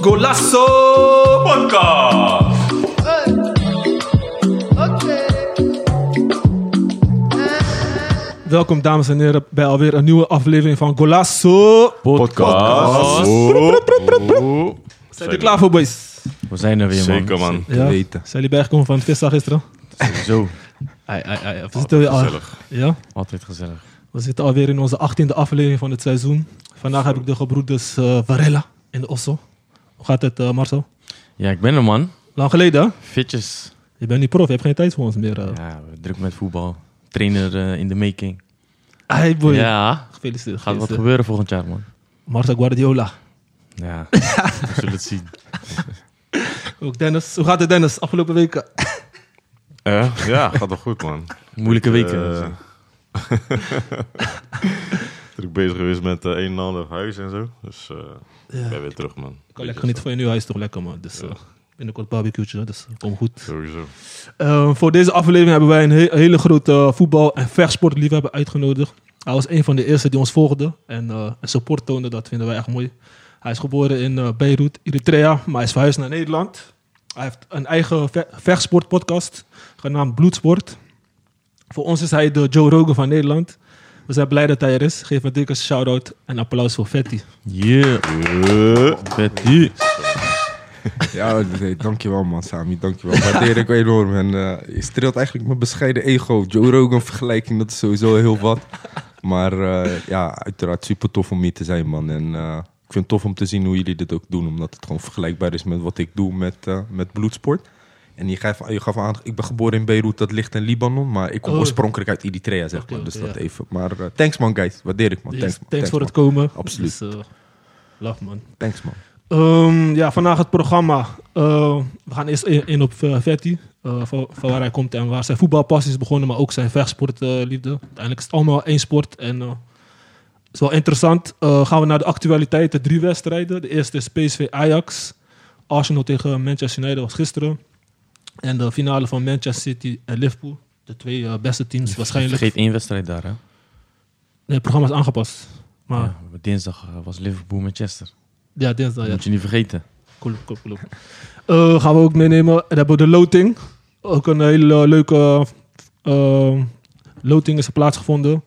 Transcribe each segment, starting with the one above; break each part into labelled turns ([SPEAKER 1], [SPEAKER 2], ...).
[SPEAKER 1] Golasso Podcast.
[SPEAKER 2] Welkom dames en heren bij alweer een nieuwe aflevering van Golasso.
[SPEAKER 3] Podcast.
[SPEAKER 2] Zijn jullie klaar voor boys?
[SPEAKER 3] We zijn er weer, man.
[SPEAKER 1] Zeker man.
[SPEAKER 2] Ja. Zijn jullie bijgekomen van het vissen gisteren?
[SPEAKER 3] Zo.
[SPEAKER 2] Ai, ai, ai. We zitten weer al-
[SPEAKER 1] gezellig.
[SPEAKER 2] Ja,
[SPEAKER 3] Altijd gezellig.
[SPEAKER 2] we zitten alweer in onze achttiende aflevering van het seizoen. Vandaag heb ik de gebroeders eh, Varela in de Osso. Hoe gaat het eh, Marcel?
[SPEAKER 3] Ja, ik ben er, man.
[SPEAKER 2] Lang geleden hè?
[SPEAKER 3] Fitjes.
[SPEAKER 2] Je bent nu prof, je hebt geen tijd voor ons meer. eh.
[SPEAKER 3] Ja, druk met voetbal. Trainer eh, in de making.
[SPEAKER 2] Ai, boy.
[SPEAKER 3] Ja,
[SPEAKER 2] Gefeliciteerd.
[SPEAKER 3] gaat wat
[SPEAKER 2] gefeliciteerd.
[SPEAKER 3] gebeuren volgend jaar, man.
[SPEAKER 2] Marcel Guardiola.
[SPEAKER 3] Ja, we zullen het zien.
[SPEAKER 2] Ook Dennis. Hoe gaat het Dennis? Afgelopen weken.
[SPEAKER 1] Eh, ja, gaat wel goed man.
[SPEAKER 3] Moeilijke weken.
[SPEAKER 1] Eh, Druk bezig geweest met eh, een en ander huis en zo. Dus eh
[SPEAKER 2] Ja.
[SPEAKER 1] ik ben weer terug man.
[SPEAKER 2] Ik kan lekker niet van je nu, hij is toch lekker man. Dus eh, binnenkort barbecue, dus kom goed.
[SPEAKER 1] Sowieso.
[SPEAKER 2] Eh, voor deze aflevering hebben wij een he- hele grote eh, voetbal- en vechtsportliefhebber uitgenodigd. Hij was een van de eerste die ons volgde en eh, een support toonde, dat vinden wij echt mooi. Hij is geboren in eh, Beirut, Eritrea, maar hij is verhuisd naar Nederland. Hij heeft een eigen ve- vechtsportpodcast genaamd Bloedsport. Voor ons is hij de Joe Rogan van Nederland. We zijn blij dat hij er is. Geef een dikke shout-out en applaus voor
[SPEAKER 4] Oh,
[SPEAKER 2] Vetti.
[SPEAKER 3] Yeah,
[SPEAKER 1] Eh,
[SPEAKER 3] vet u.
[SPEAKER 4] Ja, nee, dankjewel man, Sami. Dankjewel. Waardeer ik enorm. En eh, je streelt eigenlijk mijn bescheiden ego. Joe Rogan vergelijking, dat is sowieso heel wat. Maar eh, ja, uiteraard super tof om hier te zijn, man. En eh, ik vind het tof om te zien hoe jullie dit ook doen. Omdat het gewoon vergelijkbaar is met wat ik doe met, eh, met bloedsport. En je gaf, je gaf aan, ik ben geboren in Beirut, dat ligt in Libanon. Maar ik kom
[SPEAKER 2] Oh.
[SPEAKER 4] oorspronkelijk uit Eritrea, zeg
[SPEAKER 2] Oké,
[SPEAKER 4] maar. Dus
[SPEAKER 2] oké,
[SPEAKER 4] dat
[SPEAKER 2] ja.
[SPEAKER 4] even. Maar eh, thanks man, guys. Waardeer ik man.
[SPEAKER 2] Yes,
[SPEAKER 4] Thanks,
[SPEAKER 2] thanks,
[SPEAKER 4] man.
[SPEAKER 2] voor
[SPEAKER 4] man.
[SPEAKER 2] het komen.
[SPEAKER 4] Absoluut.
[SPEAKER 2] Dus, eh, love man.
[SPEAKER 4] Thanks man.
[SPEAKER 2] Ehm, ja, vandaag het programma. Eh, we gaan eerst in, in op eh, Vetti. eh, van, van waar hij komt en waar zijn voetbalpassie is begonnen, maar ook zijn vechtsportliefde. Uiteindelijk is het allemaal één sport en eh, het is wel interessant. Eh, gaan we naar de actualiteit, de drie wedstrijden. De eerste is PSV Ajax. Arsenal tegen Manchester United was gisteren. En de finale van Manchester City en Liverpool. De twee eh, beste
[SPEAKER 3] Dus
[SPEAKER 2] teams waarschijnlijk.
[SPEAKER 3] Vergeet één wedstrijd daar, hè.
[SPEAKER 2] Nee, het programma is aangepast. Maar ja,
[SPEAKER 3] Ja, dinsdag eh, was Liverpool-Manchester.
[SPEAKER 2] dinsdag.
[SPEAKER 3] Dat
[SPEAKER 2] Ja.
[SPEAKER 3] moet je niet vergeten.
[SPEAKER 2] Cool, cool, cool. Eh, gaan we ook meenemen. En dan hebben we de loting. Ook een hele leuke eh, loting is er plaatsgevonden.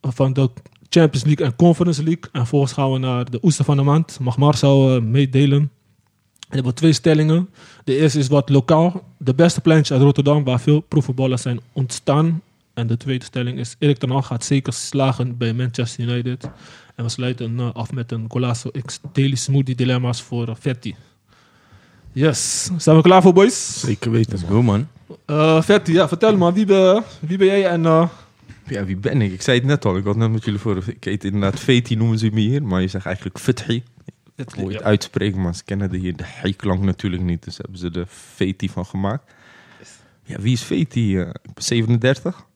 [SPEAKER 2] Van de Champions League en Conference League. En vervolgens gaan we naar de oester van de maand. Mag Marcel eh, meedelen. En dan hebben we twee stellingen. De eerste is wat lokaal. De beste pleintjes uit Rotterdam waar veel proefvoetballers zijn ontstaan. En de tweede stelling is Erik ten Hag gaat zeker slagen bij Manchester United. En we sluiten eh, af met een Golasso X Daily Smoothie Dilemma's voor Vetti. Yes, zijn we klaar voor boys?
[SPEAKER 3] Zeker weten, Let's go, man.
[SPEAKER 2] Eh Vetti, ja, vertel man, wie ben, wie ben jij en eh,
[SPEAKER 4] Ja, wie ben ik? Ik zei het net al. Ik had net met jullie voor. Ik heet inderdaad Feti, noemen ze me hier. Maar je zegt eigenlijk Fethi.
[SPEAKER 2] Vetti,
[SPEAKER 4] Hoe je het
[SPEAKER 2] Oh, ja.
[SPEAKER 4] uitspreekt, maar ze kennen de hier de hij-klank natuurlijk niet. Dus hebben ze de Feti van gemaakt. Ja, wie is Feti? eh, ik ben 37.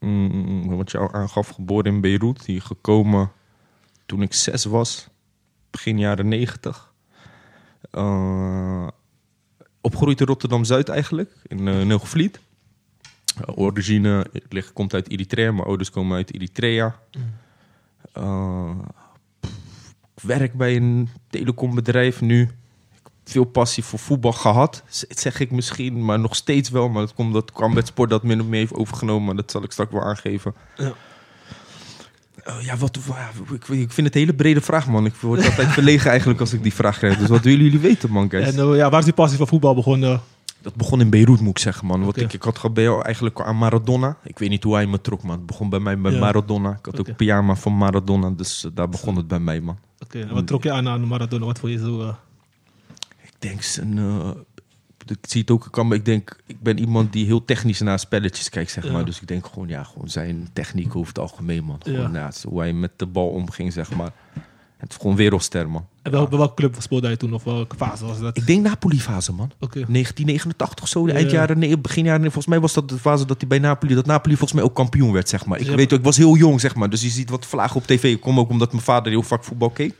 [SPEAKER 4] Mm, wat je al aangaf, geboren in Beirut. Hier gekomen toen ik zes was. Begin jaren 90. Eh, opgegroeid in Rotterdam-Zuid eigenlijk. In eh Neugvliet. Eh, origine ligt, komt uit Eritrea. Mijn ouders komen uit Eritrea. Eh, pff, ik werk bij een telecombedrijf nu. Ik heb Veel passie voor voetbal gehad. Z- Dat zeg ik misschien, maar nog steeds wel. Maar dat, komt, dat kwam met sport dat min of meer heeft overgenomen. Maar dat zal ik straks wel aangeven.
[SPEAKER 2] Ja.
[SPEAKER 4] Eh, ja, wat, wa- ik, ik vind het een hele brede vraag, man. Ik word altijd verlegen eigenlijk als ik die vraag krijg. Dus wat willen jullie weten, man? guys?
[SPEAKER 2] En eh, ja, waar is die passie voor voetbal begonnen?
[SPEAKER 4] Dat begon in Beirut, moet ik zeggen, man. Want
[SPEAKER 2] Oké.
[SPEAKER 4] ik, ik had gebeld eigenlijk aan Maradona. Ik weet niet hoe hij me trok, man. Het begon bij mij bij
[SPEAKER 2] Ja.
[SPEAKER 4] Maradona. Ik had
[SPEAKER 2] Oké.
[SPEAKER 4] ook pyjama van Maradona, dus eh, daar begon het bij mij, man.
[SPEAKER 2] Oké, en
[SPEAKER 4] mm.
[SPEAKER 2] wat trok je aan aan Maradona? Wat vond je zo... eh,
[SPEAKER 4] Ik denk, zijn, eh, ik zie het ook, ik, kan, maar ik denk, ik ben iemand die heel technisch naar spelletjes kijkt, zeg
[SPEAKER 2] Ja.
[SPEAKER 4] maar. Dus ik denk gewoon, ja, gewoon zijn techniek over het algemeen, man. Gewoon,
[SPEAKER 2] Ja.
[SPEAKER 4] ja. zo hoe hij met de bal omging, zeg maar. Het is gewoon wereldster, man.
[SPEAKER 2] en wel, bij welke club speelde hij toen? Of welke fase was dat?
[SPEAKER 4] Ik denk Napoli-fase, man.
[SPEAKER 2] Oké,
[SPEAKER 4] 1989 zo, de
[SPEAKER 2] Ja.
[SPEAKER 4] eindjaren, nee, begin jaren. Volgens mij was dat de fase dat hij bij Napoli, dat Napoli volgens mij ook kampioen werd, zeg maar. Ik
[SPEAKER 2] Ja.
[SPEAKER 4] weet, ook, ik was heel jong, zeg maar. Dus je ziet wat vlagen op tv. Ik kom ook omdat mijn vader heel vaak voetbal keek.
[SPEAKER 2] oké.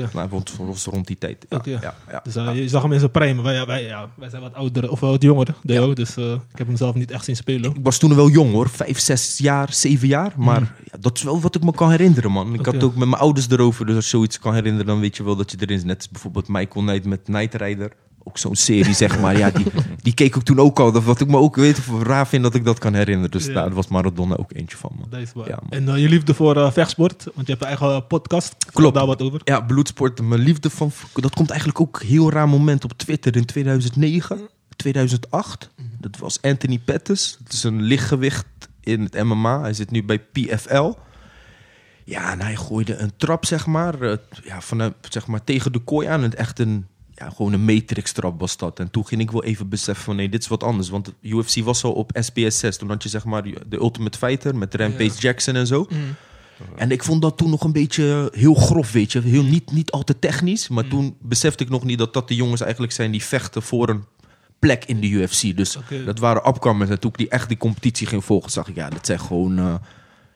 [SPEAKER 2] Oké.
[SPEAKER 4] Nou, want was rond die tijd. Ja,
[SPEAKER 2] Oké.
[SPEAKER 4] ja, ja,
[SPEAKER 2] Dus
[SPEAKER 4] ja.
[SPEAKER 2] eh, je zag hem in zijn prime. Wij, wij, ja, wij zijn wat ouder, of wat jonger, Deo. Dus eh, ik heb hem zelf niet echt zien spelen.
[SPEAKER 4] Ik was toen wel jong hoor, vijf, zes jaar, zeven jaar. Maar ja, dat is wel wat ik me kan herinneren, man. Ik
[SPEAKER 2] Oké.
[SPEAKER 4] had het ook met mijn ouders erover, dus als je zoiets kan herinneren, dan weet je wel dat je erin zit. Net als bijvoorbeeld Michael Knight met Knight Rider. Ook zo'n serie, zeg maar. Ja, die, die keek ik toen ook al. Dat, wat ik me ook weet, of raar vind dat ik dat kan herinneren. Dus
[SPEAKER 2] Ja.
[SPEAKER 4] daar was Maradona ook eentje van, man.
[SPEAKER 2] Dat is waar.
[SPEAKER 4] Ja, man.
[SPEAKER 2] en eh, je liefde voor eh, vechtsport, want je hebt een eigen eh, podcast. Vertel
[SPEAKER 4] Klopt.
[SPEAKER 2] Daar wat over.
[SPEAKER 4] Ja, bloedsport, mijn liefde van... Dat komt eigenlijk ook een heel raar moment op Twitter in 2009, 2008. Dat was Anthony Pettis. Dat is een lichtgewicht in het MMA. Hij zit nu bij PFL. Ja, en hij gooide een trap, zeg maar, eh, ja, vanuit, zeg maar tegen de kooi aan. En echt een, ja, gewoon een matrix-trap was dat. En toen ging ik wel even beseffen van, nee, dit is wat anders. Want UFC was al op SBS6. Toen had je, zeg maar, de Ultimate Fighter met Rampage
[SPEAKER 2] Ja. Mm.
[SPEAKER 4] Jackson en zo. En ik vond dat toen nog een beetje heel grof, weet je. Heel, niet, niet al te technisch.
[SPEAKER 2] Mm.
[SPEAKER 4] Maar toen besefte ik nog niet dat dat de jongens eigenlijk zijn die vechten voor een plek in de UFC. Dus
[SPEAKER 2] Oké.
[SPEAKER 4] dat waren upcomers. En toen ik die, echt die competitie ging volgen, zag ik, ja, dat zijn gewoon eh,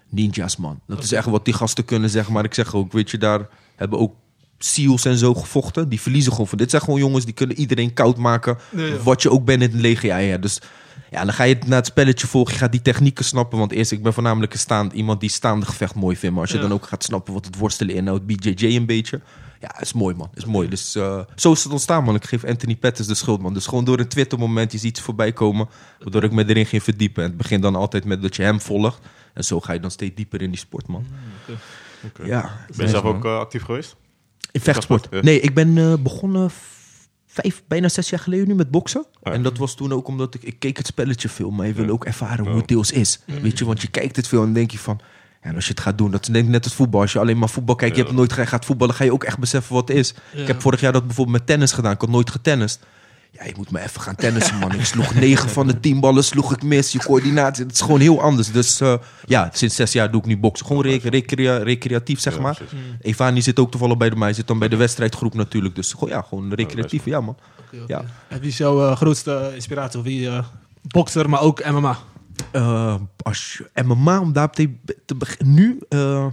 [SPEAKER 4] ninjas, man. Dat is echt wat die gasten kunnen, zeg maar. Ik zeg ook, weet je, daar hebben ook SEALs en zo gevochten. Die verliezen gewoon van, dit zijn gewoon jongens, die kunnen iedereen koud maken.
[SPEAKER 2] Ja, ja.
[SPEAKER 4] Wat je ook bent in het leger, ja, ja. Dus ja, dan ga je het na het spelletje volgen. Je gaat die technieken snappen. Want eerst, ik ben voornamelijk een staand, iemand die staande gevecht mooi vindt. Maar als je
[SPEAKER 2] Ja.
[SPEAKER 4] dan ook gaat snappen wat het worstelen inhoudt, BJJ een beetje. Ja, is mooi, man. Is mooi. Dus eh, zo is het ontstaan, man. Ik geef Anthony Pettis de schuld, man. Dus gewoon door een Twitter-moment is iets voorbij komen. Waardoor ik me erin ging verdiepen. En het begint dan altijd met dat je hem volgt. En zo ga je dan steeds dieper in die sport, man.
[SPEAKER 2] oké.
[SPEAKER 1] Oké.
[SPEAKER 4] Ja.
[SPEAKER 1] Ben je zelf ook eh, actief geweest?
[SPEAKER 4] In vechtsport?
[SPEAKER 1] Vechtsport, ja.
[SPEAKER 4] Nee, ik ben eh, begonnen v- vijf, bijna zes jaar geleden nu met boksen.
[SPEAKER 1] ja.
[SPEAKER 4] En dat was toen ook omdat ik, ik keek het spelletje veel, maar je wil
[SPEAKER 1] Ja.
[SPEAKER 4] ook ervaren
[SPEAKER 1] Ja.
[SPEAKER 4] hoe het deels is. Weet je, want je kijkt het veel en dan denk je van... Ja, en als je het gaat doen, dat is denk ik net als voetbal. Als je alleen maar voetbal kijkt, je
[SPEAKER 1] Ja.
[SPEAKER 4] hebt nooit ge- gaat voetballen, ga je ook echt beseffen wat het is.
[SPEAKER 2] Ja.
[SPEAKER 4] Ik heb vorig jaar dat bijvoorbeeld met tennis gedaan. Ik had nooit getennist. Ja, je moet me even gaan tennissen, man. Ik sloeg negen van de tien ballen, sloeg ik mis. Je coördinatie, het is gewoon heel anders. Dus eh, ja, sinds zes jaar doe ik nu boksen. Gewoon re- recrea- recreatief, zeg
[SPEAKER 1] Ja,
[SPEAKER 4] maar.
[SPEAKER 1] precies.
[SPEAKER 4] Evani zit ook toevallig bij de, maar hij zit dan bij de wedstrijdgroep natuurlijk. Dus gewoon, ja, gewoon recreatief, ja man.
[SPEAKER 2] Oké, oké.
[SPEAKER 4] Ja.
[SPEAKER 2] En wie is jouw eh, grootste inspiratie? Of Wie eh, bokser, maar ook MMA?
[SPEAKER 4] Eh, als je MMA, om daar te, te beginnen. Nu, eh,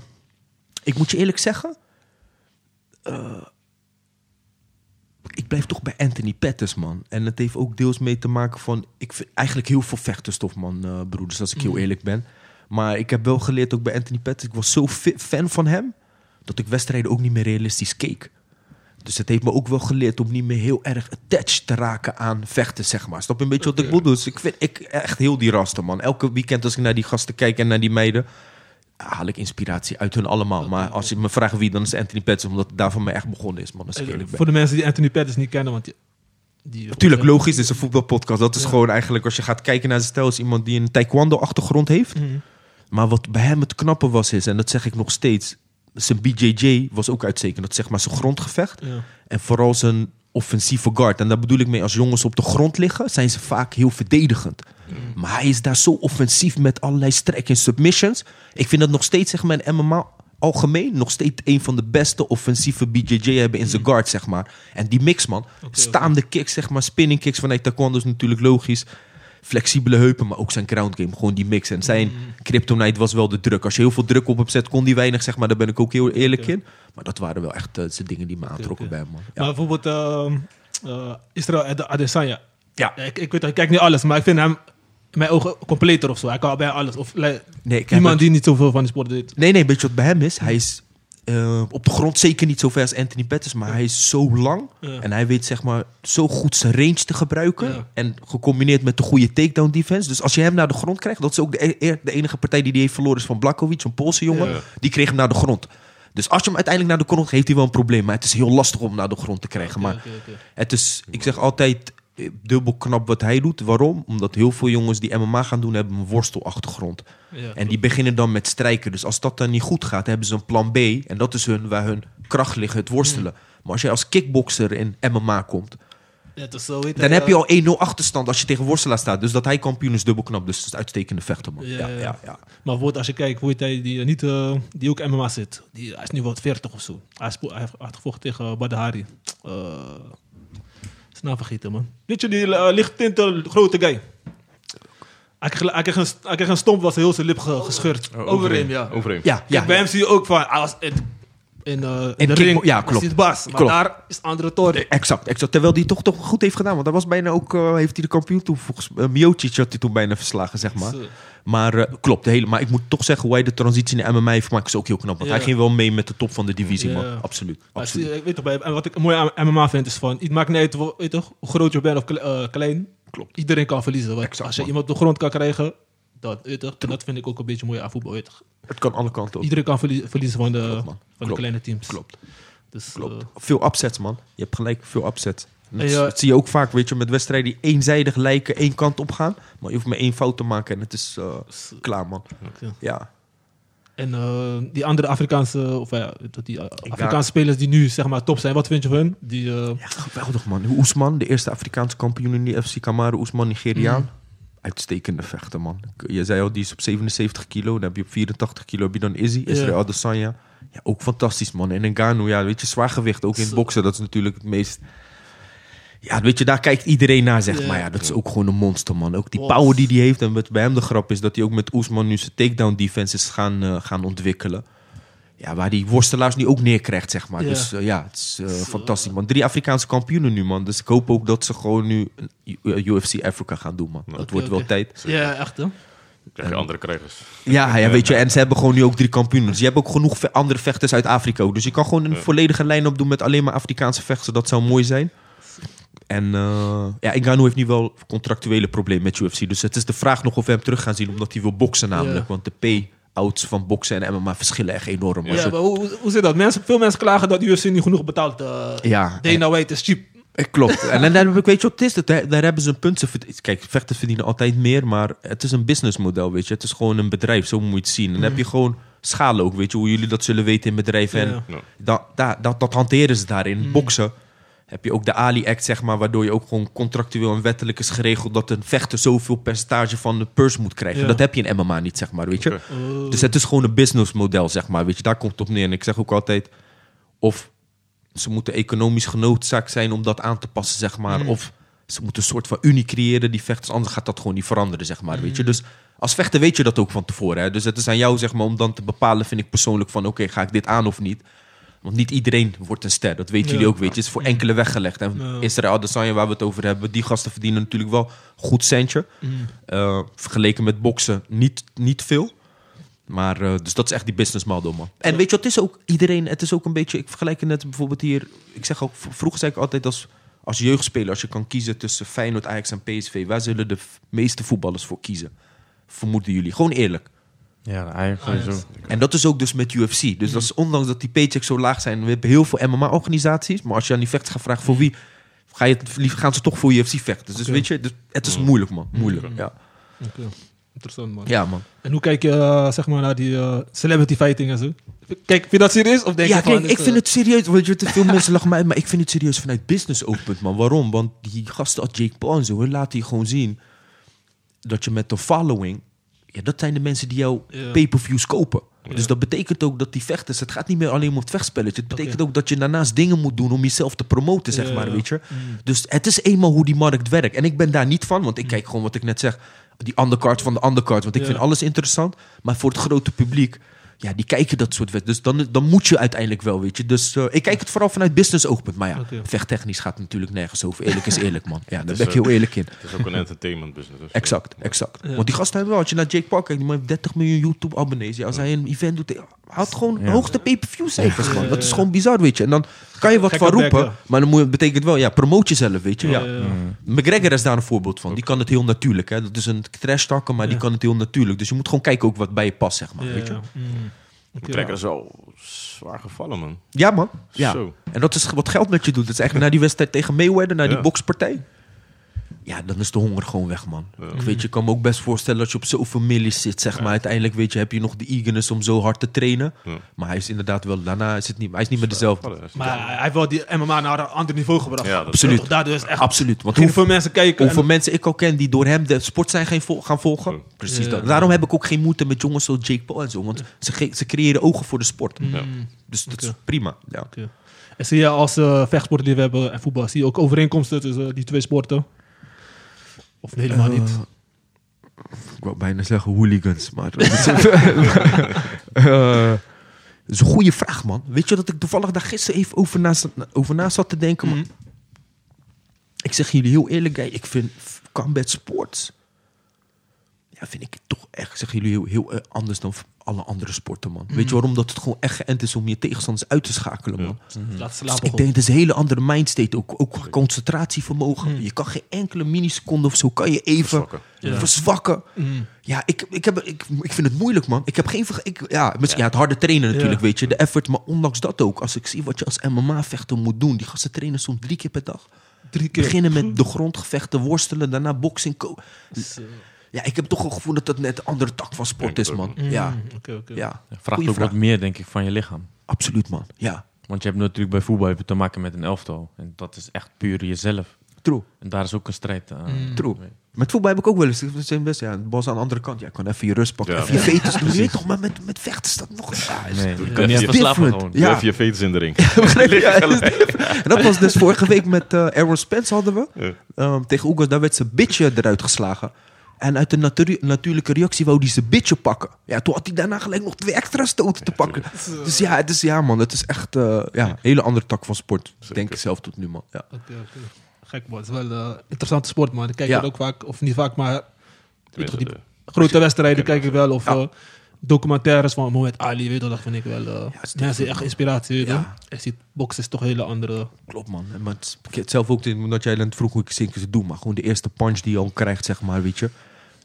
[SPEAKER 4] ik moet je eerlijk zeggen. eh, ik blijf toch bij Anthony Pettis, man. En het heeft ook deels mee te maken van... Ik vind eigenlijk heel veel vechterstof, man, eh, broeders. Als ik heel eerlijk ben. Maar ik heb wel geleerd ook bij Anthony Pettis. Ik was zo fi- fan van hem... dat ik wedstrijden ook niet meer realistisch keek. Dus het heeft me ook wel geleerd om niet meer heel erg attached te raken aan vechten, zeg maar. Snap je een beetje wat ik bedoel? Dus ik vind ik echt heel die rasten, man. Elke weekend als ik naar die gasten kijk en naar die meiden... haal ik inspiratie uit hun allemaal. Maar als je me vraagt wie, dan is Anthony Pettis... omdat het daar van mij echt begonnen is, man. Als ik
[SPEAKER 2] Eh,
[SPEAKER 4] eerlijk ben.
[SPEAKER 2] voor de mensen die Anthony Pettis niet kennen, want die... die
[SPEAKER 4] Natuurlijk, logisch, dit is een voetbalpodcast. Dat is
[SPEAKER 2] Ja.
[SPEAKER 4] gewoon eigenlijk, als je gaat kijken naar zijn stijl, is iemand die een taekwondo-achtergrond heeft.
[SPEAKER 2] Mhm.
[SPEAKER 4] Maar wat bij hem het knappe was, is, en dat zeg ik nog steeds, zijn BJJ was ook uitstekend. Dat is zeg maar zijn grondgevecht.
[SPEAKER 2] Ja.
[SPEAKER 4] En vooral zijn offensieve guard. En daar bedoel ik mee, als jongens op de grond liggen, zijn ze vaak heel verdedigend.
[SPEAKER 2] Mm.
[SPEAKER 4] Maar hij is daar zo offensief met allerlei strek en submissions. Ik vind dat nog steeds, zeg maar, in MMA algemeen nog steeds een van de beste offensieve BJJ hebben in zijn guard, zeg maar. En die mix, man.
[SPEAKER 2] Mm. oké.
[SPEAKER 4] Staande kicks, zeg maar, spinning kicks vanuit taekwondo is natuurlijk logisch. Flexibele heupen, maar ook zijn ground game. Gewoon die mix. En zijn
[SPEAKER 2] Mm.
[SPEAKER 4] kryptonite was wel de druk. Als je heel veel druk op hem zet, kon die weinig, zeg maar. Daar ben ik ook heel eerlijk
[SPEAKER 2] Oké.
[SPEAKER 4] in. Maar dat waren wel echt eh, zijn dingen die me aantrokken
[SPEAKER 2] oké.
[SPEAKER 4] bij hem, man. Ja.
[SPEAKER 2] Maar bijvoorbeeld ehm, eh, Israël Ad- Adesanya.
[SPEAKER 4] Ja.
[SPEAKER 2] Ik, ik, weet, ik kijk niet alles, maar ik vind hem in mijn ogen completer of zo. Hij kan bij alles. Of like,
[SPEAKER 4] Nee, ik heb
[SPEAKER 2] iemand
[SPEAKER 4] het-
[SPEAKER 2] die niet zoveel van die sport deed.
[SPEAKER 4] nee, nee, weet je wat bij hem is? Hij is eh, op de grond zeker niet zo ver als Anthony Pettis, maar hij is zo lang.
[SPEAKER 2] Ja.
[SPEAKER 4] En hij weet zeg maar zo goed zijn range te gebruiken.
[SPEAKER 2] Ja.
[SPEAKER 4] En gecombineerd met de goede takedown defense. Dus als je hem naar de grond krijgt, dat is ook de, e- eer- de enige partij die die heeft verloren is van Blakovic, een Poolse jongen.
[SPEAKER 1] Ja.
[SPEAKER 4] Die kreeg hem naar de grond. Dus als je hem uiteindelijk naar de grond geeft, heeft hij wel een probleem. Maar het is heel lastig om hem naar de grond te krijgen. Maar
[SPEAKER 2] Oké, oké, oké.
[SPEAKER 4] Het is, ik zeg altijd eh, dubbel knap wat hij doet. Waarom? Omdat heel veel jongens die MMA gaan doen, hebben een worstelachtergrond.
[SPEAKER 2] Ja.
[SPEAKER 4] En die beginnen dan met strijken. Dus als dat dan niet goed gaat, hebben ze een plan B. En dat is hun, waar hun kracht ligt, het worstelen. Maar als jij als kickbokser in MMA komt,
[SPEAKER 2] Hmm. Ja, toch zo, weet
[SPEAKER 4] dan
[SPEAKER 2] hij,
[SPEAKER 4] heb je al 1-0 achterstand als je tegen worstelaar staat. Dus dat hij kampioen is dubbel knap. Dus het is een uitstekende vechter, man.
[SPEAKER 2] Ja,
[SPEAKER 4] Ja,
[SPEAKER 2] ja.
[SPEAKER 4] ja, ja.
[SPEAKER 2] Maar bijvoorbeeld als je kijkt hoe heet hij die, eh, niet, eh, die ook MMA zit. Die, hij is nu wat 40 of zo. Hij, spo- hij had gevochten tegen eh, Badahari. Eh is nou vergeten, man. Weet je, die eh, lichttinten grote guy. Hij kreeg, hij, kreeg een, st- hij kreeg een stomp, was heel zijn lip ge- gescheurd. Overeem, ja.
[SPEAKER 1] Overeem.
[SPEAKER 4] ja, ja,
[SPEAKER 2] Kijk, bij hem zie je ook van, hij was, het, in, eh, in
[SPEAKER 4] En
[SPEAKER 2] de
[SPEAKER 4] kick-
[SPEAKER 2] ring.
[SPEAKER 4] ja, klopt.
[SPEAKER 2] Is dit Bas, maar
[SPEAKER 4] Klopt. Eh,
[SPEAKER 2] daar is het andere toren.
[SPEAKER 4] Exact, exact. Terwijl die toch, toch goed heeft gedaan. Want dat was bijna ook, eh, heeft hij de kampioen toen volgens eh, Miocic had hij toen bijna verslagen, zeg maar. Maar eh, klopt, de hele, maar ik moet toch zeggen, hoe hij de transitie naar MMA heeft gemaakt, is ook heel knap. Want
[SPEAKER 2] Ja.
[SPEAKER 4] hij ging wel mee met de top van de divisie,
[SPEAKER 2] Ja.
[SPEAKER 4] man. Absoluut,
[SPEAKER 2] Maar
[SPEAKER 4] absoluut.
[SPEAKER 2] het is- ik weet toch, bij- en wat ik mooi aan MMA vind is van, het maakt niet uit wo- weet toch, hoe groot je bent of kle- eh, klein.
[SPEAKER 4] Klopt.
[SPEAKER 2] Iedereen kan verliezen. Want
[SPEAKER 4] Exact,
[SPEAKER 2] als je
[SPEAKER 4] man.
[SPEAKER 2] iemand op de grond kan krijgen, dat, weet toch, en dat vind ik ook een beetje mooi aan voetbal. Weet toch.
[SPEAKER 4] Het kan alle kanten op.
[SPEAKER 2] Iedereen kan verlie- verliezen van de,
[SPEAKER 4] Klopt, man.
[SPEAKER 2] van de
[SPEAKER 4] Klopt.
[SPEAKER 2] kleine teams.
[SPEAKER 4] Klopt,
[SPEAKER 2] Dus,
[SPEAKER 4] klopt.
[SPEAKER 2] eh,
[SPEAKER 4] Veel upsets, man. Je hebt gelijk, veel upsets. En Dat,
[SPEAKER 2] En ja-
[SPEAKER 4] dat zie je ook vaak, weet je, met wedstrijden die eenzijdig lijken, één kant op gaan. Maar je hoeft maar één fout te maken en het is eh,
[SPEAKER 2] dus,
[SPEAKER 4] klaar, man.
[SPEAKER 2] oké.
[SPEAKER 4] Ja,
[SPEAKER 2] En eh, die andere Afrikaanse, of ja, dat die eh, Afrikaanse spelers die nu zeg maar top zijn, wat vind je van hun? Die, eh,
[SPEAKER 4] ja geweldig, man. Oesman, de eerste Afrikaanse kampioen in de FC Kamaru, Oesman, Nigeriaan.
[SPEAKER 2] Mm.
[SPEAKER 4] Uitstekende vechter, man. Ik- Je zei al, die is op 77 kilo. Dan heb je op 84 kilo heb je dan Izzy, Israël Adesanya. Ja, ook fantastisch, man. En Ngannou, ja, weet je, zwaargewicht. Ook in het
[SPEAKER 2] Zo.
[SPEAKER 4] boksen, dat is natuurlijk het meest... Ja, weet je, daar kijkt iedereen naar, zeg
[SPEAKER 2] Ja.
[SPEAKER 4] maar. Ja, dat is ook gewoon een monster, man. Ook die
[SPEAKER 2] Wow.
[SPEAKER 4] power die hij heeft. En wat bij hem de grap is, dat hij ook met Oesman nu zijn takedown defense is gaan, eh, gaan ontwikkelen. Ja, waar die worstelaars nu ook neerkrijgt, zeg maar.
[SPEAKER 2] Ja.
[SPEAKER 4] Dus eh, ja, het is eh,
[SPEAKER 2] Zo.
[SPEAKER 4] fantastisch, man. Drie Afrikaanse kampioenen nu, man. Dus ik hoop ook dat ze gewoon nu een U- UFC Africa gaan doen, man. dat
[SPEAKER 2] Oké,
[SPEAKER 4] wordt wel
[SPEAKER 2] oké.
[SPEAKER 4] tijd.
[SPEAKER 2] ja, echt hè?
[SPEAKER 1] Krijg je andere krijgers.
[SPEAKER 4] Ja, ja, weet je. En ze hebben gewoon nu ook drie kampioenen. Dus je hebt ook genoeg ve- andere vechters uit Afrika. ook. Dus je kan gewoon een volledige lijn-up doen met alleen maar Afrikaanse vechters. Dat zou mooi zijn. En eh ja, Ngannou heeft nu wel contractuele problemen met UFC. Dus het is de vraag nog of we hem terug gaan zien, omdat hij wil boksen namelijk.
[SPEAKER 2] Ja.
[SPEAKER 4] Want de pay-outs van boksen en MMA verschillen echt enorm. Als
[SPEAKER 2] Ja,
[SPEAKER 4] het-
[SPEAKER 2] maar hoe, hoe- hoe zit dat? Mensen, veel mensen klagen dat de UFC niet genoeg betaalt. eh
[SPEAKER 4] ja,
[SPEAKER 2] Dana White is cheap.
[SPEAKER 4] Eh, Klopt. En dan heb ik, weet je wat het is? Dat, daar daar hebben ze een punt. Ze verd- Kijk, vechters verdienen altijd meer, maar het is een businessmodel, weet je. Het is gewoon een bedrijf, zo moet je het zien. En dan heb je gewoon schaal ook, weet je, hoe jullie dat zullen weten in bedrijven. En
[SPEAKER 2] Mm. Ja. Mm.
[SPEAKER 1] Ja.
[SPEAKER 4] dat, dat, dat, dat hanteren ze daarin. Boksen heb je ook de Ali-act, zeg maar, waardoor je ook gewoon contractueel en wettelijk is geregeld dat een vechter zoveel percentage van de purse moet krijgen.
[SPEAKER 2] Ja.
[SPEAKER 4] Dat heb je in MMA niet, zeg maar, weet je.
[SPEAKER 1] Oké.
[SPEAKER 2] Eh,
[SPEAKER 4] Dus het is gewoon een businessmodel, zeg maar. Weet je, daar komt het op neer. En ik zeg ook altijd, of ze moeten economisch genoodzaakt zijn om dat aan te passen, zeg maar. Of ze moeten een soort van unie creëren, die vechters. Anders gaat dat gewoon niet veranderen, zeg maar. Weet je, dus als vechter weet je dat ook van tevoren. Hè? Dus het is aan jou, zeg maar, om dan te bepalen, vind ik persoonlijk, van oké, ga ik dit aan of niet? Want niet iedereen wordt een ster. Dat weten
[SPEAKER 2] Ja.
[SPEAKER 4] jullie ook, weet je. Het is voor enkele weggelegd. En
[SPEAKER 2] Ja.
[SPEAKER 4] Israël Adesanya, waar we het over hebben... die gasten verdienen natuurlijk wel een goed centje. Eh, vergeleken met boksen niet, niet veel. Maar, eh, dus dat is echt die business model, man. En weet je, wat, het is ook iedereen, het is ook een beetje, ik vergelijk het net bijvoorbeeld hier, ik zeg ook, v- vroeger zei ik altijd als, als jeugdspeler, als je kan kiezen tussen Feyenoord, Ajax en PSV, waar zullen de f- meeste voetballers voor kiezen? Vermoeden jullie, gewoon eerlijk.
[SPEAKER 3] Ah, Ja, eigenlijk
[SPEAKER 2] Ajax.
[SPEAKER 3] zo.
[SPEAKER 4] En dat is ook dus met UFC. Dus
[SPEAKER 2] Mm.
[SPEAKER 4] dat is ondanks dat die paychecks zo laag zijn, we hebben heel veel MMA-organisaties, maar als je aan die vechters gaat vragen voor wie, ga je, het lief- gaan ze toch voor UFC vechten. Dus
[SPEAKER 2] Oké.
[SPEAKER 4] weet je, dus, het is moeilijk, man. Moeilijk, ja.
[SPEAKER 2] oké. Interessant man.
[SPEAKER 4] Ja, man.
[SPEAKER 2] En hoe kijk je eh, zeg maar naar die eh, celebrity fighting en zo? Kijk, vind je dat serieus? Of denk
[SPEAKER 4] ja,
[SPEAKER 2] je van,
[SPEAKER 4] kijk,
[SPEAKER 2] dit,
[SPEAKER 4] ik
[SPEAKER 2] eh,
[SPEAKER 4] vind het serieus. Want je, te veel mensen lachen mij uit, maar ik vind het serieus vanuit business oogpunt, man. Waarom? Want die gasten als Jake Paul en zo, hè, laat die gewoon zien dat je met de following, ja, dat zijn de mensen die jouw
[SPEAKER 2] Ja.
[SPEAKER 4] pay-per-views kopen.
[SPEAKER 2] Ja.
[SPEAKER 4] Dus dat betekent ook dat die vechters, het gaat niet meer alleen om het vechtspelletje. Het betekent ook dat je daarnaast dingen moet doen om jezelf te promoten, zeg
[SPEAKER 2] Ja. Mm.
[SPEAKER 4] maar, weet je. Dus het is eenmaal hoe die markt werkt. En ik ben daar niet van, want ik kijk gewoon wat ik net zeg. Die undercard van de undercard, want ik
[SPEAKER 2] Ja.
[SPEAKER 4] vind alles interessant. Maar voor het grote publiek, ja, die kijken dat soort wedstrijden. Dus dan, dan moet je uiteindelijk wel, weet je. Dus eh, ik kijk het vooral vanuit business oogpunt. Maar ja,
[SPEAKER 2] Oké.
[SPEAKER 4] vechttechnisch gaat het natuurlijk nergens over. Eerlijk is eerlijk, man. Ja, daar
[SPEAKER 1] is,
[SPEAKER 4] ben ik heel
[SPEAKER 1] eh,
[SPEAKER 4] eerlijk in.
[SPEAKER 1] Het is ook een entertainment business. dus,
[SPEAKER 4] Exact, exact.
[SPEAKER 2] Ja.
[SPEAKER 4] Want die gasten hebben wel, als je naar Jake Paul kijkt, die man heeft 30 miljoen YouTube-abonnees. Ja, als hij een event doet, hij houdt gewoon
[SPEAKER 3] Ja.
[SPEAKER 4] hoogste pay-per-view cijfers,
[SPEAKER 2] Ja.
[SPEAKER 4] man. Dat is gewoon bizar, weet je. En dan kan je wat
[SPEAKER 2] Gekke
[SPEAKER 4] van roepen,
[SPEAKER 2] bek, ja.
[SPEAKER 4] maar dan moet, je- betekent wel, ja, promote jezelf, weet je.
[SPEAKER 2] Ja,
[SPEAKER 4] Ja. Mm.
[SPEAKER 2] ja, ja.
[SPEAKER 4] McGregor is daar een voorbeeld van. Die kan het heel natuurlijk, hè. Dat is een trash talker, maar die
[SPEAKER 2] Ja.
[SPEAKER 4] kan het heel natuurlijk. Dus je moet gewoon kijken ook wat bij je past, zeg maar,
[SPEAKER 2] Ja,
[SPEAKER 4] weet je.
[SPEAKER 2] ja. Mm. Oké.
[SPEAKER 1] De trekker is al zwaar gevallen, man.
[SPEAKER 4] Ja, man. Ja.
[SPEAKER 1] Zo.
[SPEAKER 4] En dat is ge- wat geld met je doet. Dat is eigenlijk na die wedstrijd tegen Mayweather, na die
[SPEAKER 1] Ja.
[SPEAKER 4] bokspartij. Ja, dan is de honger gewoon weg, man.
[SPEAKER 1] Ja.
[SPEAKER 4] Ik weet, je kan me ook best voorstellen dat je op zoveel millies zit, zeg maar. Uiteindelijk, weet je, heb je nog de eagerness om zo hard te trainen.
[SPEAKER 1] Ja.
[SPEAKER 4] Maar hij is inderdaad wel, daarna is het niet, hij is niet meer dezelfde.
[SPEAKER 1] Gevallen is het.
[SPEAKER 2] Maar hij heeft wel die MMA naar een ander niveau gebracht.
[SPEAKER 1] Ja, dat-
[SPEAKER 4] Absoluut.
[SPEAKER 2] Toch, Daardoor is echt
[SPEAKER 4] Absoluut. Want
[SPEAKER 2] Hoeveel
[SPEAKER 4] hoeveel,
[SPEAKER 2] mensen kijken?
[SPEAKER 4] hoeveel mensen ik al ken die door hem de sport zijn gaan, vol- gaan
[SPEAKER 1] Ja.
[SPEAKER 4] volgen. Precies
[SPEAKER 2] Ja.
[SPEAKER 4] dat. Daarom heb ik ook geen moeite met jongens zoals Jake Paul en zo. Want ze, ge- ze creëren ogen voor de sport.
[SPEAKER 1] Ja.
[SPEAKER 4] Dus dat is
[SPEAKER 2] Oké.
[SPEAKER 4] prima. Ja.
[SPEAKER 2] En, Mm. en zie je als eh vechtsportliefhebber en voetbal, zie je ook overeenkomsten tussen eh, die twee sporten? Of helemaal
[SPEAKER 4] Eh,
[SPEAKER 2] niet?
[SPEAKER 4] Ik wou bijna zeggen hooligans, maar... dat is- Eh, Dat is een goede vraag, man. Weet je dat ik toevallig daar gisteren even over na, zat- over na zat te denken?
[SPEAKER 2] Mhm.
[SPEAKER 4] Maar ik zeg jullie heel eerlijk, guy, ik vind f- combat sports... Ja, vind ik toch echt, ik zeg jullie, heel, heel eh, anders dan v- alle andere sporten, man. Weet je waarom? Dat het gewoon echt geënt is om je tegenstanders uit te schakelen, man.
[SPEAKER 2] Mhm. Laat
[SPEAKER 4] Dus
[SPEAKER 2] slapen.
[SPEAKER 4] ik denk, dat is een hele andere mindstate. Ook, ook qua concentratievermogen. Je kan geen enkele miniseconde of zo, kan je even verzwakken.
[SPEAKER 1] Verzwakken.
[SPEAKER 2] Mhm. Ja. Mm.
[SPEAKER 4] Ja, ik, ik, heb, ik, ik vind het moeilijk, man. Ik heb geen... verge- Ik, ja, misschien, ja, het harde trainen natuurlijk,
[SPEAKER 2] Ja.
[SPEAKER 4] weet je. De effort, maar ondanks dat ook. Als ik zie wat je als MMA-vechter moet doen. Die gasten trainen soms drie keer per dag.
[SPEAKER 2] Drie keer.
[SPEAKER 4] Beginnen met de grondgevechten, worstelen, daarna boxing. ko-
[SPEAKER 2] Dus, eh, mm.
[SPEAKER 4] Ja, ik heb toch wel het gevoel dat dat net een andere tak van sport
[SPEAKER 1] Denk
[SPEAKER 4] is,
[SPEAKER 1] het
[SPEAKER 4] man.
[SPEAKER 1] ook.
[SPEAKER 4] Ja,
[SPEAKER 2] Mm, oké, oké.
[SPEAKER 4] ja.
[SPEAKER 3] Vraagt
[SPEAKER 4] Goeie
[SPEAKER 3] ook
[SPEAKER 4] vraag.
[SPEAKER 3] wat meer, denk ik, van je lichaam.
[SPEAKER 4] Absoluut, man. Ja,
[SPEAKER 3] Want je hebt natuurlijk bij voetbal heb je te maken met een elftal. En dat is echt puur jezelf.
[SPEAKER 4] true.
[SPEAKER 3] En daar is ook een strijd aan.
[SPEAKER 4] True. Met voetbal heb ik ook wel eens. Het zijn best, ja, de bal is aan de andere kant. Ja, ik kan even je rust pakken.
[SPEAKER 1] Ja,
[SPEAKER 4] even je veters doen. Je weet toch, maar met, met vechten is dat nog eens. Ja, is-
[SPEAKER 3] Nee, je kan
[SPEAKER 1] Ja.
[SPEAKER 3] niet even slapen
[SPEAKER 4] Different.
[SPEAKER 3] gewoon.
[SPEAKER 4] Ja.
[SPEAKER 1] Even je veters in de ring.
[SPEAKER 4] Begrijp je? Ja, is different. En dat was dus vorige week met eh Aaron Spence hadden we.
[SPEAKER 1] Ja.
[SPEAKER 4] Ehm, tegen Oegas, daar werd zijn bitje eruit geslagen. En uit de natu- natuurlijke reactie wou hij zijn bitje pakken. Ja, toen had hij daarna gelijk nog twee extra stoten te pakken. Dus ja, het is, ja man, het is echt eh, ja, een hele andere tak van sport. Denk ik zelf tot nu, man. Ja.
[SPEAKER 2] Oké, oké. Gek man, het is wel een interessante sport man. Ik kijk
[SPEAKER 4] Ja.
[SPEAKER 2] het ook vaak, of niet vaak, maar weet je,
[SPEAKER 1] Tenminste,
[SPEAKER 2] die
[SPEAKER 1] de-
[SPEAKER 2] grote wedstrijden kijk ik wel. Of
[SPEAKER 4] Ja.
[SPEAKER 2] eh, documentaires van Mohamed Ali, weet je, dat vind ik wel. eh
[SPEAKER 4] is
[SPEAKER 2] mensen echt inspiratie. weet je.
[SPEAKER 4] Ja.
[SPEAKER 2] Je ziet, boksen is toch een hele andere...
[SPEAKER 4] Klopt, man. En Maar het, is- ik heb het zelf ook, in- omdat jij dan vroeg hoe ik zinkers doe, maar gewoon de eerste punch die je al krijgt, zeg maar, weet je.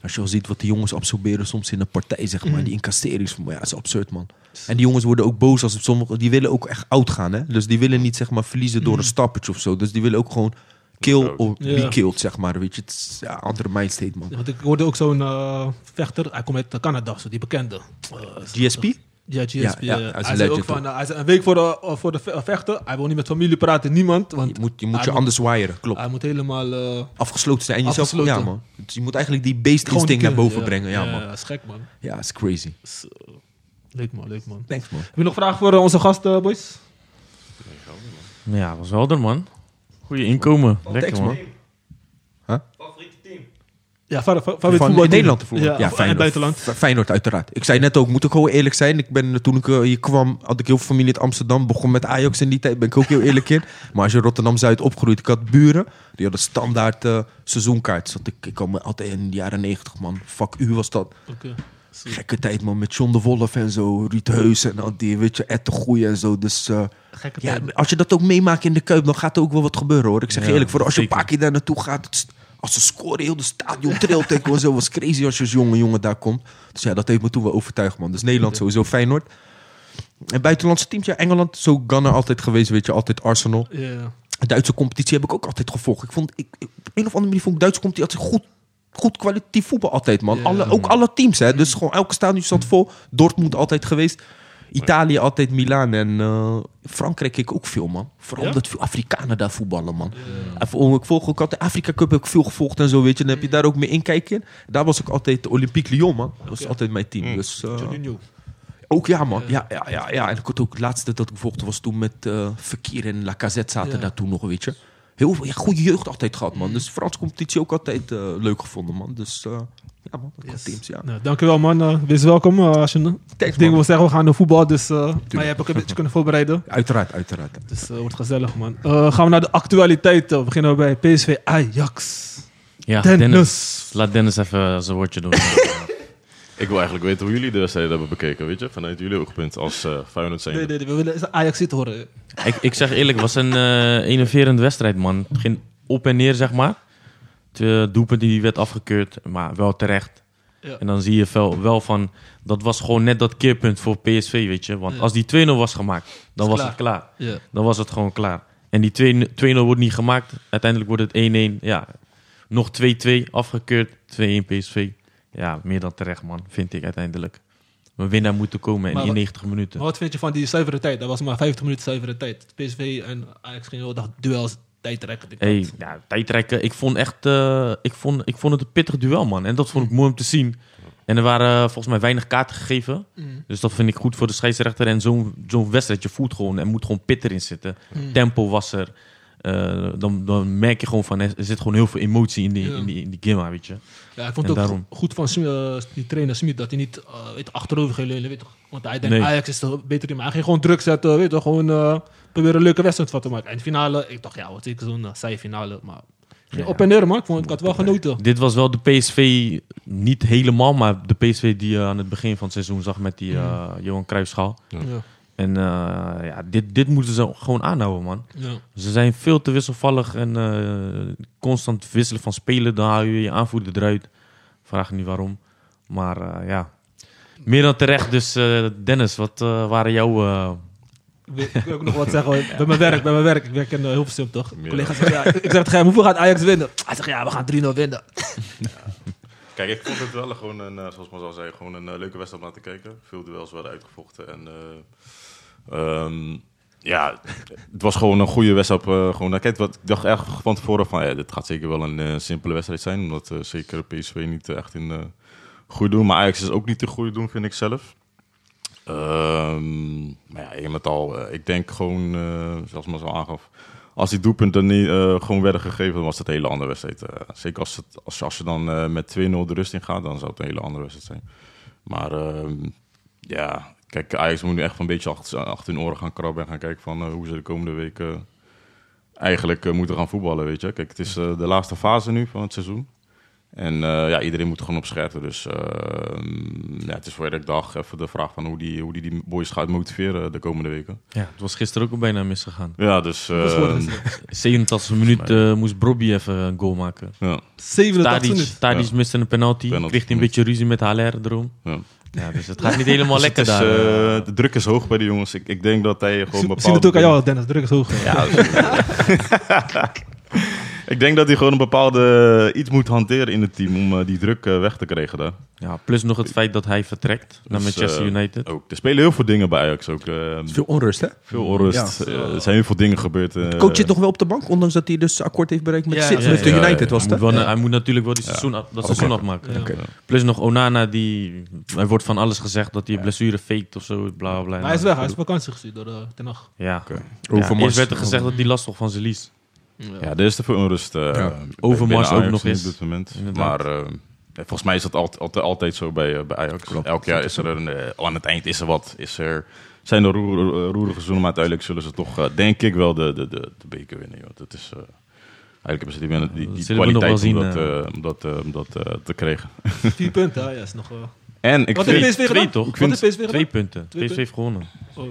[SPEAKER 4] Als je al ziet wat die jongens absorberen soms in een partij, zeg maar, die incassering is, ja, dat is absurd, man. En die jongens worden ook boos als sommigen, die willen ook echt oud gaan, hè. Dus die willen niet, zeg maar, verliezen door een stappertje of zo. Dus die willen ook gewoon kill of be
[SPEAKER 2] Ja.
[SPEAKER 4] killed, zeg maar, weet je. Het is, ja, andere mindstate, man.
[SPEAKER 2] Want ik hoorde ook zo'n eh, vechter, hij komt uit Canada, zo, die bekende. Eh,
[SPEAKER 4] GSP?
[SPEAKER 2] Ja, GSP.
[SPEAKER 4] Ja, ja,
[SPEAKER 2] eh,
[SPEAKER 4] hij is een
[SPEAKER 2] hij zei ook
[SPEAKER 4] legend,
[SPEAKER 2] van, eh, hij zei een week voor de, eh, voor de ve- vechter, hij wil niet met familie praten, niemand.
[SPEAKER 4] Je
[SPEAKER 2] Want
[SPEAKER 4] moet je, moet
[SPEAKER 2] Hij
[SPEAKER 4] je
[SPEAKER 2] moet-
[SPEAKER 4] anders wiren, klopt.
[SPEAKER 2] hij moet helemaal... eh,
[SPEAKER 4] Ah. Afgesloten zijn en jezelf,
[SPEAKER 2] Afgesloten.
[SPEAKER 4] ja, man. Dus je moet eigenlijk die
[SPEAKER 2] gewoon niet
[SPEAKER 4] beestinstinct naar
[SPEAKER 2] kunnen,
[SPEAKER 4] boven brengen, ja, man.
[SPEAKER 2] Ja, is gek man.
[SPEAKER 4] Ja, is crazy.
[SPEAKER 2] Zo. Leuk man, leuk man.
[SPEAKER 4] Thanks, man.
[SPEAKER 2] Heb je nog vragen voor eh, onze gast, eh, boys?
[SPEAKER 3] Ja, was helder, man. Goeie inkomen. Lekker,
[SPEAKER 4] Thanks,
[SPEAKER 3] man.
[SPEAKER 4] man.
[SPEAKER 2] Ja, van, van, van,
[SPEAKER 4] van
[SPEAKER 2] voetbalteam.
[SPEAKER 4] in Nederland te voetballen.
[SPEAKER 2] Ja, ja en buitenland.
[SPEAKER 4] F- Feyenoord uiteraard. Ik zei net ook, moet ik gewoon eerlijk zijn. Ik ben, eh, toen ik eh, hier kwam, had ik heel veel familie in Amsterdam. Begon met Ajax in die tijd, ben ik ook heel eerlijk in. Maar als je Rotterdam-Zuid opgroeit, ik had buren. Die hadden standaard eh, seizoenkaart. Dat ik, ik kwam altijd in de jaren negentig, man. Fuck u was dat.
[SPEAKER 2] Oké.
[SPEAKER 4] Gekke tijd, man. Met John de Wolf en zo. Ruud Heus en al die, weet je, Ed de Goeie en zo. Dus... eh,
[SPEAKER 2] Gekke
[SPEAKER 4] ja,
[SPEAKER 2] tijd.
[SPEAKER 4] als je dat ook meemaakt in de Kuip, dan gaat er ook wel wat gebeuren hoor. Ik zeg
[SPEAKER 3] Ja,
[SPEAKER 4] eerlijk, voor als je een
[SPEAKER 3] zeker.
[SPEAKER 4] paar keer daar naartoe gaat, het st- als ze scoren, heel de stadion trilt. Ik was zo was crazy als je als jonge jongen daar komt. Dus ja, dat heeft me toen wel overtuigd man. Dus Nederland sowieso Feyenoord. En buitenlandse teams, ja, Engeland, zo Ghana altijd geweest, weet je, altijd Arsenal.
[SPEAKER 2] Ja.
[SPEAKER 4] De Duitse competitie heb ik ook altijd gevolgd. Ik vond, ik, ik- op een of andere manier vond ik Duitse competitie altijd goed, goed kwalitatief voetbal altijd, man.
[SPEAKER 2] Ja. Hm.
[SPEAKER 4] Alle, ook alle teams, hè. Dus gewoon elke stadion zat vol. Dortmund altijd geweest. Italië altijd, Milaan en eh, Frankrijk keek ik ook veel, man. Vooral
[SPEAKER 2] Ja?
[SPEAKER 4] omdat veel Afrikanen daar voetballen, man. En voor- ik volg ook altijd Afrika Cup, heb ik veel gevolgd en zo, weet je. Dan heb je daar ook mee inkijken. in. Daar was ik altijd Olympique Lyon, man. Dat was
[SPEAKER 2] Oké. Hm.
[SPEAKER 4] altijd mijn team. Dus, eh,
[SPEAKER 2] Juninho.
[SPEAKER 4] ook ja, man. Ja, ja, ja, ja. En ik had ook het laatste dat ik volgde was toen met eh Verkeer en Lacazette zaten
[SPEAKER 2] Ja.
[SPEAKER 4] daar toen nog, weet je. Heel veel ja, goede jeugd altijd gehad, man. Dus Frans competitie ook altijd eh, leuk gevonden, man. Dus eh, ja, man. Dat
[SPEAKER 2] Yes.
[SPEAKER 4] yes. teams, ja.
[SPEAKER 2] Nou, dankjewel man, Eh, wees welkom. eh, als je een
[SPEAKER 4] Thanks,
[SPEAKER 2] ding
[SPEAKER 4] man.
[SPEAKER 2] wil zeggen, we gaan naar voetbal, dus eh, maar je hebt ook een beetje kunnen voorbereiden.
[SPEAKER 4] Uiteraard, uiteraard.
[SPEAKER 2] Dus het wordt gezellig man. Eh, gaan we naar de actualiteit. eh, We beginnen bij PSV Ajax.
[SPEAKER 3] Ja,
[SPEAKER 4] Ah,
[SPEAKER 2] Dennis.
[SPEAKER 3] Laat Dennis even zijn woordje doen.
[SPEAKER 1] Ik wil eigenlijk weten hoe jullie de wedstrijd hebben bekeken, weet je? Vanuit jullie oogpunt als eh Feyenoord zijn.
[SPEAKER 2] Nee, nee, nee, we willen Ajax zitten horen.
[SPEAKER 3] ik, ik zeg eerlijk, het was een eh enerverende wedstrijd, man. Het ging op en neer, zeg maar. Het eh, doelpunt die werd afgekeurd, maar wel terecht.
[SPEAKER 2] Ja.
[SPEAKER 3] En dan zie je wel, wel van, dat was gewoon net dat keerpunt voor PSV, weet je. Want
[SPEAKER 2] Ja.
[SPEAKER 3] als die 2-0 was gemaakt, dan
[SPEAKER 2] Is
[SPEAKER 3] was
[SPEAKER 2] klaar.
[SPEAKER 3] het klaar.
[SPEAKER 2] Ja.
[SPEAKER 3] Dan was het gewoon klaar. En die 2-0 2-0 wordt niet gemaakt. Uiteindelijk wordt het 1-1. Ja, nog 2-2 afgekeurd. 2-1 PSV. Ja, meer dan terecht, man. Vind ik uiteindelijk. We winnaar moeten komen en
[SPEAKER 2] Maar
[SPEAKER 3] in
[SPEAKER 2] wat-
[SPEAKER 3] 90 minuten.
[SPEAKER 2] Maar wat vind je van die zuivere tijd? Dat was maar 50 minuten zuivere tijd. PSV en Ajax gingen wel dat duels tijd trekken. die
[SPEAKER 3] Hey,
[SPEAKER 2] kant.
[SPEAKER 3] ja, tijdrekken. Ik vond, echt, eh, ik, vond, ik vond het een pittig duel, man. En dat vond ik
[SPEAKER 2] Hm.
[SPEAKER 3] mooi om te zien. En er waren eh, volgens mij weinig kaarten gegeven.
[SPEAKER 2] Mm.
[SPEAKER 3] Dus dat vind ik goed voor de scheidsrechter. En zo'n zo'n wedstrijd, je voelt gewoon, er moet gewoon pit erin zitten.
[SPEAKER 2] Mm.
[SPEAKER 3] Tempo was er. Eh, eh, dan, dan merk je gewoon van, er zit gewoon heel veel emotie in die,
[SPEAKER 2] Ja.
[SPEAKER 3] in die, in die gimma, weet je.
[SPEAKER 2] Ja, ik vond
[SPEAKER 3] En
[SPEAKER 2] het ook
[SPEAKER 3] daarom.
[SPEAKER 2] go- goed van Sm- eh, die trainer Smit dat hij niet eh, weet, achterover ging leunen, weet toch? Want hij denkt,
[SPEAKER 3] Nee.
[SPEAKER 2] Ajax is toch beter in, maar hij ging gewoon druk zetten, weet toch? Gewoon eh, proberen een leuke wedstrijd van te maken. En de finale, ik dacht, ja, wat ik zo'n uh, saaie finale, maar ging
[SPEAKER 3] Ja.
[SPEAKER 2] op en neer, man. Ik, vond, ik had wel genoten.
[SPEAKER 3] Dit was wel de PSV, niet helemaal, maar de PSV die je aan het begin van het seizoen zag met die eh, Johan Cruijffschaal.
[SPEAKER 2] Ja.
[SPEAKER 1] Ja.
[SPEAKER 2] Ja.
[SPEAKER 3] En eh, ja, dit, dit moeten ze gewoon aanhouden, man. Ze zijn veel te wisselvallig en eh, constant wisselen van spelen. Dan haal je je aanvoerder eruit. Vraag niet waarom. Maar eh, ja, meer dan terecht. Dus eh, Dennis, wat eh, waren jouw... eh,
[SPEAKER 2] Ik wil- Ik wil ook nog wat zeggen hoor. bij mijn werk, bij mijn werk. Ik werk in heel Hilversum toch?
[SPEAKER 1] Ja.
[SPEAKER 2] Collega zegt, ja, ik zeg tegen hem, hoeveel gaat Ajax winnen? Hij zegt, ja, we gaan 3-0 winnen.
[SPEAKER 1] Kijk, ik vond het wel gewoon een, eh, zoals Mas al zei, gewoon een eh, leuke wedstrijd om naar te kijken. Veel duels werden uitgevochten. En, eh, ehm, ja, het was gewoon een goede wedstrijd. eh, gewoon, kijk, wat, ik dacht echt van tevoren van, ja, dit gaat zeker wel een eh, simpele wedstrijd zijn. Omdat eh, zeker PSV niet eh, echt in eh goed doen. Maar Ajax is ook niet te goed doen, vind ik zelf. Ehm, maar ja, een met al, eh, ik denk gewoon, eh, zoals Mas al aangaf, als die doelpunten niet, eh, gewoon werden gegeven, dan was het een hele andere wedstrijd. Eh, zeker als, het, als, als je dan eh, met 2-0 de rust in gaat, dan zou het een hele andere wedstrijd zijn. Maar ehm, ja, kijk, Ajax moet nu echt een beetje achter, achter hun oren gaan krabben en gaan kijken van eh, hoe ze de komende weken eigenlijk eh, moeten gaan voetballen, weet je. Kijk, het is eh, de laatste fase nu van het seizoen. En eh, ja, iedereen moet er gewoon op scherpen. Dus ehm, ja, het is voor elke dag even de vraag van hoe die, hoe die, die boys gaat motiveren de komende weken.
[SPEAKER 3] ja, het was gisteren ook al bijna misgegaan.
[SPEAKER 1] Ja, dus...
[SPEAKER 2] is gewoon
[SPEAKER 1] ehm,
[SPEAKER 2] een-
[SPEAKER 3] 87 minuut eh, moest Brobby even een goal maken.
[SPEAKER 1] ja.
[SPEAKER 2] 87
[SPEAKER 3] Tadic,
[SPEAKER 2] minuten.
[SPEAKER 3] Tadic
[SPEAKER 1] Ja.
[SPEAKER 3] miste een penalty.
[SPEAKER 1] Penalty
[SPEAKER 3] Kreeg hij een
[SPEAKER 1] gemist.
[SPEAKER 3] beetje ruzie met Haller erom.
[SPEAKER 1] Ja.
[SPEAKER 3] Ja, dus het gaat niet helemaal
[SPEAKER 1] Dus het
[SPEAKER 3] lekker
[SPEAKER 1] is,
[SPEAKER 3] daar.
[SPEAKER 1] eh, de druk is hoog bij de jongens. Ik, ik denk dat hij gewoon
[SPEAKER 2] Ik
[SPEAKER 1] bepaalde...
[SPEAKER 2] zie het ook aan jou, Dennis. Druk is hoog. Ja,
[SPEAKER 1] Ik denk dat hij gewoon een bepaalde eh, iets moet hanteren in het team om eh, die druk eh, weg te krijgen daar.
[SPEAKER 3] ja, plus nog het feit dat hij vertrekt naar
[SPEAKER 1] Dus,
[SPEAKER 3] Manchester
[SPEAKER 1] eh,
[SPEAKER 3] United.
[SPEAKER 1] Ook, er spelen heel veel dingen bij Ajax ook. eh,
[SPEAKER 4] Veel onrust, hè?
[SPEAKER 1] veel onrust.
[SPEAKER 4] Ja.
[SPEAKER 1] eh, er zijn heel veel dingen gebeurd. eh,
[SPEAKER 4] Coach je toch wel op de bank, ondanks dat hij dus akkoord heeft bereikt met,
[SPEAKER 2] Ja,
[SPEAKER 4] City-
[SPEAKER 2] ja,
[SPEAKER 4] met de
[SPEAKER 1] ja, ja.
[SPEAKER 4] United, was
[SPEAKER 3] hij, moet
[SPEAKER 4] dat?
[SPEAKER 3] wel, eh, hij moet natuurlijk wel die seizoen, af- dat seizoen
[SPEAKER 1] Oké.
[SPEAKER 3] afmaken.
[SPEAKER 2] Ja.
[SPEAKER 4] Oké.
[SPEAKER 3] Plus nog Onana, die, er wordt van alles gezegd dat hij blessure faked of zo, bla bla.
[SPEAKER 2] Maar hij is weg, hij is op vakantie gestuurd door eh, Ten Hag.
[SPEAKER 3] Ja.
[SPEAKER 4] Overmars.
[SPEAKER 3] Ja, eerst werd er gezegd dat hij last had van zijn lies.
[SPEAKER 1] Ja, er is te veel onrust. eh, binnen
[SPEAKER 3] Overmars ook
[SPEAKER 1] Ajax
[SPEAKER 3] nog
[SPEAKER 1] nu
[SPEAKER 3] eens.
[SPEAKER 1] Op dit moment.
[SPEAKER 3] Inderdaad.
[SPEAKER 1] Maar eh, volgens mij is dat altijd, altijd, altijd zo bij, eh, bij Ajax. Elk jaar is er een... eh, aan het eind is er wat. Is er, zijn er roer, eh, roerige seizoenen, maar uiteindelijk zullen ze toch, eh, denk ik, wel de, de, de, de beker winnen. Joh. Dat is... eh, Eigenlijk hebben ze die, die,
[SPEAKER 3] Dat
[SPEAKER 1] die
[SPEAKER 3] zullen we nog
[SPEAKER 1] kwaliteit om
[SPEAKER 3] wel
[SPEAKER 1] dat,
[SPEAKER 3] zien,
[SPEAKER 1] eh, om dat, eh, om dat eh, te krijgen.
[SPEAKER 2] Vier punten, hè? ja, is nog... eh,
[SPEAKER 1] En ik
[SPEAKER 2] Wat
[SPEAKER 1] vind,
[SPEAKER 2] heeft PSV
[SPEAKER 3] twee,
[SPEAKER 2] gedaan?
[SPEAKER 3] toch?
[SPEAKER 2] Wat
[SPEAKER 3] Ik vind
[SPEAKER 2] heeft PSV
[SPEAKER 3] Twee
[SPEAKER 2] gedaan?
[SPEAKER 3] punten.
[SPEAKER 2] Twee
[SPEAKER 3] PSV heeft gewonnen.
[SPEAKER 2] Oh.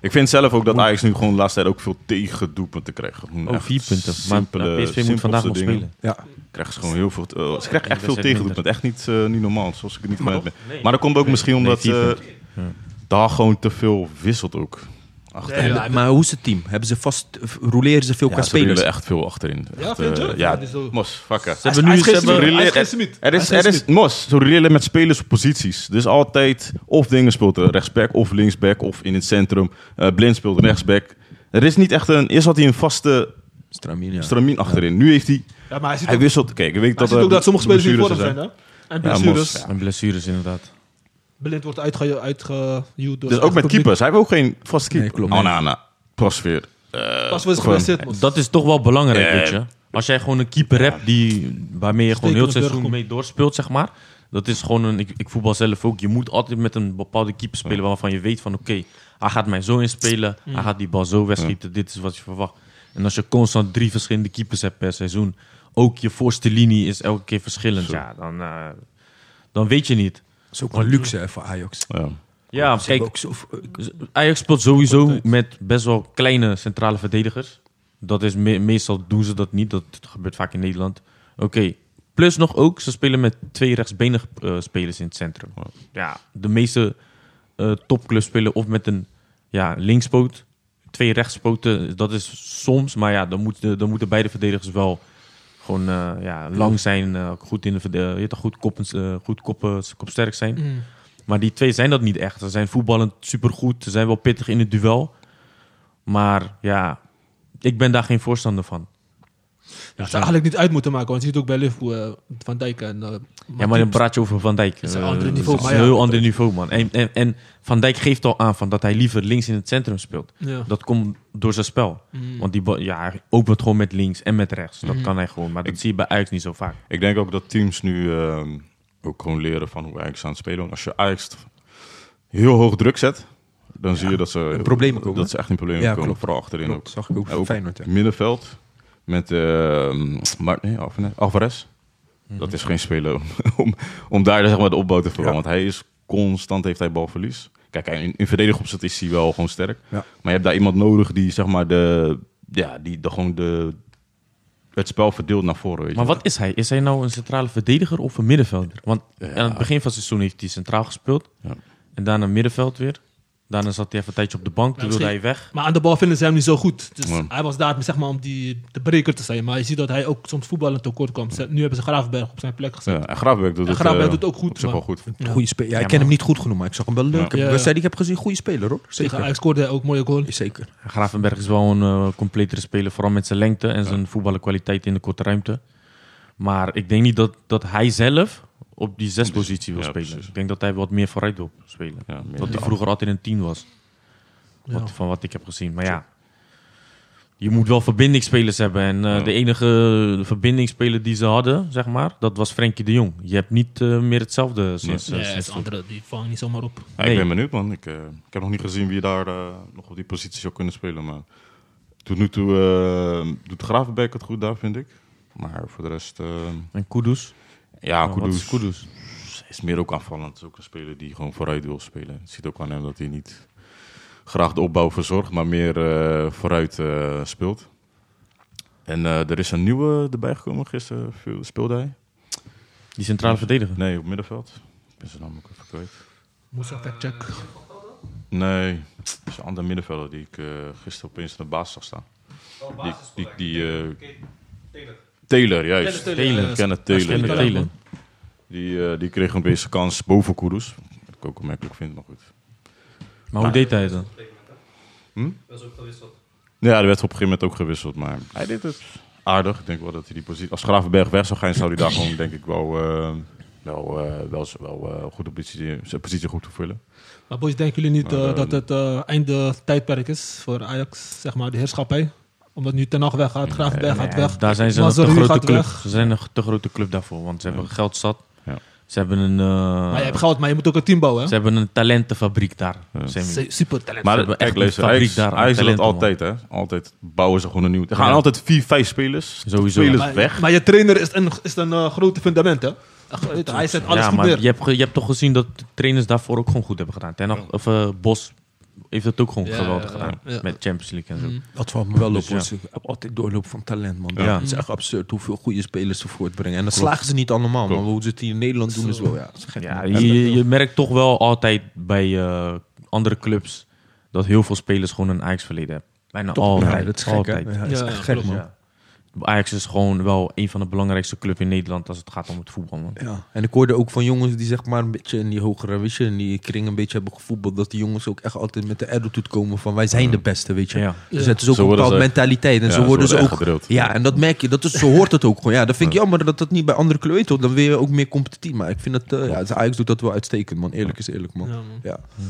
[SPEAKER 1] ik vind zelf ook dat Ajax nu gewoon de laatste tijd ook veel tegendoelpunten krijgt. Gewoon
[SPEAKER 3] Oh,
[SPEAKER 1] echt
[SPEAKER 3] vier punten. Maar
[SPEAKER 1] simpele-
[SPEAKER 3] nou, PSV moet vandaag nog
[SPEAKER 1] simpelste dingen.
[SPEAKER 3] spelen.
[SPEAKER 4] Ja.
[SPEAKER 1] Krijgen ze gewoon heel veel. eh, ze krijgen
[SPEAKER 3] Ja,
[SPEAKER 1] echt veel
[SPEAKER 3] dat is echt
[SPEAKER 1] tegendoelpunten. Echt niet, eh, niet normaal, zoals ik het niet gewend ben.
[SPEAKER 3] nee.
[SPEAKER 1] Maar dat komt ook misschien
[SPEAKER 3] Nee,
[SPEAKER 1] omdat
[SPEAKER 3] vier
[SPEAKER 1] eh,
[SPEAKER 3] punten.
[SPEAKER 1] daar gewoon te veel wisselt ook. Achterin.
[SPEAKER 2] Ja,
[SPEAKER 4] En-
[SPEAKER 2] ja.
[SPEAKER 4] maar hoe is het team? Hebben ze vast, eh, roleren ze veel
[SPEAKER 1] Ja,
[SPEAKER 4] qua
[SPEAKER 1] ze spelen
[SPEAKER 4] spelers?
[SPEAKER 1] echt veel achterin.
[SPEAKER 2] Ja,
[SPEAKER 1] Echt,
[SPEAKER 2] vind je?
[SPEAKER 1] eh, ja,
[SPEAKER 2] Dat is zo.
[SPEAKER 1] mos, fucker.
[SPEAKER 3] hebben nu-
[SPEAKER 2] Hij is
[SPEAKER 3] ze
[SPEAKER 2] geen
[SPEAKER 3] hebben-
[SPEAKER 2] Smit,
[SPEAKER 1] Ze
[SPEAKER 2] hij is
[SPEAKER 1] rillen-
[SPEAKER 2] geen Smit.
[SPEAKER 1] Er
[SPEAKER 2] Hij
[SPEAKER 1] is,
[SPEAKER 2] geen
[SPEAKER 1] er is,
[SPEAKER 2] Smit.
[SPEAKER 1] mos, ze rillen met spelers op posities. Dus altijd of dingen speelt er rechtsback of linksback of in het centrum. Eh, blind speelt rechtsback. Er is niet echt een... Eerst had hij een vaste
[SPEAKER 4] Stramien, ja.
[SPEAKER 1] stramien achterin. Nu heeft hij...
[SPEAKER 2] Ja, maar hij ziet
[SPEAKER 1] Hij
[SPEAKER 2] ook,
[SPEAKER 1] wisselt. Kijk, ik weet
[SPEAKER 2] hij
[SPEAKER 1] dat, eh,
[SPEAKER 2] ziet ook dat sommige spelers in
[SPEAKER 1] blessures
[SPEAKER 2] vorm
[SPEAKER 1] er
[SPEAKER 2] zijn, hè? En
[SPEAKER 1] Ja,
[SPEAKER 2] blessures.
[SPEAKER 1] mos, ja.
[SPEAKER 3] En blessures inderdaad.
[SPEAKER 2] Blind wordt uitgehuwd uitge uitgehuwd door...
[SPEAKER 1] Dus ook met keepers. Hij heeft ook geen vaste keeper.
[SPEAKER 4] Nee, klopt.
[SPEAKER 1] Onana, Pasveer. eh,
[SPEAKER 2] Pas wel eens
[SPEAKER 1] gewoon-
[SPEAKER 2] geblesseerd, man.
[SPEAKER 3] Dat is toch wel belangrijk,
[SPEAKER 1] Eh,
[SPEAKER 3] weet je. Als jij gewoon een keeper hebt die, waarmee je gewoon heel
[SPEAKER 2] Stekelenburg
[SPEAKER 3] het seizoen
[SPEAKER 2] komt.
[SPEAKER 3] mee doorspeelt, zeg maar. Dat is gewoon een... Ik, ik voetbal zelf ook. Je moet altijd met een bepaalde keeper spelen waarvan je weet van... Oké, hij gaat mij zo inspelen. Hij gaat die bal zo wegschieten. Dit is wat je verwacht. En als je constant drie verschillende keepers hebt per seizoen... Ook je voorste linie is elke keer verschillend. Ja, dan, eh, dan weet je niet.
[SPEAKER 4] Dat is ook wel luxe hè, voor Ajax.
[SPEAKER 1] Ja.
[SPEAKER 3] Ja,
[SPEAKER 4] Ze hebben
[SPEAKER 3] kijk,
[SPEAKER 4] ook zo,
[SPEAKER 3] dus Ajax speelt sowieso met best wel kleine centrale verdedigers. Dat is me- meestal doen ze dat niet. Dat gebeurt vaak in Nederland. Oké. Plus nog ook, ze spelen met twee rechtsbenige eh, spelers in het centrum. Ja, de meeste eh topclubs spelen of met een ja, linkspoot. Twee rechtspoten, dat is soms. Maar ja, dan, moet de- dan moeten beide verdedigers wel gewoon eh, ja, lang zijn. eh, goed, in de, verde- je weet toch, goed, koppen, eh, goed koppen, kopsterk zijn.
[SPEAKER 2] Mm.
[SPEAKER 3] Maar die twee zijn dat niet echt. Ze zijn voetballend supergoed. Ze zijn wel pittig in het duel. Maar ja, ik ben daar geen voorstander van.
[SPEAKER 2] Ja, het zou eigenlijk niet uit moeten maken, want je ziet ook bij Liverpool eh, Van Dijk en... eh,
[SPEAKER 3] Ja, maar
[SPEAKER 2] Matip.
[SPEAKER 3] dan praat je over Van Dijk.
[SPEAKER 2] is een
[SPEAKER 3] Eh,
[SPEAKER 2] ander
[SPEAKER 3] dat
[SPEAKER 2] niveau,
[SPEAKER 3] is
[SPEAKER 2] maar
[SPEAKER 3] een
[SPEAKER 2] ja.
[SPEAKER 3] heel ander niveau, man. En, en, en Van Dijk geeft al aan van dat hij liever links in het centrum speelt.
[SPEAKER 2] Ja.
[SPEAKER 3] Dat komt door zijn spel.
[SPEAKER 2] Mm.
[SPEAKER 3] Want die bal- ja, hij opent gewoon met links en met rechts. Dat
[SPEAKER 2] Mhm.
[SPEAKER 3] kan hij gewoon. Maar dat zie je bij Ajax niet zo vaak.
[SPEAKER 1] Ik denk ook dat teams nu ehm, ook gewoon leren van hoe Ajax aan het spelen. Want als je Ajax heel hoog druk zet, dan zie je dat ze...
[SPEAKER 4] in problemen komen,
[SPEAKER 1] Dat ze echt in problemen
[SPEAKER 4] Ja,
[SPEAKER 1] komen.
[SPEAKER 4] klopt.
[SPEAKER 1] Vooral achterin ook.
[SPEAKER 4] Klopt, zag ik ook
[SPEAKER 1] Ook
[SPEAKER 4] van Feyenoord. ja.
[SPEAKER 1] Middenveld met ehm, Mar- nee, Alvarez- Alvarez.
[SPEAKER 2] Mhm.
[SPEAKER 1] Dat is geen speler om, om, om daar zeg maar, de opbouw te veranderen. Want hij is constant, heeft hij balverlies. Kijk, hij- in, in verdedigend opzet is hij wel gewoon sterk.
[SPEAKER 4] Ja.
[SPEAKER 1] Maar je hebt daar iemand nodig die zeg maar de... Ja, die de, gewoon de... Het spel verdeelt naar voren, weet je
[SPEAKER 3] Maar
[SPEAKER 1] wel.
[SPEAKER 3] wat is hij? Is hij nou een centrale verdediger of een middenvelder? Want aan het begin van het seizoen heeft hij centraal gespeeld.
[SPEAKER 1] Ja.
[SPEAKER 3] En daarna middenveld weer. Daarna zat hij even een tijdje op de bank. Toen
[SPEAKER 2] Ja,
[SPEAKER 3] wilde hij
[SPEAKER 2] misschien-
[SPEAKER 3] weg.
[SPEAKER 2] Maar aan de bal vinden ze hem niet zo goed. Dus
[SPEAKER 1] Ja.
[SPEAKER 2] hij was daar zeg maar, om die, de breker te zijn. Maar je ziet dat hij ook soms voetballend tekort komt. Nu hebben ze Graafberg op zijn plek gezet.
[SPEAKER 1] Ja, en Graafwerk doet,
[SPEAKER 2] En
[SPEAKER 1] het,
[SPEAKER 2] Graafberg
[SPEAKER 1] eh,
[SPEAKER 2] doet het ook goed,
[SPEAKER 1] Op zich
[SPEAKER 2] maar-
[SPEAKER 1] wel goed.
[SPEAKER 2] Ja.
[SPEAKER 4] Goeie speler. Ja, ik
[SPEAKER 3] Ja,
[SPEAKER 4] ken
[SPEAKER 3] man.
[SPEAKER 4] hem niet goed genoeg, maar ik zag hem wel leuk. Ik heb
[SPEAKER 2] Ja.
[SPEAKER 4] de wedstrijd die ik heb gezien, goede speler hoor.
[SPEAKER 2] Tegen
[SPEAKER 4] Zeker.
[SPEAKER 2] Ajax scoorde hij ook mooie goal.
[SPEAKER 4] Zeker.
[SPEAKER 3] Gravenberg is wel een eh, completere speler, vooral met zijn lengte en zijn voetbalkwaliteit in de korte ruimte. Maar ik denk niet dat, dat hij zelf op die zespositie wil
[SPEAKER 1] Ja,
[SPEAKER 3] spelen.
[SPEAKER 1] precies.
[SPEAKER 3] Ik denk dat hij wat meer vooruit wil spelen.
[SPEAKER 1] Ja, meer
[SPEAKER 3] Wat hij
[SPEAKER 1] dan-
[SPEAKER 3] vroeger altijd een 10 was,
[SPEAKER 2] Ja.
[SPEAKER 3] wat, van wat ik heb gezien. Maar ja, je moet wel verbindingsspelers hebben. En eh,
[SPEAKER 1] Ja.
[SPEAKER 3] de enige eh, verbindingsspeler die ze hadden, zeg maar, dat was Frenkie de Jong. Je hebt niet eh, meer hetzelfde sinds...
[SPEAKER 2] Ja,
[SPEAKER 3] eh,
[SPEAKER 2] het
[SPEAKER 3] sinds
[SPEAKER 2] is andere, die vangen niet zomaar op.
[SPEAKER 1] Ja,
[SPEAKER 3] Nee.
[SPEAKER 1] Ik ben benieuwd, man. Ik, eh, ik heb nog niet gezien wie daar eh, nog op die positie zou kunnen spelen. Maar tot nu toe eh, doet Gravenbeek het goed daar, vind ik. Maar voor de rest... eh,
[SPEAKER 3] En Kudus.
[SPEAKER 1] ja,
[SPEAKER 3] Nou, wat is
[SPEAKER 1] Kudus,
[SPEAKER 3] Kudus?
[SPEAKER 1] is meer ook aanvallend. Het is ook een speler die gewoon vooruit wil spelen. Je ziet ook aan hem dat hij niet graag de opbouw verzorgt, maar meer eh, vooruit eh, speelt. En eh, er is een nieuwe erbij gekomen gisteren. viel- Speelde hij?
[SPEAKER 3] Die centrale verdediger.
[SPEAKER 1] Nee, op middenveld. Ik ben zijn naam ook even kwijt.
[SPEAKER 2] Moest even checken.
[SPEAKER 1] Nee, het is een andere middenvelder die ik eh, gisteren opeens in de baas zag staan. Die, die, die, eh, Oh, Taylor, juist.
[SPEAKER 2] Kenneth Taylor.
[SPEAKER 1] Taylor.
[SPEAKER 2] Ja,
[SPEAKER 1] Kenneth Taylor.
[SPEAKER 3] Kenneth
[SPEAKER 1] ja.
[SPEAKER 3] Taylor.
[SPEAKER 1] Die, eh, die kreeg een beetje kans boven Kudus. Wat ik ook opmerkelijk vind, maar goed.
[SPEAKER 3] Maar hoe deed hij het dan?
[SPEAKER 1] Ja, er werd op een gegeven moment ook gewisseld, maar hij deed het aardig. Ik denk wel dat hij die positie... Als Gravenberg weg zou gaan, zou hij daar gewoon, denk ik, wel, eh, wel, eh, wel, wel eh, goed op positie, zijn positie goed te vullen.
[SPEAKER 2] Maar boys, denken jullie niet eh,
[SPEAKER 1] Maar, eh,
[SPEAKER 2] dat het eh, einde tijdperk is voor Ajax, zeg maar, de heerschappij? Omdat nu Ten Hag weggaat, Graafberg gaat
[SPEAKER 3] Nee,
[SPEAKER 2] weg.
[SPEAKER 3] Daar zijn ze een
[SPEAKER 2] Mazraoui
[SPEAKER 3] te grote
[SPEAKER 2] gaat
[SPEAKER 3] club.
[SPEAKER 2] weg.
[SPEAKER 3] Ze zijn een te grote club daarvoor, want ze hebben geld zat.
[SPEAKER 1] Ja.
[SPEAKER 3] Ze hebben een, eh,
[SPEAKER 2] Maar je hebt geld, maar je moet ook een team bouwen.
[SPEAKER 3] ze
[SPEAKER 2] Hè?
[SPEAKER 3] hebben een talentenfabriek daar.
[SPEAKER 1] Ja.
[SPEAKER 3] Sammy.
[SPEAKER 2] Ze- Super talent.
[SPEAKER 1] Maar
[SPEAKER 3] hebben
[SPEAKER 1] kijk,
[SPEAKER 3] echt een
[SPEAKER 1] luister,
[SPEAKER 3] fabriek
[SPEAKER 1] Ajax,
[SPEAKER 3] daar aan
[SPEAKER 1] Ajax doet dat
[SPEAKER 3] talenten,
[SPEAKER 1] altijd, hè. Altijd bouwen ze gewoon een nieuw... Er gaan
[SPEAKER 3] Ja.
[SPEAKER 1] altijd vier, vijf spelers.
[SPEAKER 3] Sowieso.
[SPEAKER 1] Spelers
[SPEAKER 2] maar,
[SPEAKER 1] weg.
[SPEAKER 2] maar je trainer is een, is een eh, grote fundament, hè? Ach, weet je, Hij zet alles
[SPEAKER 3] ja,
[SPEAKER 2] goed
[SPEAKER 3] maar
[SPEAKER 2] neer.
[SPEAKER 3] je hebt, ge- je hebt toch gezien dat de trainers daarvoor ook gewoon goed hebben gedaan. Ten Hag- of eh, Bos heeft dat ook gewoon
[SPEAKER 2] Ja,
[SPEAKER 3] geweldig
[SPEAKER 2] ja,
[SPEAKER 3] gedaan.
[SPEAKER 2] ja.
[SPEAKER 3] Met Champions League en zo.
[SPEAKER 4] Dat valt me wel op.
[SPEAKER 3] Dus ja.
[SPEAKER 4] hoor. Ze hebben Altijd doorloop van talent, man.
[SPEAKER 3] Ja.
[SPEAKER 4] Het is echt absurd hoeveel goede spelers ze voortbrengen. En dan slagen ze niet allemaal, maar hoe ze het hier in Nederland doen is wel... Ja, dat is gek,
[SPEAKER 3] Ja,
[SPEAKER 4] man.
[SPEAKER 3] je, je merkt toch wel altijd bij eh, andere clubs dat heel veel spelers gewoon een Ajax verleden hebben. Bijna altijd.
[SPEAKER 4] Ja, dat is gek, hè?
[SPEAKER 3] altijd.
[SPEAKER 4] Ja, dat is
[SPEAKER 2] Ja,
[SPEAKER 4] echt gek,
[SPEAKER 2] klopt,
[SPEAKER 4] man.
[SPEAKER 3] Ja. Ajax is gewoon wel een van de belangrijkste clubs in Nederland als het gaat om het voetbal. Man.
[SPEAKER 4] Ja, en ik hoorde ook van jongens die zeg maar een beetje in die hogere, weet je, in die kring een beetje hebben gevoetbald, dat die jongens ook echt altijd met de attitude komen van wij zijn de beste, weet je.
[SPEAKER 3] Ja.
[SPEAKER 4] Dus
[SPEAKER 2] Ja.
[SPEAKER 4] het is ook
[SPEAKER 1] Zo
[SPEAKER 4] een
[SPEAKER 1] worden
[SPEAKER 4] bepaalde
[SPEAKER 1] ze-
[SPEAKER 4] mentaliteit en
[SPEAKER 1] ja,
[SPEAKER 4] zo
[SPEAKER 1] ze
[SPEAKER 4] worden ze,
[SPEAKER 1] worden
[SPEAKER 4] ook.
[SPEAKER 1] echt gedrild.
[SPEAKER 4] Ja, en dat merk je, dat is, zo hoort het ook gewoon. Ja, dat vind ik jammer dat dat niet bij andere clubs weet, hoor. dan weer ook meer competitief. Maar ik vind dat, eh, ja, het Ajax doet dat wel uitstekend, man. Eerlijk is eerlijk, man.
[SPEAKER 2] Ja,
[SPEAKER 4] Ja.
[SPEAKER 2] man.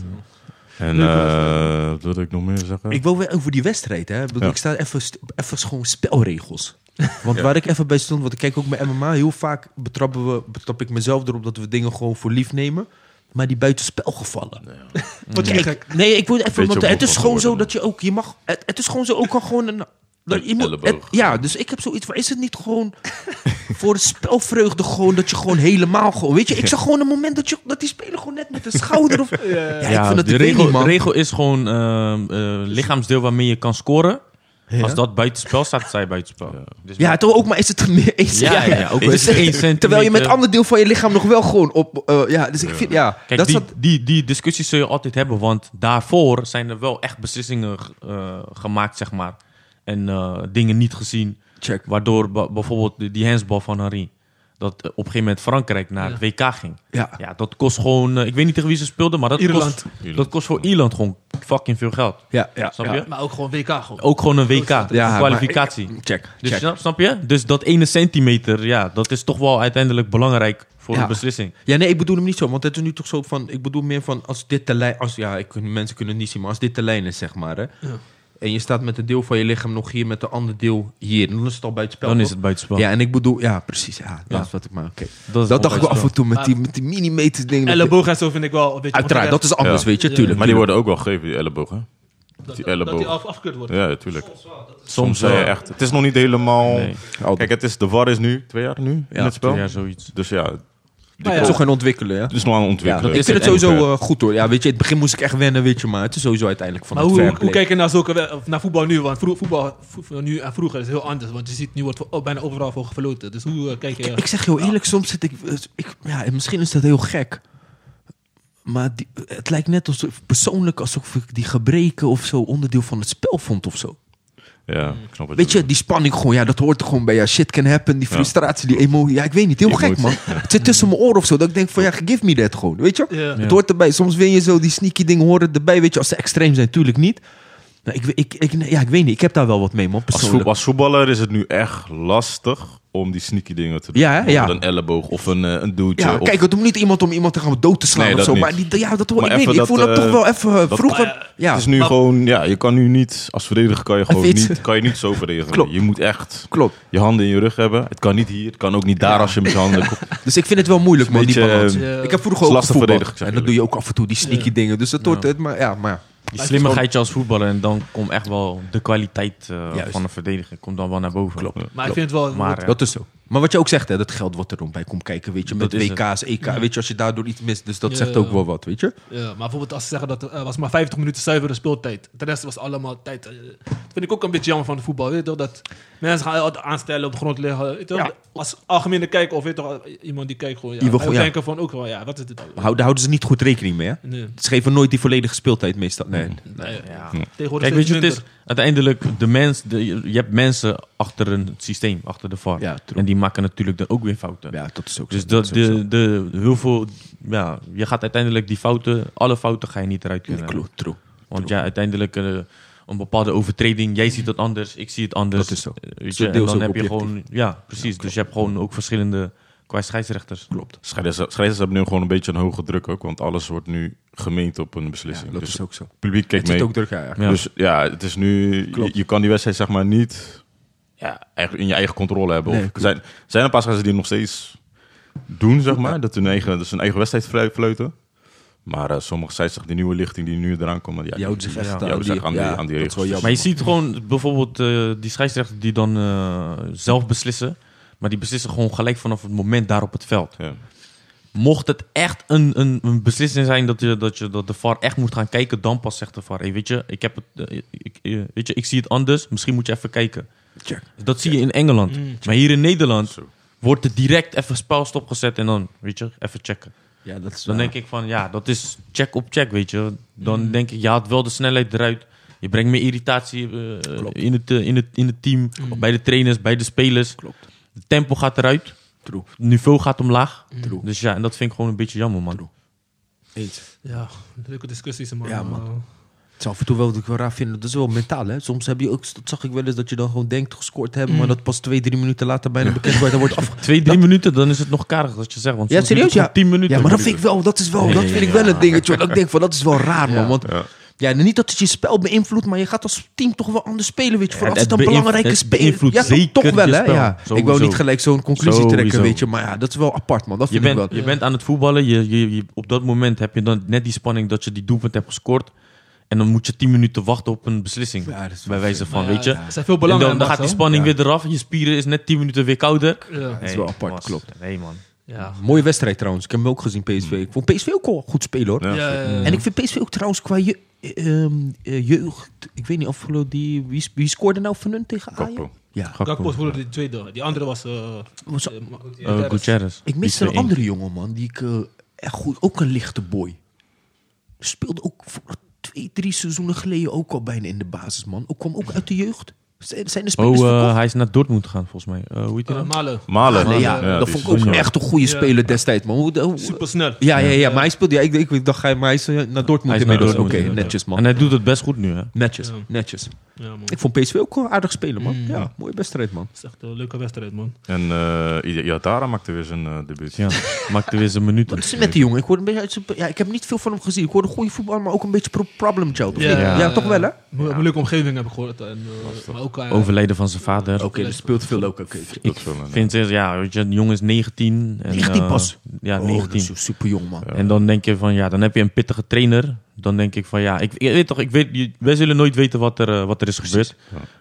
[SPEAKER 1] En eh, wat wilde ik nog meer zeggen?
[SPEAKER 4] Ik wil weer over die wedstrijd, hè. Ik bedoel,
[SPEAKER 1] Ja.
[SPEAKER 4] Ik sta even, st- even gewoon spelregels. Want waar ik even bij stond, want ik kijk ook mijn MMA, heel vaak betrappen we, betrap ik mezelf erop dat we dingen gewoon voor lief nemen. Maar die buitenspelgevallen.
[SPEAKER 2] Wat je gek.
[SPEAKER 4] Nee, ik wil even.
[SPEAKER 1] Beetje
[SPEAKER 4] Want het
[SPEAKER 1] omhoog
[SPEAKER 4] is gewoon zo
[SPEAKER 1] geworden.
[SPEAKER 4] dat je ook. Je mag. Het, het is gewoon zo ook al gewoon een. dat
[SPEAKER 1] Een
[SPEAKER 4] je moet,
[SPEAKER 1] elleboog.
[SPEAKER 4] het- ja, dus ik heb zoiets van: is het niet gewoon voor de spelvreugde gewoon dat je gewoon helemaal gewoon. Weet je, ik zag gewoon een moment dat, je, dat die speler gewoon net met de schouder of. Ja, ik vind dat
[SPEAKER 3] de
[SPEAKER 4] ik weet
[SPEAKER 3] regel,
[SPEAKER 4] niet, man. Dus-
[SPEAKER 3] de regel is gewoon ehm, eh, lichaamsdeel waarmee je kan scoren. Als dat buitenspel staat, sta je buitenspel. Ja, dus
[SPEAKER 4] Ja, toch ook, maar is het er meer eens?
[SPEAKER 3] Ja, ja, ja, ook wel eens één centimeter.
[SPEAKER 4] Terwijl je met het ander deel van je lichaam nog wel gewoon op. eh, ja, dus ik vind. Ja,
[SPEAKER 3] Kijk,
[SPEAKER 4] dat is
[SPEAKER 3] die,
[SPEAKER 4] wat-
[SPEAKER 3] die, die discussies zul je altijd hebben, want daarvoor zijn er wel echt beslissingen eh, gemaakt, zeg maar. En eh, dingen niet gezien,
[SPEAKER 4] Check.
[SPEAKER 3] waardoor ba- bijvoorbeeld die- die handsbal van Henry, dat eh, op een gegeven moment Frankrijk naar het WK ging.
[SPEAKER 4] Ja.
[SPEAKER 3] Ja, dat kost gewoon, eh, ik weet niet tegen wie ze speelden, maar dat
[SPEAKER 2] Ierland.
[SPEAKER 3] kost... Dat kost voor Ierland gewoon fucking veel geld.
[SPEAKER 4] Ja, ja.
[SPEAKER 3] Snap
[SPEAKER 4] ja.
[SPEAKER 3] je?
[SPEAKER 2] Maar ook gewoon WK gewoon.
[SPEAKER 3] Ook gewoon een WK, een
[SPEAKER 4] maar
[SPEAKER 3] kwalificatie.
[SPEAKER 4] ik- check,
[SPEAKER 3] dus
[SPEAKER 4] check.
[SPEAKER 3] snap, snap je? Dus dat ene centimeter, ja, dat is toch wel uiteindelijk belangrijk voor
[SPEAKER 4] Ja.
[SPEAKER 3] de beslissing.
[SPEAKER 4] Ja, nee, ik bedoel hem niet zo. Want het is nu toch zo van... Ik bedoel meer van als dit de lijn... Als, Dus ja, ik, mensen kunnen het niet zien, maar als dit de lijn is, zeg maar. Hè, En je staat met een deel van je lichaam nog hier, met een ander deel hier. Dan is het al buitenspel.
[SPEAKER 3] Dan is
[SPEAKER 4] toch?
[SPEAKER 3] het buitenspel.
[SPEAKER 4] Ja, en ik bedoel... Ja, precies. Ja, dat
[SPEAKER 3] Ja.
[SPEAKER 4] is wat ik maar... Oké.
[SPEAKER 3] dat is
[SPEAKER 4] Dat dacht ik wel af
[SPEAKER 3] onbuitenspel.
[SPEAKER 4] en toe met die, met die millimeters dingen. dat je-
[SPEAKER 2] Elleboog en zo vind ik wel... Weet je,
[SPEAKER 4] Uiteraard, dat
[SPEAKER 2] onterecht.
[SPEAKER 4] is anders,
[SPEAKER 1] Ja.
[SPEAKER 4] weet je,
[SPEAKER 2] Ja.
[SPEAKER 4] tuurlijk.
[SPEAKER 1] Maar die worden ook wel gegeven, die ellebogen.
[SPEAKER 2] Dat-
[SPEAKER 1] die
[SPEAKER 2] Dat
[SPEAKER 1] elleboog.
[SPEAKER 2] die af, afgekeurd wordt.
[SPEAKER 1] Ja, natuurlijk.
[SPEAKER 3] Soms
[SPEAKER 1] zijn
[SPEAKER 3] wel.
[SPEAKER 1] je echt. Het is nog niet helemaal.
[SPEAKER 3] Nee.
[SPEAKER 4] Oh,
[SPEAKER 1] Kijk, het is de VAR is nu twee jaar nu in het spel.
[SPEAKER 3] Ja, zoiets.
[SPEAKER 1] Dus ja, die
[SPEAKER 2] ja,
[SPEAKER 1] komt-
[SPEAKER 4] Het is toch gaan ontwikkelen, ja?
[SPEAKER 1] het is nog aan het ontwikkelen.
[SPEAKER 4] ik vind het sowieso eh, goed hoor. Ja, weet je, in het begin moest ik echt wennen, weet je, maar het is sowieso uiteindelijk van
[SPEAKER 2] Maar
[SPEAKER 4] het
[SPEAKER 2] hoe,
[SPEAKER 4] fair
[SPEAKER 2] hoe, hoe
[SPEAKER 4] play.
[SPEAKER 2] kijk je naar, zulke, we- of naar voetbal nu? Want vroeg- voetbal voetbal nu en vroeger is heel anders. Want je ziet, nu wordt vo- oh, bijna overal voor gefloten. Dus hoe eh, kijk je...
[SPEAKER 4] Ik zeg heel eerlijk, soms zit ik, ik... Ja, misschien is dat heel gek. Maar die, het lijkt net alsof, persoonlijk alsof ik die gebreken of zo onderdeel van het spel vond of zo.
[SPEAKER 1] Ja, ik snap het.
[SPEAKER 4] Weet je, die spanning gewoon, ja, dat hoort er gewoon bij. Ja, shit can happen, die
[SPEAKER 1] Ja.
[SPEAKER 4] frustratie, die emotie. Ja, ik weet niet, heel
[SPEAKER 1] Die
[SPEAKER 4] gek man.
[SPEAKER 1] emotie,
[SPEAKER 4] Het zit tussen mijn oren of zo, dat ik denk van ja, give me that gewoon, weet je?
[SPEAKER 2] Ja.
[SPEAKER 4] Het hoort erbij. Soms wil je zo die sneaky dingen horen erbij. Weet je, als ze extreem zijn, natuurlijk niet. Nou, ik, we- ik, ik, nee, ja, ik weet niet. Ik heb daar wel wat mee, man.
[SPEAKER 1] Als,
[SPEAKER 4] Persoonlijk.
[SPEAKER 1] voet- als voetballer is het nu echt lastig om die sneaky dingen te doen.
[SPEAKER 4] Ja, hè?
[SPEAKER 1] Met
[SPEAKER 4] Ja.
[SPEAKER 1] Een elleboog of een, eh, een duwtje.
[SPEAKER 4] ja,
[SPEAKER 1] of-
[SPEAKER 4] kijk, het moet niet iemand om iemand te gaan dood te slaan
[SPEAKER 1] Nee,
[SPEAKER 4] of
[SPEAKER 1] dat
[SPEAKER 4] zo.
[SPEAKER 1] niet.
[SPEAKER 4] Maar die, ja, dat hoor
[SPEAKER 1] Maar
[SPEAKER 4] ik weet
[SPEAKER 1] even
[SPEAKER 4] niet. Ik
[SPEAKER 1] dat,
[SPEAKER 4] vond dat
[SPEAKER 1] eh,
[SPEAKER 4] toch wel even eh,
[SPEAKER 1] dat-
[SPEAKER 4] vroeger.
[SPEAKER 2] Maar,
[SPEAKER 4] ja,
[SPEAKER 1] Het is nu
[SPEAKER 2] Maar-
[SPEAKER 1] gewoon, ja, je kan nu niet, als verdediger kan je gewoon
[SPEAKER 4] Even iets.
[SPEAKER 1] niet, kan je niet zo verdedigen.
[SPEAKER 4] Klopt.
[SPEAKER 1] Je moet echt
[SPEAKER 4] klopt.
[SPEAKER 1] je handen in je rug hebben. Het kan niet hier, het kan ook niet daar als je met je handen... komt.
[SPEAKER 4] Dus ik vind het wel moeilijk,
[SPEAKER 1] Het
[SPEAKER 4] man,
[SPEAKER 1] is
[SPEAKER 4] die
[SPEAKER 1] een beetje,
[SPEAKER 4] balans.
[SPEAKER 2] eh,
[SPEAKER 4] ik heb
[SPEAKER 1] het
[SPEAKER 4] vroeger
[SPEAKER 1] is
[SPEAKER 4] ook
[SPEAKER 1] lastig
[SPEAKER 4] voetbal.
[SPEAKER 1] verdedigd, zeg
[SPEAKER 4] En dat doe je ook af en toe, die sneaky
[SPEAKER 2] Ja.
[SPEAKER 4] dingen. Dus dat hoort het. Maar ja, maar ja.
[SPEAKER 3] Die slimmigheidje als voetballer en dan komt echt wel de kwaliteit eh,
[SPEAKER 4] Juist.
[SPEAKER 3] van een verdediger komt dan wel naar boven.
[SPEAKER 4] Klopt.
[SPEAKER 2] Maar ik vind het wel...
[SPEAKER 3] Maar, eh,
[SPEAKER 4] dat is zo. Maar wat je ook zegt, hè, dat geld wat er rond bij komt kijken, weet je, met
[SPEAKER 3] Dat is het.
[SPEAKER 4] WK's, EK, weet je, als je daardoor iets mist, dus dat
[SPEAKER 2] Ja.
[SPEAKER 4] zegt ook wel wat, weet je.
[SPEAKER 2] Ja, maar bijvoorbeeld als ze zeggen dat er eh, was maar 50 minuten zuivere speeltijd. De rest was allemaal tijd. eh, dat vind ik ook een beetje jammer van het voetbal. Weet je, toch? dat mensen gaan altijd aanstellen, op de grond liggen. Weet je, toch?
[SPEAKER 4] Ja.
[SPEAKER 2] Als algemene kijker of weet je, toch, iemand die kijkt gewoon. Ja,
[SPEAKER 4] Die wil
[SPEAKER 2] wij
[SPEAKER 4] gewoon, ja.
[SPEAKER 2] denken van ook wel, ja, wat is dit allemaal?
[SPEAKER 4] Houden, houden ze niet goed rekening mee, hè?
[SPEAKER 2] Nee.
[SPEAKER 4] Ze geven nooit die volledige speeltijd meestal. Nee.
[SPEAKER 2] Nee,
[SPEAKER 3] Ja.
[SPEAKER 2] Tegenwoordig
[SPEAKER 3] Kijk, weet je,
[SPEAKER 2] steeds
[SPEAKER 3] het is
[SPEAKER 2] minder.
[SPEAKER 3] uiteindelijk de mens, de, je hebt mensen achter een systeem, achter de VAR.
[SPEAKER 4] Ja, true.
[SPEAKER 3] en die maken natuurlijk dan ook weer fouten.
[SPEAKER 4] Ja, dat is ook
[SPEAKER 3] Dus
[SPEAKER 4] zo.
[SPEAKER 3] dat,
[SPEAKER 4] is ook
[SPEAKER 3] de, de, heel veel, ja, je gaat uiteindelijk die fouten, alle fouten ga je niet eruit
[SPEAKER 4] zo.
[SPEAKER 3] kunnen.
[SPEAKER 4] Klopt, true.
[SPEAKER 3] Want ja, uiteindelijk eh, een bepaalde overtreding, jij ziet het anders, ik zie het anders.
[SPEAKER 4] Dat is zo.
[SPEAKER 3] Eh,
[SPEAKER 4] is
[SPEAKER 3] Weet je, en
[SPEAKER 4] deels
[SPEAKER 3] dan
[SPEAKER 4] ook
[SPEAKER 3] heb je
[SPEAKER 4] objectief.
[SPEAKER 3] gewoon, ja, precies. dus je hebt gewoon ook verschillende qua scheidsrechters.
[SPEAKER 4] Klopt.
[SPEAKER 1] Scheidsrechters scheidsrechters hebben nu gewoon een beetje een hoge druk ook, want alles wordt nu gemeend op een beslissing.
[SPEAKER 4] dat
[SPEAKER 1] dus
[SPEAKER 4] is ook zo.
[SPEAKER 1] het publiek kijkt
[SPEAKER 4] Het zit
[SPEAKER 1] mee.
[SPEAKER 4] ook druk, ja. ja.
[SPEAKER 3] Ja.
[SPEAKER 1] Dus ja, het is nu. Je,
[SPEAKER 4] Klopt.
[SPEAKER 1] je kan die wedstrijd zeg maar niet ja, eigenlijk in je eigen controle hebben. Of
[SPEAKER 4] Nee, klopt.
[SPEAKER 1] zijn, zijn er een paar scheids die het nog steeds doen, zeg maar. Dat hun eigen, dat ze hun eigen wedstrijd flu- fluiten. Maar eh, sommige scheidsrechters, die nieuwe lichting die nu eraan komt. Ja,
[SPEAKER 4] Je houdt zich echt
[SPEAKER 3] Ja.
[SPEAKER 4] aan
[SPEAKER 1] Je houdt zich aan die-
[SPEAKER 4] ja,
[SPEAKER 1] aan die
[SPEAKER 4] dat
[SPEAKER 1] regels.
[SPEAKER 4] is wel jammer,
[SPEAKER 3] Maar je
[SPEAKER 4] man.
[SPEAKER 3] ziet gewoon bijvoorbeeld eh, die scheidsrechter die dan eh, zelf beslissen. Maar die beslissen gewoon gelijk vanaf het moment daar op het veld.
[SPEAKER 1] ja.
[SPEAKER 3] Mocht het echt een, een, een beslissing zijn dat, je, dat, je, dat de VAR echt moet gaan kijken, dan pas zegt de VAR. Hey, weet, je, ik heb het, eh, ik, eh, weet je, ik zie het anders, misschien moet je even kijken.
[SPEAKER 4] Check.
[SPEAKER 3] Dat zie je in Engeland. Maar hier in Nederland wordt er direct even spel stopgezet en dan, weet je, even checken.
[SPEAKER 4] Ja, dat is
[SPEAKER 3] Dan denk ik van, ja, dat is check op check, weet je. Dan
[SPEAKER 4] Mm.
[SPEAKER 3] denk ik, je haalt wel de snelheid eruit. Je brengt meer irritatie eh,
[SPEAKER 4] Klopt.
[SPEAKER 3] in, het, eh, in, het, in het team, bij de trainers, bij de spelers.
[SPEAKER 4] Klopt.
[SPEAKER 3] Het tempo gaat eruit,
[SPEAKER 4] True. Mm.
[SPEAKER 3] het niveau gaat omlaag.
[SPEAKER 4] True.
[SPEAKER 3] Dus ja, en dat vind ik gewoon een beetje jammer, man.
[SPEAKER 4] True. Eens.
[SPEAKER 2] Ja, leuke discussies, man.
[SPEAKER 4] Ja, man.
[SPEAKER 2] Eh,
[SPEAKER 4] Het is af en toe wel wat ik wel raar vind. Dat is wel mentaal, hè. Soms heb je ook, dat zag ik wel eens, dat je dan gewoon denkt gescoord te
[SPEAKER 3] Mm.
[SPEAKER 4] hebben, maar dat pas twee, drie minuten later bijna bekend wordt. Dan wordt af.
[SPEAKER 3] Twee, drie minuten, dan is het nog karig wat je zegt. Want
[SPEAKER 4] Ja,
[SPEAKER 3] soms duurt
[SPEAKER 4] serieus,
[SPEAKER 3] het
[SPEAKER 4] ja.
[SPEAKER 3] gewoon tien minuten.
[SPEAKER 4] Ja, maar dat vind ik wel, dat is wel, dat vind ik wel een dingetje. hoor. Dat ik denk van, dat is wel raar, man. Want
[SPEAKER 1] Ja.
[SPEAKER 4] ja, niet dat het je spel beïnvloedt, maar je gaat als team toch wel anders spelen, weet je. Vooral
[SPEAKER 3] het
[SPEAKER 4] als het een
[SPEAKER 3] beïnv-
[SPEAKER 4] belangrijke
[SPEAKER 3] het
[SPEAKER 4] speler
[SPEAKER 3] beïnvloedt
[SPEAKER 4] Ja, toch,
[SPEAKER 3] zeker
[SPEAKER 4] toch wel,
[SPEAKER 3] je
[SPEAKER 4] hè.
[SPEAKER 3] spel.
[SPEAKER 4] Ja. Ik wil
[SPEAKER 3] Sowieso.
[SPEAKER 4] niet gelijk zo'n conclusie
[SPEAKER 3] Sowieso.
[SPEAKER 4] trekken, weet je. Maar ja, dat is wel apart, man. Dat
[SPEAKER 3] Je
[SPEAKER 4] vind ik
[SPEAKER 3] bent,
[SPEAKER 4] wel.
[SPEAKER 3] je bent aan het voetballen. Je, je, je- op dat moment heb je dan net die spanning dat je die doelpunt hebt gescoord. En dan moet je 10 minuten wachten op een beslissing.
[SPEAKER 4] Ja, dat is wel
[SPEAKER 3] bij wijze van,
[SPEAKER 2] maar
[SPEAKER 3] weet je.
[SPEAKER 2] ja, er zijn veel
[SPEAKER 3] En
[SPEAKER 2] belangen
[SPEAKER 3] dan, dan gaat die spanning weer eraf. Je spieren is net 10 minuten weer kouder.
[SPEAKER 2] Ja.
[SPEAKER 4] is wel apart,
[SPEAKER 3] was-
[SPEAKER 4] klopt.
[SPEAKER 3] Nee, man.
[SPEAKER 2] Ja.
[SPEAKER 4] Mooie wedstrijd trouwens. Ik heb hem ook gezien, PSV. Ik vond PSV ook wel goed spelen, hoor.
[SPEAKER 1] Ja,
[SPEAKER 2] Ja,
[SPEAKER 1] zeker.
[SPEAKER 3] Eh.
[SPEAKER 2] ja, ja.
[SPEAKER 4] En ik vind PSV ook trouwens qua je, eh, ehm, eh, jeugd... Ik weet niet of die... Wie, wie scoorde nou van hun tegen Ajax?
[SPEAKER 1] Gakpo.
[SPEAKER 4] Ja,
[SPEAKER 2] Gakpo was vroeger die tweede. Die andere was... eh,
[SPEAKER 4] Was-
[SPEAKER 2] eh, Ma-
[SPEAKER 3] Eh, Gutierrez.
[SPEAKER 4] Ik
[SPEAKER 3] Die
[SPEAKER 4] miste een
[SPEAKER 3] 2-1.
[SPEAKER 4] andere jongen, man. Die ik eh, echt goed... Ook een lichte boy. Speelde ook voor twee, drie seizoenen geleden ook al bijna in de basis, man. Ook kwam ook uit de jeugd.
[SPEAKER 5] Zijn zijn de spelers
[SPEAKER 3] Oh, eh,
[SPEAKER 5] verkocht?
[SPEAKER 3] hij is naar Dortmund gaan volgens mij. Eh, hoe heet hij
[SPEAKER 2] Eh,
[SPEAKER 3] dan?
[SPEAKER 2] Malen.
[SPEAKER 4] Ah,
[SPEAKER 1] Malen.
[SPEAKER 5] Malen, ja,
[SPEAKER 1] die
[SPEAKER 5] dat vond ik
[SPEAKER 1] is-
[SPEAKER 5] ook echt een goede
[SPEAKER 2] Ja.
[SPEAKER 5] speler destijds, man. Hoe, hoe-
[SPEAKER 2] Super snel.
[SPEAKER 5] ja, ja, ja,
[SPEAKER 4] Ja, maar hij speelt... Ja, ik, ik, ik dacht, hij, maar hij is eh, naar
[SPEAKER 3] Hij
[SPEAKER 4] Dortmund
[SPEAKER 3] is
[SPEAKER 4] inmiddels.
[SPEAKER 3] naar
[SPEAKER 5] Dortmund,
[SPEAKER 4] Oké,
[SPEAKER 5] ja.
[SPEAKER 4] netjes, man.
[SPEAKER 3] En hij doet het best goed nu, hè?
[SPEAKER 4] Netjes,
[SPEAKER 2] Ja.
[SPEAKER 4] netjes.
[SPEAKER 2] Ja, man.
[SPEAKER 4] Ik vond PSV ook wel aardig spelen, man.
[SPEAKER 2] Mm.
[SPEAKER 4] Ja, mooie wedstrijd, man.
[SPEAKER 2] Het is echt een leuke wedstrijd, man.
[SPEAKER 1] En eh Iatara maakte weer zijn eh, debuut.
[SPEAKER 3] Ja, maakte weer zijn minuut.
[SPEAKER 5] Wat is er met die jongen? Ik, hoorde een beetje uit zijn- ja, ik heb niet veel van hem gezien. Ik hoorde goede voetbal, maar ook een beetje pro- problem child. of
[SPEAKER 2] Ja.
[SPEAKER 5] niet?
[SPEAKER 3] Ja.
[SPEAKER 5] ja, toch wel, hè?
[SPEAKER 2] Mo- Een leuke omgeving heb ik gehoord. En, eh, maar ook, eh,
[SPEAKER 3] Overleden van zijn vader.
[SPEAKER 5] Oké, er speelt veel ook. Oké, oké.
[SPEAKER 3] Ik vind het, ja, weet je, een jongen is 19. En,
[SPEAKER 5] 19
[SPEAKER 3] eh,
[SPEAKER 5] pas?
[SPEAKER 3] ja,
[SPEAKER 5] Oh, dat
[SPEAKER 3] 19.
[SPEAKER 5] is super jong, man.
[SPEAKER 3] En dan denk je van, ja, dan heb je een pittige trainer. Dan denk ik van, ja, ik, ik weet toch, ik weet, je- wij zullen nooit weten wat er, eh, wat er is gebeurd.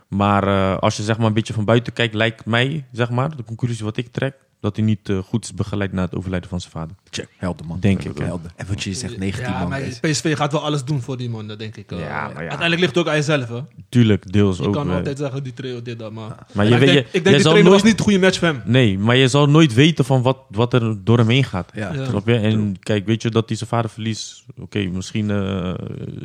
[SPEAKER 3] Maar eh, als je zeg maar een beetje van buiten kijkt, lijkt mij, zeg maar, de conclusie wat ik trek, dat hij niet eh, goed is begeleid na het overlijden van zijn vader.
[SPEAKER 5] Check, helder, man.
[SPEAKER 3] Denk ik, hè.
[SPEAKER 5] Helder. En wat je zegt, 19,
[SPEAKER 2] ja,
[SPEAKER 5] man.
[SPEAKER 2] maar
[SPEAKER 5] Is-
[SPEAKER 2] PSV gaat wel alles doen voor die man, dat denk ik. eh.
[SPEAKER 3] Ja, maar ja.
[SPEAKER 2] Uiteindelijk ligt het ook aan jezelf, hè.
[SPEAKER 3] Tuurlijk, deels
[SPEAKER 2] Je
[SPEAKER 3] ook.
[SPEAKER 2] kan
[SPEAKER 3] wel.
[SPEAKER 2] altijd zeggen, die trainer dit, dat, maar...
[SPEAKER 3] Maar
[SPEAKER 2] En
[SPEAKER 3] je
[SPEAKER 2] ik
[SPEAKER 3] weet-
[SPEAKER 2] denk,
[SPEAKER 3] je-
[SPEAKER 2] ik
[SPEAKER 3] jij
[SPEAKER 2] denk, die
[SPEAKER 3] zal
[SPEAKER 2] trainer was
[SPEAKER 3] nooit-
[SPEAKER 2] niet het goede match voor hem.
[SPEAKER 3] Nee, maar je zal nooit weten van wat, wat er door hem heen gaat.
[SPEAKER 5] Ja.
[SPEAKER 2] Ja.
[SPEAKER 3] Snap je? En kijk, weet je dat hij zijn vader verliest? Oké, misschien eh,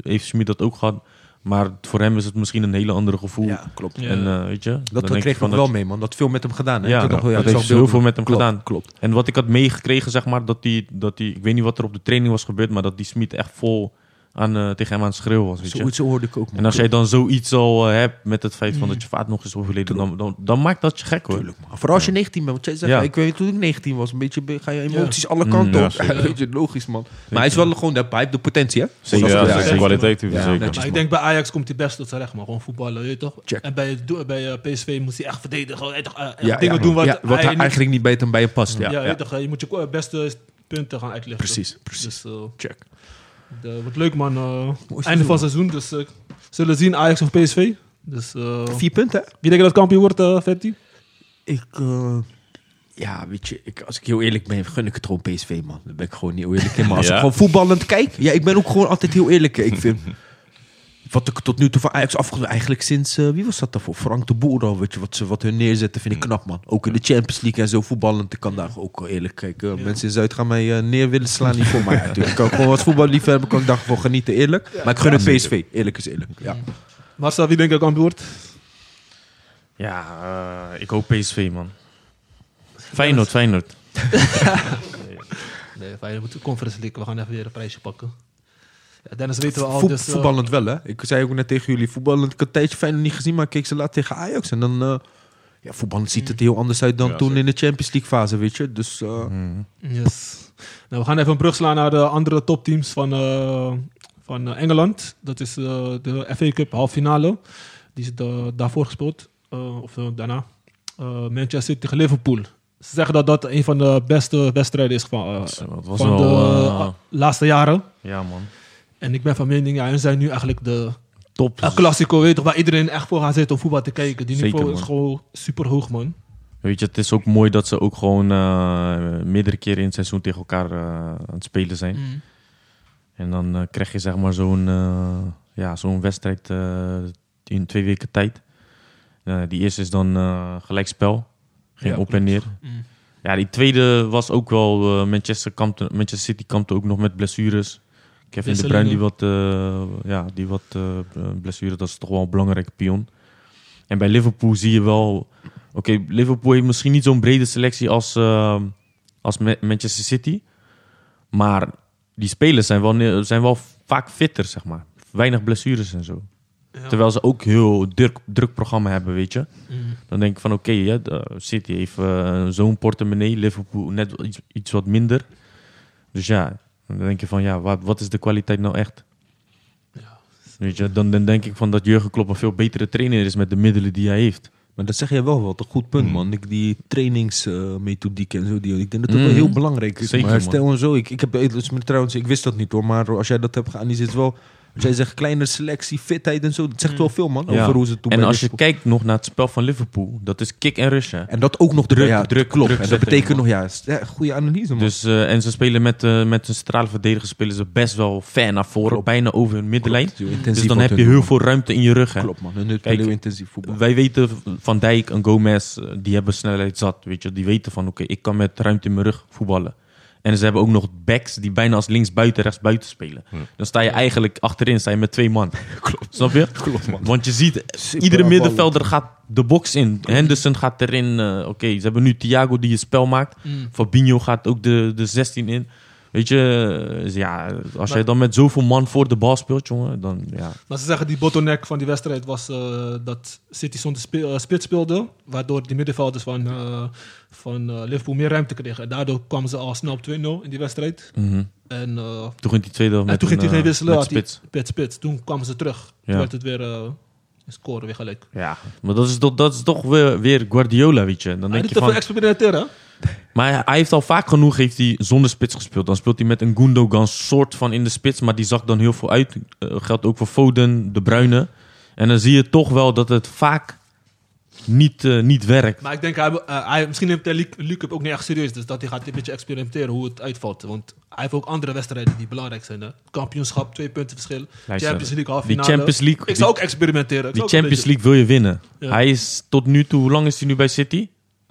[SPEAKER 3] heeft Schmid dat ook gehad. Maar voor hem is het misschien een hele andere gevoel.
[SPEAKER 5] Ja, klopt.
[SPEAKER 2] Ja.
[SPEAKER 3] En eh, weet je, dan
[SPEAKER 4] Dat
[SPEAKER 3] denk
[SPEAKER 4] kreeg
[SPEAKER 3] ik
[SPEAKER 4] ik
[SPEAKER 3] van
[SPEAKER 4] ook wel mee, man. Dat veel met hem gedaan. Hè?
[SPEAKER 3] Ja,
[SPEAKER 4] Ik had nog wel-
[SPEAKER 3] dat
[SPEAKER 4] ik
[SPEAKER 3] heeft
[SPEAKER 4] zag beelden.
[SPEAKER 3] heel veel met hem
[SPEAKER 4] Klopt,
[SPEAKER 3] gedaan.
[SPEAKER 4] Klopt.
[SPEAKER 3] En wat ik had meegekregen, zeg maar, dat die, dat die, ik weet niet wat er op de training was gebeurd, maar dat die Smit echt vol aan, eh, tegen hem aan het schreeuwen was. Weet je?
[SPEAKER 5] Zo, zo hoorde ik ook, man.
[SPEAKER 3] En als jij dan zoiets al eh, hebt met het feit van dat je
[SPEAKER 2] Mm.
[SPEAKER 3] vader nog is overleden, dan, dan, dan maakt dat je gek hoor.
[SPEAKER 5] Tuurlijk, man. Vooral als je 19 bent. Want jij zegt,
[SPEAKER 3] Ja.
[SPEAKER 5] ik weet toen ik 19 was. Een beetje be- ga je emoties alle
[SPEAKER 3] Mm,
[SPEAKER 5] kanten
[SPEAKER 1] ja,
[SPEAKER 5] op.
[SPEAKER 1] zeker.
[SPEAKER 4] Weet je, logisch, man. Maar hij is wel gewoon... Hij heeft de potentie, hè?
[SPEAKER 1] Zeker,
[SPEAKER 4] Zoals-
[SPEAKER 1] ja,
[SPEAKER 4] ja,
[SPEAKER 1] zeker.
[SPEAKER 4] ja.
[SPEAKER 1] kwaliteit heeft hij
[SPEAKER 4] Ja,
[SPEAKER 1] zeker.
[SPEAKER 4] netjes.
[SPEAKER 2] Maar ik denk bij Ajax komt hij best tot zijn recht, man. Gewoon voetballen, weet je toch?
[SPEAKER 5] Check.
[SPEAKER 2] En bij, do- bij eh, PSV moest hij echt verdedigen. Weet je toch? eh, echt
[SPEAKER 4] Ja,
[SPEAKER 2] dingen
[SPEAKER 4] ja.
[SPEAKER 2] doen wat,
[SPEAKER 4] Ja,
[SPEAKER 2] hij niet-
[SPEAKER 4] eigenlijk niet bij hem bij hem past. Ja,
[SPEAKER 2] ja,
[SPEAKER 4] ja.
[SPEAKER 2] weet je toch? eh, Je moet je ko- beste punten gaan uitleggen.
[SPEAKER 5] Precies, precies.
[SPEAKER 2] Dus, eh,
[SPEAKER 5] Check.
[SPEAKER 2] de- wordt leuk, man. eh, einde
[SPEAKER 5] seizoen,
[SPEAKER 2] van seizoen. Dus eh, zullen zien Ajax of PSV. Dus, eh,
[SPEAKER 5] Vier punten, hè?
[SPEAKER 2] wie denk je dat kampioen wordt, eh Vetti?
[SPEAKER 5] Ik, eh, ja, weet je, ik, als ik heel eerlijk ben, gun ik het gewoon PSV, man. Daar ben ik gewoon niet heel eerlijk in. Maar als
[SPEAKER 1] Ja?
[SPEAKER 5] ik gewoon voetballend kijk, ja, ik ben ook gewoon altijd heel eerlijk. Ik vind wat ik tot nu toe van Ajax afgezien, eigenlijk sinds, eh, wie was dat daarvoor? Frank de Boer al, weet je, wat, ze, wat hun neerzetten, vind ik knap, man. Ook in de Champions League en zo, voetballend, ik kan daar ook eerlijk kijken. Eh, Mensen in Zuid gaan mij eh, neer willen slaan, niet voor mij. Ja, natuurlijk. ik kan ook gewoon wat voetballiefhebber, kan ik daarvoor genieten, eerlijk. Maar ik gun het PSV, eerlijk is eerlijk. Ja.
[SPEAKER 2] Marcel, wie denk je dat kampioen wordt?
[SPEAKER 3] Ja, eh, ik hoop PSV, man. Feyenoord, Feyenoord.
[SPEAKER 2] Nee, Feyenoord moet de Conference League. We gaan even weer een prijsje pakken. Ja, Dennis weten we al.
[SPEAKER 4] Voet-
[SPEAKER 2] dus, eh,
[SPEAKER 4] voetballend wel, hè? Ik zei ook net tegen jullie, voetballend, ik had een tijdje Feyenoord niet gezien, maar ik keek ze laat tegen Ajax. En dan, eh, ja, voetballend ziet
[SPEAKER 2] Mm.
[SPEAKER 4] het heel anders uit dan
[SPEAKER 1] Ja,
[SPEAKER 4] toen
[SPEAKER 1] zeker.
[SPEAKER 4] in de Champions League fase, weet je. Dus, eh,
[SPEAKER 3] Mm.
[SPEAKER 2] Yes. Nou, we gaan even een brug slaan naar de andere topteams van, eh, van eh, Engeland. Dat is eh, de FA Cup halve finale. Die is da- daarvoor gespeeld, eh, of eh, daarna. Eh, Manchester City tegen Liverpool. Ze zeggen dat dat een van de beste wedstrijden is van, eh,
[SPEAKER 3] Dat was
[SPEAKER 2] van de
[SPEAKER 3] wel... eh,
[SPEAKER 2] eh, laatste jaren.
[SPEAKER 3] ja, man.
[SPEAKER 2] En ik ben van mening, ja, hun zijn nu eigenlijk de
[SPEAKER 3] Top.
[SPEAKER 2] El Clasico, weet je toch, waar iedereen echt voor gaat zitten om voetbal te kijken. Die
[SPEAKER 3] Zeker,
[SPEAKER 2] niveau is
[SPEAKER 3] man.
[SPEAKER 2] gewoon super hoog, man.
[SPEAKER 3] Weet je, het is ook mooi dat ze ook gewoon eh, meerdere keren in het seizoen tegen elkaar eh, aan het spelen zijn. En dan eh, krijg je zeg maar zo'n eh, ja, zo'n wedstrijd eh, in twee weken tijd. Eh, die eerste is dan eh, gelijkspel. Ging
[SPEAKER 5] Ja,
[SPEAKER 3] op en neer.
[SPEAKER 2] Mm.
[SPEAKER 3] Ja, die tweede was ook wel... eh, Manchester, kampte, Manchester City kampte ook nog met blessures. Kevin De Bruyne die wat, eh ja, die wat eh blessures... Dat is toch wel een belangrijke pion. En bij Liverpool zie je wel... Oké, Liverpool heeft misschien niet zo'n brede selectie als, eh, als Ma- Manchester City. Maar die spelers zijn wel, ne- zijn wel vaak fitter, zeg maar. Weinig blessures en zo. Terwijl ze ook heel druk, druk programma hebben, weet je.
[SPEAKER 2] Mm.
[SPEAKER 3] Dan denk ik van oké, hè, de City heeft eh, zo'n portemonnee, Liverpool net wel iets, iets wat minder. Dus ja, dan denk je van ja, wat, wat is de kwaliteit nou echt? Weet je, dan, dan denk ik van dat Jurgen Klopp een veel betere trainer is met de middelen die hij heeft.
[SPEAKER 4] maar dat zeg jij wel wat, een goed punt,
[SPEAKER 1] Mm.
[SPEAKER 4] man. Ik, die trainingsmethodiek en zo, die, ik denk dat dat
[SPEAKER 3] Mm.
[SPEAKER 4] wel heel belangrijk is.
[SPEAKER 3] Zeker,
[SPEAKER 4] maar herstel
[SPEAKER 3] man.
[SPEAKER 4] en zo, ik, ik heb eh, dus, trouwens, ik wist dat niet hoor, maar als jij dat hebt geanalyseerd, wel... Als jij zegt kleine selectie, fitheid en zo, dat
[SPEAKER 2] Mm.
[SPEAKER 4] zegt wel veel, man,
[SPEAKER 3] Ja.
[SPEAKER 4] over hoe ze toen
[SPEAKER 3] En
[SPEAKER 4] bij
[SPEAKER 3] als je
[SPEAKER 4] Liverpool-
[SPEAKER 3] kijkt nog naar het spel van Liverpool, dat is kick en rush. Hè?
[SPEAKER 4] En dat ook nog druk, ja,
[SPEAKER 3] druk,
[SPEAKER 4] druk, klopt.
[SPEAKER 3] druk
[SPEAKER 4] en dat
[SPEAKER 3] zetten,
[SPEAKER 4] betekent
[SPEAKER 3] man.
[SPEAKER 4] nog, ja, s- ja, goede analyse, man.
[SPEAKER 3] Dus, eh, en ze spelen met, eh, met hun centrale verdediger spelen ze best wel ver naar voren,
[SPEAKER 4] Klopt.
[SPEAKER 3] bijna over hun middenlijn.
[SPEAKER 4] Klopt, heel intensief
[SPEAKER 3] Dus dan
[SPEAKER 4] wat
[SPEAKER 3] heb
[SPEAKER 4] hun
[SPEAKER 3] je
[SPEAKER 4] doen,
[SPEAKER 3] heel
[SPEAKER 4] man.
[SPEAKER 3] veel ruimte in je rug. Hè?
[SPEAKER 4] Klopt, man. Hun
[SPEAKER 3] Kijk,
[SPEAKER 4] spelen heel intensief voetbal.
[SPEAKER 3] Wij weten van Dijk en Gomez, eh, die hebben snelheid zat. Weet je, die weten van oké, ik kan met ruimte in mijn rug voetballen. En ze hebben ook nog backs die bijna als linksbuiten, rechtsbuiten spelen. Dan sta je eigenlijk achterin sta je met twee man. Klopt. Snap je? Klopt, man. Want je ziet, iedere middenvelder gaat de box in. Henderson gaat erin. eh, Oké, ze hebben nu Thiago die het spel maakt.
[SPEAKER 2] Mm.
[SPEAKER 3] Fabinho gaat ook de, de 16 in. Weet je, eh, dus ja, als jij dan met zoveel man voor de bal speelt, jongen, dan ja.
[SPEAKER 2] Maar ze zeggen die bottleneck van die wedstrijd was eh, dat City zonder spe- eh, spits speelde. Waardoor die middenvelders van, eh, van eh, Liverpool meer ruimte kregen. En daardoor kwamen ze al snel op 2-0 in die wedstrijd.
[SPEAKER 3] Mhm.
[SPEAKER 2] En, eh,
[SPEAKER 3] Toen ging die tweede helft
[SPEAKER 2] en
[SPEAKER 3] met
[SPEAKER 2] toen ging
[SPEAKER 3] een,
[SPEAKER 2] hij geen
[SPEAKER 3] eh,
[SPEAKER 2] wisselen.
[SPEAKER 3] met
[SPEAKER 2] had hij-
[SPEAKER 3] spits.
[SPEAKER 2] met spits. Toen kwamen ze terug. Toen
[SPEAKER 3] Ja.
[SPEAKER 2] werd het weer eh scoren weer gelijk.
[SPEAKER 3] Ja, maar dat is, toch- dat is toch weer, weer Guardiola, weet je. Dan
[SPEAKER 2] Hij
[SPEAKER 3] denk
[SPEAKER 2] doet
[SPEAKER 3] je
[SPEAKER 2] Ah, te veel
[SPEAKER 3] van,
[SPEAKER 2] experimenteren. hè?
[SPEAKER 3] maar hij heeft al vaak genoeg heeft hij zonder spits gespeeld. Dan speelt hij met een Gundogan soort van in de spits, maar die zag dan heel veel uit. Eh, geldt ook voor Foden, De Bruyne. En dan zie je toch wel dat het vaak niet, eh, niet werkt.
[SPEAKER 2] Maar ik denk, hij, eh, hij, misschien neemt hij Luc- Luc het ook niet echt serieus. Dus dat hij gaat een beetje experimenteren hoe het uitvalt. Want hij heeft ook andere wedstrijden die belangrijk zijn. Hè? Kampioenschap, twee punten verschil.
[SPEAKER 3] Luister,
[SPEAKER 2] Champions League, halve
[SPEAKER 3] die
[SPEAKER 2] finale.
[SPEAKER 3] Champions League-
[SPEAKER 2] Ik zou ook experimenteren. Ik
[SPEAKER 3] Die
[SPEAKER 2] zou ook een
[SPEAKER 3] Champions League wil je winnen.
[SPEAKER 2] Ja.
[SPEAKER 3] Hij is tot nu toe, hoe lang is hij nu bij City?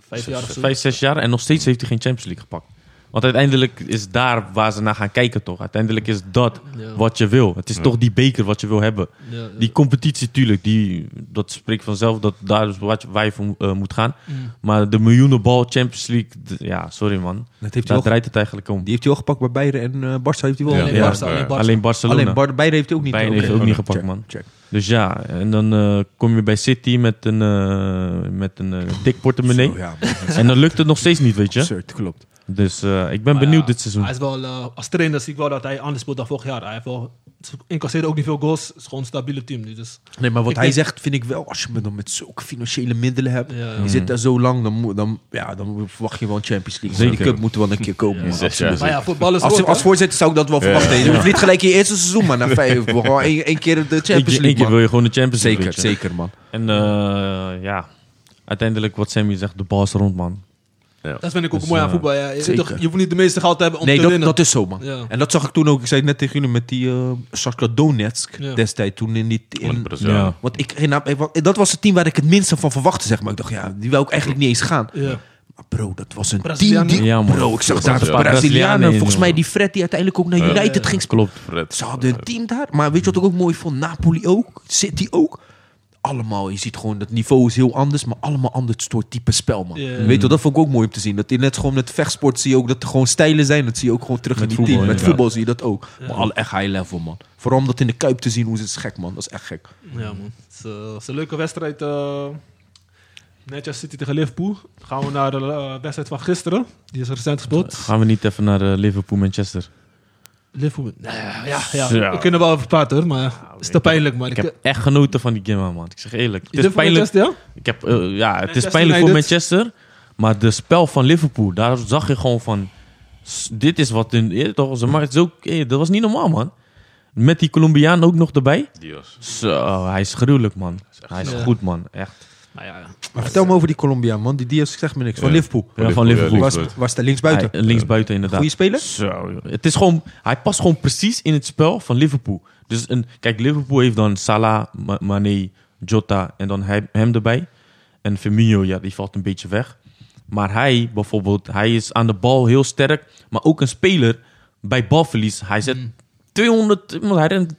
[SPEAKER 2] beetje- Vijf jaar of zo.
[SPEAKER 3] Vijf, zes jaar en nog steeds heeft hij geen Champions League gepakt. Want uiteindelijk is daar waar ze naar gaan kijken, toch? Uiteindelijk is dat
[SPEAKER 2] Ja.
[SPEAKER 3] wat je wil. Het is toch die beker wat je wil hebben.
[SPEAKER 2] Ja, ja.
[SPEAKER 3] Die competitie, tuurlijk, die, dat spreekt vanzelf. Dat daar is wat, je- waar je voor mo- eh, moet gaan.
[SPEAKER 2] Mm.
[SPEAKER 3] Maar de miljoenenbal Champions League, d- ja, sorry man.
[SPEAKER 4] Dat heeft hij
[SPEAKER 3] Daar
[SPEAKER 4] wel,
[SPEAKER 3] draait het eigenlijk om.
[SPEAKER 4] die heeft hij wel gepakt bij Bayern en eh Barca heeft hij wel.
[SPEAKER 1] Ja.
[SPEAKER 2] Alleen
[SPEAKER 4] Nee,
[SPEAKER 3] Ja.
[SPEAKER 2] Barca, alleen Barca.
[SPEAKER 3] Alleen Barcelona.
[SPEAKER 4] Alleen Bar Bayern heeft hij ook niet.
[SPEAKER 3] Bayern heeft
[SPEAKER 4] Oké.
[SPEAKER 3] hij ook niet
[SPEAKER 4] Check,
[SPEAKER 3] gepakt, man.
[SPEAKER 4] check.
[SPEAKER 3] dus ja, en dan eh, kom je bij City met een, eh, met een eh, dik portemonnee.
[SPEAKER 4] Zo, ja, man.
[SPEAKER 3] En dan lukt het nog steeds niet, weet je.
[SPEAKER 4] Absurd, klopt.
[SPEAKER 3] Dus eh, ik ben
[SPEAKER 2] Maar
[SPEAKER 3] benieuwd
[SPEAKER 2] ja,
[SPEAKER 3] dit seizoen.
[SPEAKER 2] Hij is wel, eh, als trainer zie ik wel dat hij anders speelt dan vorig jaar. Hij heeft wel, ze incasseerde ook niet veel goals. Het is gewoon een stabiele team nu. Dus,
[SPEAKER 4] Nee, maar wat
[SPEAKER 2] Ik
[SPEAKER 4] hij
[SPEAKER 2] denk-
[SPEAKER 4] zegt vind ik wel, als je me dan met zulke financiële middelen hebt,
[SPEAKER 2] Ja, ja.
[SPEAKER 4] je zit daar zo lang, dan, moet- dan, ja, dan verwacht je wel een Champions League. Zeker. Die cup moet wel een keer komen. man.
[SPEAKER 1] zes jaar.
[SPEAKER 4] Absoluut.
[SPEAKER 2] maar ja, voetballers
[SPEAKER 4] Als,
[SPEAKER 2] ook,
[SPEAKER 4] als
[SPEAKER 2] hè?
[SPEAKER 4] voorzitter zou ik dat wel verwachten. Je hoeft niet gelijk je eerste seizoen, maar na vijf, gewoon één, één keer de Champions
[SPEAKER 3] Eentje,
[SPEAKER 4] League,
[SPEAKER 3] eentje
[SPEAKER 4] man.
[SPEAKER 3] wil je gewoon de Champions League.
[SPEAKER 4] Zeker,
[SPEAKER 3] weet je.
[SPEAKER 4] zeker, man.
[SPEAKER 3] En eh, ja, uiteindelijk wat Sammy zegt, de bal is rond, man.
[SPEAKER 2] Dat vind ik ook
[SPEAKER 3] Dus,
[SPEAKER 2] mooi aan
[SPEAKER 3] eh,
[SPEAKER 2] voetbal. ja. Je, weet
[SPEAKER 4] zeker.
[SPEAKER 2] toch, je hoeft niet de meeste geld te hebben om
[SPEAKER 4] nee,
[SPEAKER 2] te
[SPEAKER 4] dat,
[SPEAKER 2] winnen.
[SPEAKER 4] dat is zo, man.
[SPEAKER 2] Ja.
[SPEAKER 4] En dat zag ik toen ook, ik zei het net tegen jullie, met die eh Shakhtar Donetsk
[SPEAKER 2] Ja.
[SPEAKER 4] destijds. Toen in die, in,
[SPEAKER 1] Met
[SPEAKER 3] Ja.
[SPEAKER 1] Brazil. Ja.
[SPEAKER 4] want ik, ging naar- want dat was het team waar ik het minste van verwachtte, zeg maar. Ik dacht, ja, die wil ik eigenlijk niet eens gaan.
[SPEAKER 2] Ja.
[SPEAKER 4] Maar bro, dat was een team
[SPEAKER 2] Brazilianen.
[SPEAKER 4] die...
[SPEAKER 3] Ja, man.
[SPEAKER 4] bro, ik zag
[SPEAKER 3] Er
[SPEAKER 4] daar
[SPEAKER 3] zaten
[SPEAKER 4] de
[SPEAKER 3] een paar Brazilianen
[SPEAKER 4] Brazilianen.
[SPEAKER 3] in,
[SPEAKER 4] Volgens mij
[SPEAKER 3] jongen.
[SPEAKER 4] die Fred die uiteindelijk ook naar
[SPEAKER 1] Ja.
[SPEAKER 4] United ging spelen.
[SPEAKER 3] Klopt.
[SPEAKER 1] Fred.
[SPEAKER 4] Ze hadden een team daar. Maar weet je wat ik ook mooi vond? Napoli ook, City ook. Allemaal, je ziet gewoon, dat niveau is heel anders, maar allemaal ander soort type spel, man.
[SPEAKER 2] Ja.
[SPEAKER 4] Weet je, dat vond ik ook mooi om te zien. Dat in net gewoon met vechtsport zie je ook dat er gewoon stijlen zijn. Dat zie je ook gewoon terug in die
[SPEAKER 3] voetbal,
[SPEAKER 4] team. Met
[SPEAKER 3] ja.
[SPEAKER 4] voetbal zie je dat ook. Maar alle echt high level, man. Vooral om dat in de kuip te zien, hoe ze het is gek, man. Dat is echt gek.
[SPEAKER 2] Ja, man. Het is, eh, het is een leuke wedstrijd. eh Manchester City tegen Liverpool. Gaan we naar de eh, wedstrijd van gisteren. Die is recent gespeeld.
[SPEAKER 3] Gaan we niet even naar eh, Liverpool, Manchester?
[SPEAKER 2] Liverpool. Nou ja, ja, ja.
[SPEAKER 3] Zo.
[SPEAKER 2] We kunnen wel even praten hoor, maar het is te pijnlijk. Maar
[SPEAKER 3] Ah, Ik
[SPEAKER 2] ik,
[SPEAKER 3] heb echt genoten van die game, man. Ik zeg eerlijk. Het is
[SPEAKER 2] Liverpool,
[SPEAKER 3] pijnlijk,
[SPEAKER 2] Manchester, ja?
[SPEAKER 3] ik heb, eh, ja, het is
[SPEAKER 2] Manchester
[SPEAKER 3] pijnlijk voor
[SPEAKER 2] United.
[SPEAKER 3] Manchester. Maar de spel van Liverpool, daar zag je gewoon van... s- Dit is wat hun... eh, Toch, ze maakt zo, eh, dat was niet normaal, man. Met die Colombiaan ook nog erbij.
[SPEAKER 1] Dios.
[SPEAKER 3] Zo, hij is gruwelijk, man. Hij is
[SPEAKER 2] Ja.
[SPEAKER 3] goed, man. Echt.
[SPEAKER 2] Maar ja,
[SPEAKER 4] Maar vertel me over die Colombiaan, man. Die Diaz zegt me niks. Van
[SPEAKER 1] Ja.
[SPEAKER 4] Liverpool.
[SPEAKER 3] Ja, van Liverpool.
[SPEAKER 4] Was, was daar linksbuiten.
[SPEAKER 3] Hij- linksbuiten, inderdaad.
[SPEAKER 4] Goeie speler?
[SPEAKER 3] Zo, joh. het is gewoon, hij past gewoon precies in het spel van Liverpool. Dus een, kijk, Liverpool heeft dan Salah, Ma- Mane, Jota en dan hij- hem erbij. En Firmino, ja, die valt een beetje weg. Maar hij bijvoorbeeld, hij is aan de bal heel sterk. Maar ook een speler bij balverlies. Hij zet 200, man, hij, rent,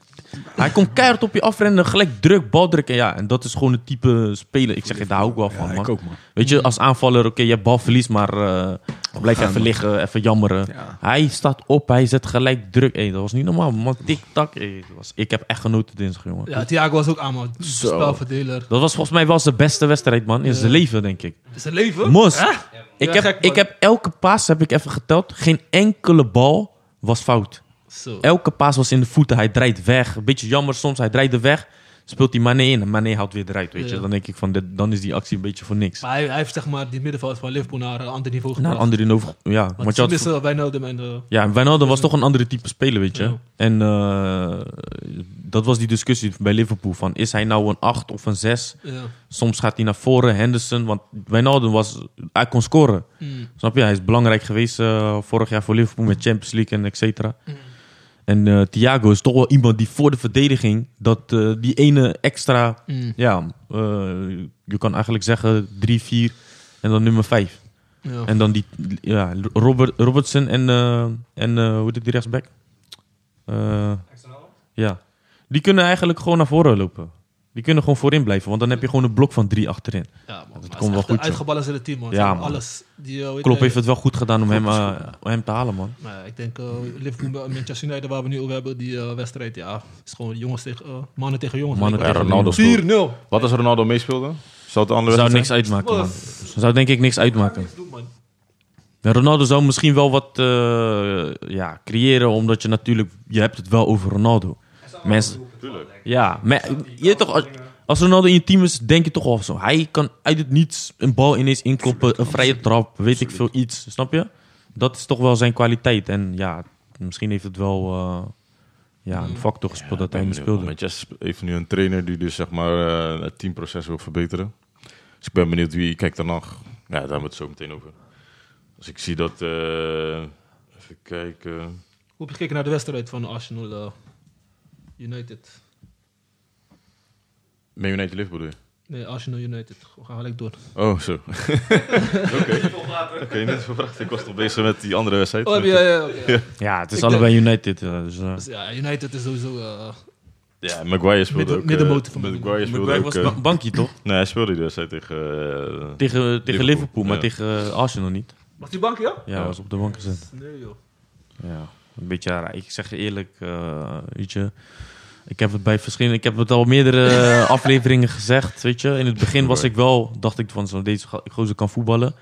[SPEAKER 3] hij komt keihard op je afrennen, gelijk druk, baldruk. En ja, en dat is gewoon het type speler. Ik zeg, je, daar hou ik wel van, eh, man.
[SPEAKER 4] man.
[SPEAKER 3] Weet je, als aanvaller, oké, je hebt balverlies, maar eh,
[SPEAKER 2] Oh,
[SPEAKER 3] blijf even liggen, even jammeren.
[SPEAKER 4] Ja.
[SPEAKER 3] Hij staat op, hij zet gelijk druk. Hey, dat was niet normaal, man. Tik-tak. Hey, dat was- ik heb echt genoten dinsdag, jongen.
[SPEAKER 2] ja, Thiago was ook aan, man. Spelverdeler.
[SPEAKER 3] Dat was volgens mij wel zijn beste wedstrijd, man. In zijn leven, denk ik.
[SPEAKER 2] Zijn leven?
[SPEAKER 3] Mos,
[SPEAKER 2] Hè?
[SPEAKER 3] ik,
[SPEAKER 2] Ja,
[SPEAKER 3] heb,
[SPEAKER 2] gek, man.
[SPEAKER 3] ik heb elke paas, heb ik even geteld, geen enkele bal was fout.
[SPEAKER 2] Zo.
[SPEAKER 3] Elke paas was in de voeten, hij draait weg. Een beetje jammer soms, hij draait er weg. Speelt die Mané in en Mané haalt weer eruit, weet je.
[SPEAKER 2] Ja.
[SPEAKER 3] Dan denk ik van, dit- dan is die actie een beetje voor niks.
[SPEAKER 2] Maar hij, hij heeft zeg maar die middenveld van Liverpool naar een ander niveau
[SPEAKER 3] Naar
[SPEAKER 2] gebracht.
[SPEAKER 3] een andere over, ja.
[SPEAKER 2] Want,
[SPEAKER 3] want je
[SPEAKER 2] ze
[SPEAKER 3] had-
[SPEAKER 2] missen Wijnaldum en... eh,
[SPEAKER 3] Ja, en Wijnaldum was toch een andere type speler, weet je.
[SPEAKER 2] Ja.
[SPEAKER 3] En eh, dat was die discussie bij Liverpool. Van, is hij nou een 8 of een 6?
[SPEAKER 2] ja.
[SPEAKER 3] Soms gaat hij naar voren, Henderson. Want Wijnaldum was... Hij kon scoren.
[SPEAKER 2] Mm.
[SPEAKER 3] Snap je? Hij is belangrijk geweest eh, vorig jaar voor Liverpool met Champions League en et cetera.
[SPEAKER 2] Mm.
[SPEAKER 3] En eh, Thiago is toch wel iemand die voor de verdediging... dat eh, die ene extra...
[SPEAKER 2] Mm.
[SPEAKER 3] Ja, eh, je kan eigenlijk zeggen 3, 4 en dan nummer 5.
[SPEAKER 2] Ja.
[SPEAKER 3] En dan die ja, Robert, Robertson en, eh, en eh, hoe heet die rechtsback? Eh, ja. Die kunnen eigenlijk gewoon naar voren lopen. Die kunnen gewoon voorin blijven, want dan heb je gewoon een blok van drie achterin.
[SPEAKER 2] Ja, man.
[SPEAKER 3] komt wel goed, joh.
[SPEAKER 2] Uitgebalanceerde team, man.
[SPEAKER 3] Ja,
[SPEAKER 2] Ze hebben
[SPEAKER 3] man.
[SPEAKER 2] Alles. Die, eh, weet
[SPEAKER 3] Klopt
[SPEAKER 2] je,
[SPEAKER 3] heeft het wel goed gedaan om hem, eh,
[SPEAKER 2] geschoten.
[SPEAKER 3] om hem te halen, man.
[SPEAKER 2] Maar ik denk eh, Liverpool, Manchester United, waar we nu over hebben, die eh, wedstrijd, ja, is gewoon jongens tegen, eh, mannen tegen jongens.
[SPEAKER 3] Mannen
[SPEAKER 1] Ja, Ronaldo speelt.
[SPEAKER 2] 4-0.
[SPEAKER 1] Wat als Ronaldo meespeelde? Zou het anders
[SPEAKER 3] Zou niks uitmaken, man. Zou denk ik niks uitmaken.
[SPEAKER 2] Niks doen, man.
[SPEAKER 3] Ja, Ronaldo zou misschien wel wat eh, ja, creëren, omdat je natuurlijk... Je hebt het wel over Ronaldo. Mensen, ja, maar je weet toch, als, als Ronaldo in je team is, denk je toch al zo. Hij kan uit het niets een bal ineens inkoppen, een vrije trap, weet ik veel, iets. Snap je? Dat is toch wel zijn kwaliteit. En ja, misschien heeft het wel eh, ja, een factor gespeeld dat hij hem speelde.
[SPEAKER 1] Manchester heeft nu een trainer die dus zeg maar eh, het teamproces wil verbeteren. Dus ik ben benieuwd wie kijkt er nog. Ja, daar hebben we het zo meteen over. Als ik zie dat... eh, even kijken.
[SPEAKER 2] Hoe heb je gekeken naar de wedstrijd van Arsenal eh, United?
[SPEAKER 1] Man United Liverpool bedoel je?
[SPEAKER 2] Nee, Arsenal United. We gaan gelijk door.
[SPEAKER 1] Oh, zo. Oké. Oké, net verwacht. Ik was toch bezig met die andere wedstrijd.
[SPEAKER 2] Oh, ja, ja, oké, ja.
[SPEAKER 3] Ja, het is
[SPEAKER 2] Ik
[SPEAKER 3] allebei United. eh, dus, eh.
[SPEAKER 2] Dus ja, United is sowieso... eh,
[SPEAKER 1] Ja, Maguire speelde
[SPEAKER 2] Midden-
[SPEAKER 1] ook... eh,
[SPEAKER 2] middenmotor van-
[SPEAKER 1] Maguire speelde
[SPEAKER 3] Maguire
[SPEAKER 1] ook...
[SPEAKER 3] was
[SPEAKER 1] eh,
[SPEAKER 3] ba- bankje, toch?
[SPEAKER 1] nee, hij speelde die wedstrijd tegen... eh,
[SPEAKER 3] Tegen, tegen Liverpool, maar
[SPEAKER 1] ja.
[SPEAKER 3] tegen eh, Arsenal niet.
[SPEAKER 2] was die bank, ja?
[SPEAKER 3] Ja, hij was op de bank gezet.
[SPEAKER 2] Nee, joh.
[SPEAKER 3] Ja, een beetje raar. Ik zeg je eerlijk, eh, weet je. Ik heb het bij verschillende, ik heb het al meerdere eh, afleveringen gezegd, weet je. In het begin was ik wel, dacht ik van zo, deze go- gozer kan voetballen.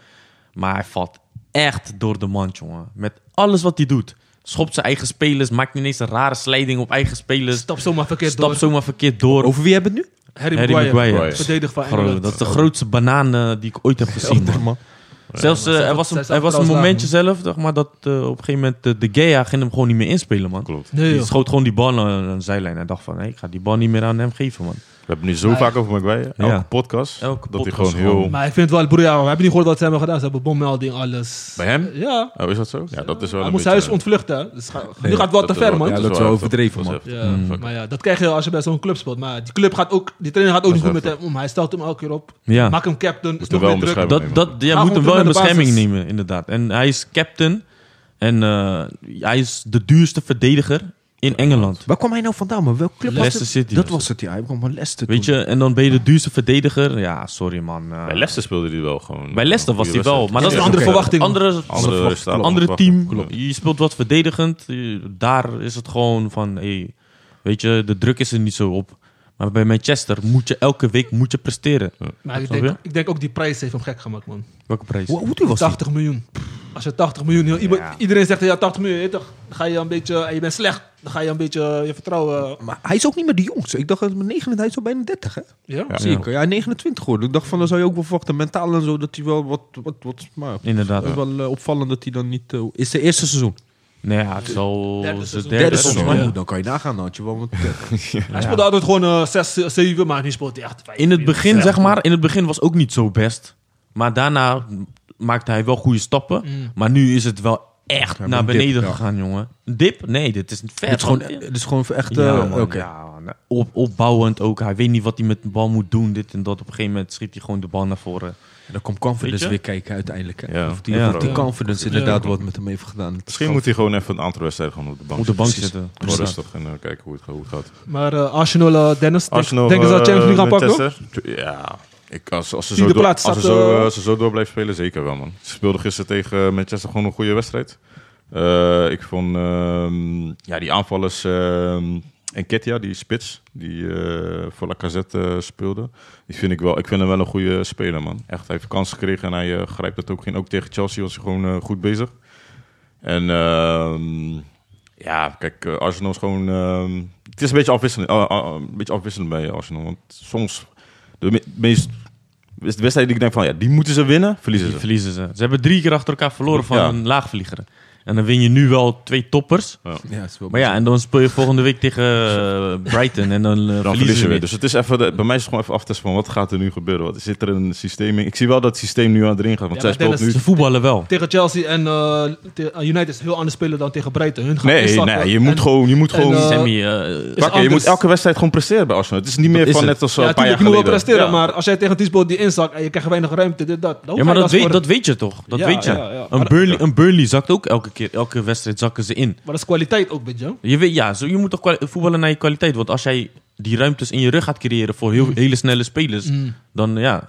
[SPEAKER 3] Maar hij valt echt door de mand, jongen. Met alles wat hij doet. Schopt zijn eigen spelers, maakt ineens een rare slijding op eigen spelers.
[SPEAKER 2] Dus Stap zomaar verkeerd
[SPEAKER 3] Stap
[SPEAKER 2] door.
[SPEAKER 3] zomaar verkeerd door.
[SPEAKER 5] Over wie hebben we het nu?
[SPEAKER 2] Harry,
[SPEAKER 3] Harry
[SPEAKER 2] Maguire.
[SPEAKER 3] Maguire.
[SPEAKER 2] Verdedig van
[SPEAKER 3] Bro,
[SPEAKER 2] Engeland.
[SPEAKER 3] dat is de grootste banaan eh, die ik ooit heb gezien. man.
[SPEAKER 5] man.
[SPEAKER 3] Zelfs, eh,
[SPEAKER 2] maar zij
[SPEAKER 3] er was
[SPEAKER 2] zat-
[SPEAKER 3] een,
[SPEAKER 2] zij
[SPEAKER 3] er
[SPEAKER 2] zat
[SPEAKER 3] was een
[SPEAKER 2] trouwens
[SPEAKER 3] momentje zelf, zeg maar, dat eh, op een gegeven moment eh, de Gea ging hem gewoon niet meer inspelen, man.
[SPEAKER 1] Klopt.
[SPEAKER 2] Nee,
[SPEAKER 3] Die
[SPEAKER 2] joh.
[SPEAKER 3] schoot gewoon die bal aan een zijlijn en dacht van, hé, ik ga die bal niet meer aan hem geven, man.
[SPEAKER 1] We hebben het nu zo vaak over Maguire. Elke
[SPEAKER 3] Ja.
[SPEAKER 1] podcast.
[SPEAKER 3] Elke
[SPEAKER 1] dat hij
[SPEAKER 3] podcast
[SPEAKER 1] gewoon heel...
[SPEAKER 2] Maar ik vind het wel broer, ja, we hebben niet gehoord wat ze hebben gedaan. Ze hebben bommelding, alles.
[SPEAKER 1] Bij hem?
[SPEAKER 2] Ja.
[SPEAKER 1] Oh, is dat zo? Ja, dat is wel
[SPEAKER 2] Hij moest
[SPEAKER 1] een beetje...
[SPEAKER 2] huis ontvluchten. hè. Dus ga- nu gaat het wel te ver, man.
[SPEAKER 5] Ja, dat is wel overdreven, man.
[SPEAKER 2] Ja,
[SPEAKER 1] Mm.
[SPEAKER 2] Mm. maar ja, dat krijg je als je bij zo'n club speelt. Maar die club gaat ook, die trainer gaat ook niet goed met hem om. Hij stelt hem elke keer op.
[SPEAKER 3] Ja,
[SPEAKER 2] Maak hem captain. Is
[SPEAKER 1] er
[SPEAKER 2] nog
[SPEAKER 1] wel
[SPEAKER 2] meer druk.
[SPEAKER 1] een
[SPEAKER 3] dat, dat, jij
[SPEAKER 2] Ga
[SPEAKER 3] moet hem
[SPEAKER 2] gewoon terug
[SPEAKER 3] wel in
[SPEAKER 2] naar de
[SPEAKER 3] bescherming
[SPEAKER 2] basis.
[SPEAKER 3] nemen, inderdaad. En hij is captain en eh, hij is de duurste verdediger in Engeland.
[SPEAKER 5] Waar kwam hij nou vandaan? Maar welk club
[SPEAKER 3] Leicester
[SPEAKER 5] was het?
[SPEAKER 3] City.
[SPEAKER 5] Dat was het, ja. Hij kwam van Leicester
[SPEAKER 3] Weet
[SPEAKER 5] toen.
[SPEAKER 3] je, en dan ben je de duurste verdediger. Ja, sorry, man. eh,
[SPEAKER 1] Bij Leicester speelde hij wel gewoon.
[SPEAKER 3] bij Leicester was hij wel, maar dat is
[SPEAKER 2] Ja,
[SPEAKER 3] een
[SPEAKER 2] oké.
[SPEAKER 3] andere verwachting.
[SPEAKER 1] Andere,
[SPEAKER 3] Andere
[SPEAKER 1] rust-
[SPEAKER 3] Een
[SPEAKER 1] andere
[SPEAKER 3] ander
[SPEAKER 1] verwachting.
[SPEAKER 3] team. Je speelt wat verdedigend. Je- Daar is het gewoon van, hey, weet je, de druk is er niet zo op. Maar bij Manchester moet je elke week moet je presteren.
[SPEAKER 2] Maar ik
[SPEAKER 3] Snap
[SPEAKER 2] denk, ik denk ook die prijs heeft hem gek gemaakt, man.
[SPEAKER 3] Welke prijs?
[SPEAKER 5] Hoe oud was hij?
[SPEAKER 2] 80 miljoen. Als je 80 miljoen... heel- iemand-
[SPEAKER 3] Ja.
[SPEAKER 2] Iedereen zegt, ja, 80 miljoen, weet je toch. Dan ga je een beetje... En je bent slecht. Dan ga je een beetje eh, je vertrouwen...
[SPEAKER 5] Maar hij is ook niet meer de jongste. Ik dacht, dat hij 29, hij is al bijna 30, hè?
[SPEAKER 2] Ja?
[SPEAKER 1] Ja.
[SPEAKER 5] Zeker. Ja, 29 hoor. Ik dacht van, dan zou je ook wel verwachten, mentaal en zo, dat hij wel wat... wat, wat maar het
[SPEAKER 3] Inderdaad.
[SPEAKER 5] is wel eh, opvallend dat hij dan niet... eh, is zijn eerste seizoen.
[SPEAKER 3] Nee, Nou ja, het is al
[SPEAKER 2] Derde
[SPEAKER 3] zijn
[SPEAKER 2] seizoen.
[SPEAKER 3] derde
[SPEAKER 5] Derde
[SPEAKER 2] Derde
[SPEAKER 5] seizoen.
[SPEAKER 3] seizoen.
[SPEAKER 2] ja.
[SPEAKER 5] Oeh, Dan kan je nagaan, dan had je wel... wat- eh,
[SPEAKER 2] Hij speelde altijd gewoon eh, 6, 7, maar nu speelt hij echt 5.
[SPEAKER 3] In het begin, zeg maar, in het begin was ook niet zo best. Maar daarna maakte hij wel goede stappen.
[SPEAKER 2] Mm.
[SPEAKER 3] Maar nu is het wel echt
[SPEAKER 5] Ja,
[SPEAKER 3] naar
[SPEAKER 5] een dip,
[SPEAKER 3] beneden
[SPEAKER 5] ja.
[SPEAKER 3] gegaan, jongen. Een dip? Nee, dit is ver.
[SPEAKER 5] Het is gewoon,
[SPEAKER 3] van-
[SPEAKER 5] het is gewoon echt... eh,
[SPEAKER 3] Ja, man,
[SPEAKER 5] Oké.
[SPEAKER 3] ja, man. Op, opbouwend ook. Hij weet niet wat hij met de bal moet doen. Dit en dat. Op een gegeven moment schiet hij gewoon de bal naar voren.
[SPEAKER 5] En dan komt
[SPEAKER 3] Weet
[SPEAKER 5] confidence
[SPEAKER 3] je?
[SPEAKER 5] weer kijken uiteindelijk. Hè?
[SPEAKER 1] Ja.
[SPEAKER 5] Of die,
[SPEAKER 3] Ja.
[SPEAKER 5] of die
[SPEAKER 2] Ja.
[SPEAKER 5] confidence inderdaad wat met hem heeft gedaan.
[SPEAKER 1] Misschien moet hij gewoon even een aantal wedstrijden gewoon op de bank
[SPEAKER 3] Op de bank
[SPEAKER 5] precies.
[SPEAKER 3] zitten.
[SPEAKER 1] Gewoon rustig en eh, kijken hoe het, hoe het gaat.
[SPEAKER 2] Maar eh, Arsenal, eh, Dennis, denk-
[SPEAKER 1] Arsenal,
[SPEAKER 2] denken ze dat Champions League gaan
[SPEAKER 1] eh,
[SPEAKER 2] pakken? hoor?
[SPEAKER 1] Manchester? Ja. Ik, als, als, ze
[SPEAKER 2] Tiende
[SPEAKER 1] zo door, als,
[SPEAKER 2] plaats
[SPEAKER 1] ze
[SPEAKER 2] staat,
[SPEAKER 1] zo,
[SPEAKER 2] eh,
[SPEAKER 1] als ze zo door blijven spelen, zeker wel, man. Ze speelden gisteren tegen eh, Manchester gewoon een goede wedstrijd. Eh, ik vond ehm, ja, die aanvallers ehm en Ketia, die spits, die eh, voor La Cazette speelde. Die vind ik wel, ik vind hem wel een goede speler, man. Echt, hij heeft kans gekregen en hij eh, grijpt het ook in. Ook tegen Chelsea was hij gewoon eh, goed bezig. En ehm, ja, kijk, eh, Arsenal is gewoon. ehm, het is een beetje afwisselend, ah, ah, een beetje afwisselend bij Arsenal. Want soms de me- meest. De wedstrijd die ik denk van ja, die moeten ze winnen, verliezen
[SPEAKER 3] Die
[SPEAKER 1] ze.
[SPEAKER 3] verliezen ze. Ze hebben drie keer achter elkaar verloren van
[SPEAKER 1] Ja.
[SPEAKER 3] een laagvlieger. En En dan win je nu wel twee toppers.
[SPEAKER 6] Ja, is wel
[SPEAKER 3] Maar ja, en dan speel je volgende week tegen eh, Brighton. En dan, eh,
[SPEAKER 1] Dan
[SPEAKER 3] verliezen
[SPEAKER 1] verliezen
[SPEAKER 3] ze
[SPEAKER 1] we
[SPEAKER 3] weer.
[SPEAKER 1] weer. Dus het is even, de- bij mij is het gewoon even aftesten van wat gaat er nu gebeuren. Wat, zit er een systeem in? Ik zie wel dat het systeem nu aan het erin gaat. Want
[SPEAKER 2] Ja,
[SPEAKER 1] zij
[SPEAKER 2] maar
[SPEAKER 1] speelt nu...
[SPEAKER 3] Ze voetballen wel.
[SPEAKER 2] Tegen Chelsea en eh, te- eh, United is heel anders spelen dan tegen Brighton. Hun gaan
[SPEAKER 1] Nee,
[SPEAKER 2] instappen
[SPEAKER 1] nee, je moet
[SPEAKER 2] en-
[SPEAKER 1] gewoon... Je moet
[SPEAKER 2] en,
[SPEAKER 1] gewoon
[SPEAKER 2] eh,
[SPEAKER 3] Sammy, eh,
[SPEAKER 2] is
[SPEAKER 1] pakken. Je moet
[SPEAKER 2] anders.
[SPEAKER 1] elke wedstrijd gewoon presteren bij Arsenal. Het is niet meer
[SPEAKER 3] is
[SPEAKER 1] van
[SPEAKER 3] het.
[SPEAKER 1] net als eh,
[SPEAKER 2] Ja,
[SPEAKER 1] een paar jaar
[SPEAKER 2] natuurlijk, je moet
[SPEAKER 1] geleden.
[SPEAKER 2] wel presteren.
[SPEAKER 1] Ja.
[SPEAKER 2] Maar als jij tegen die speelt die inzakt en je krijgt weinig ruimte, dit, dat. dan
[SPEAKER 3] ja,
[SPEAKER 2] ga
[SPEAKER 3] maar
[SPEAKER 2] je wel
[SPEAKER 3] dat weet,
[SPEAKER 2] scoren.
[SPEAKER 3] dat weet je toch? Dat
[SPEAKER 2] Ja,
[SPEAKER 3] weet je.
[SPEAKER 2] ja, ja.
[SPEAKER 3] Een, Burnley, een Burnley zakt ook elke keer. Elke wedstrijd zakken ze in.
[SPEAKER 2] Maar dat is kwaliteit ook, weet je.
[SPEAKER 3] Je, weet, ja, zo, je moet toch kwali- voetballen naar je kwaliteit. Want als jij die ruimtes in je rug gaat creëren voor heel, hele snelle spelers, dan ja.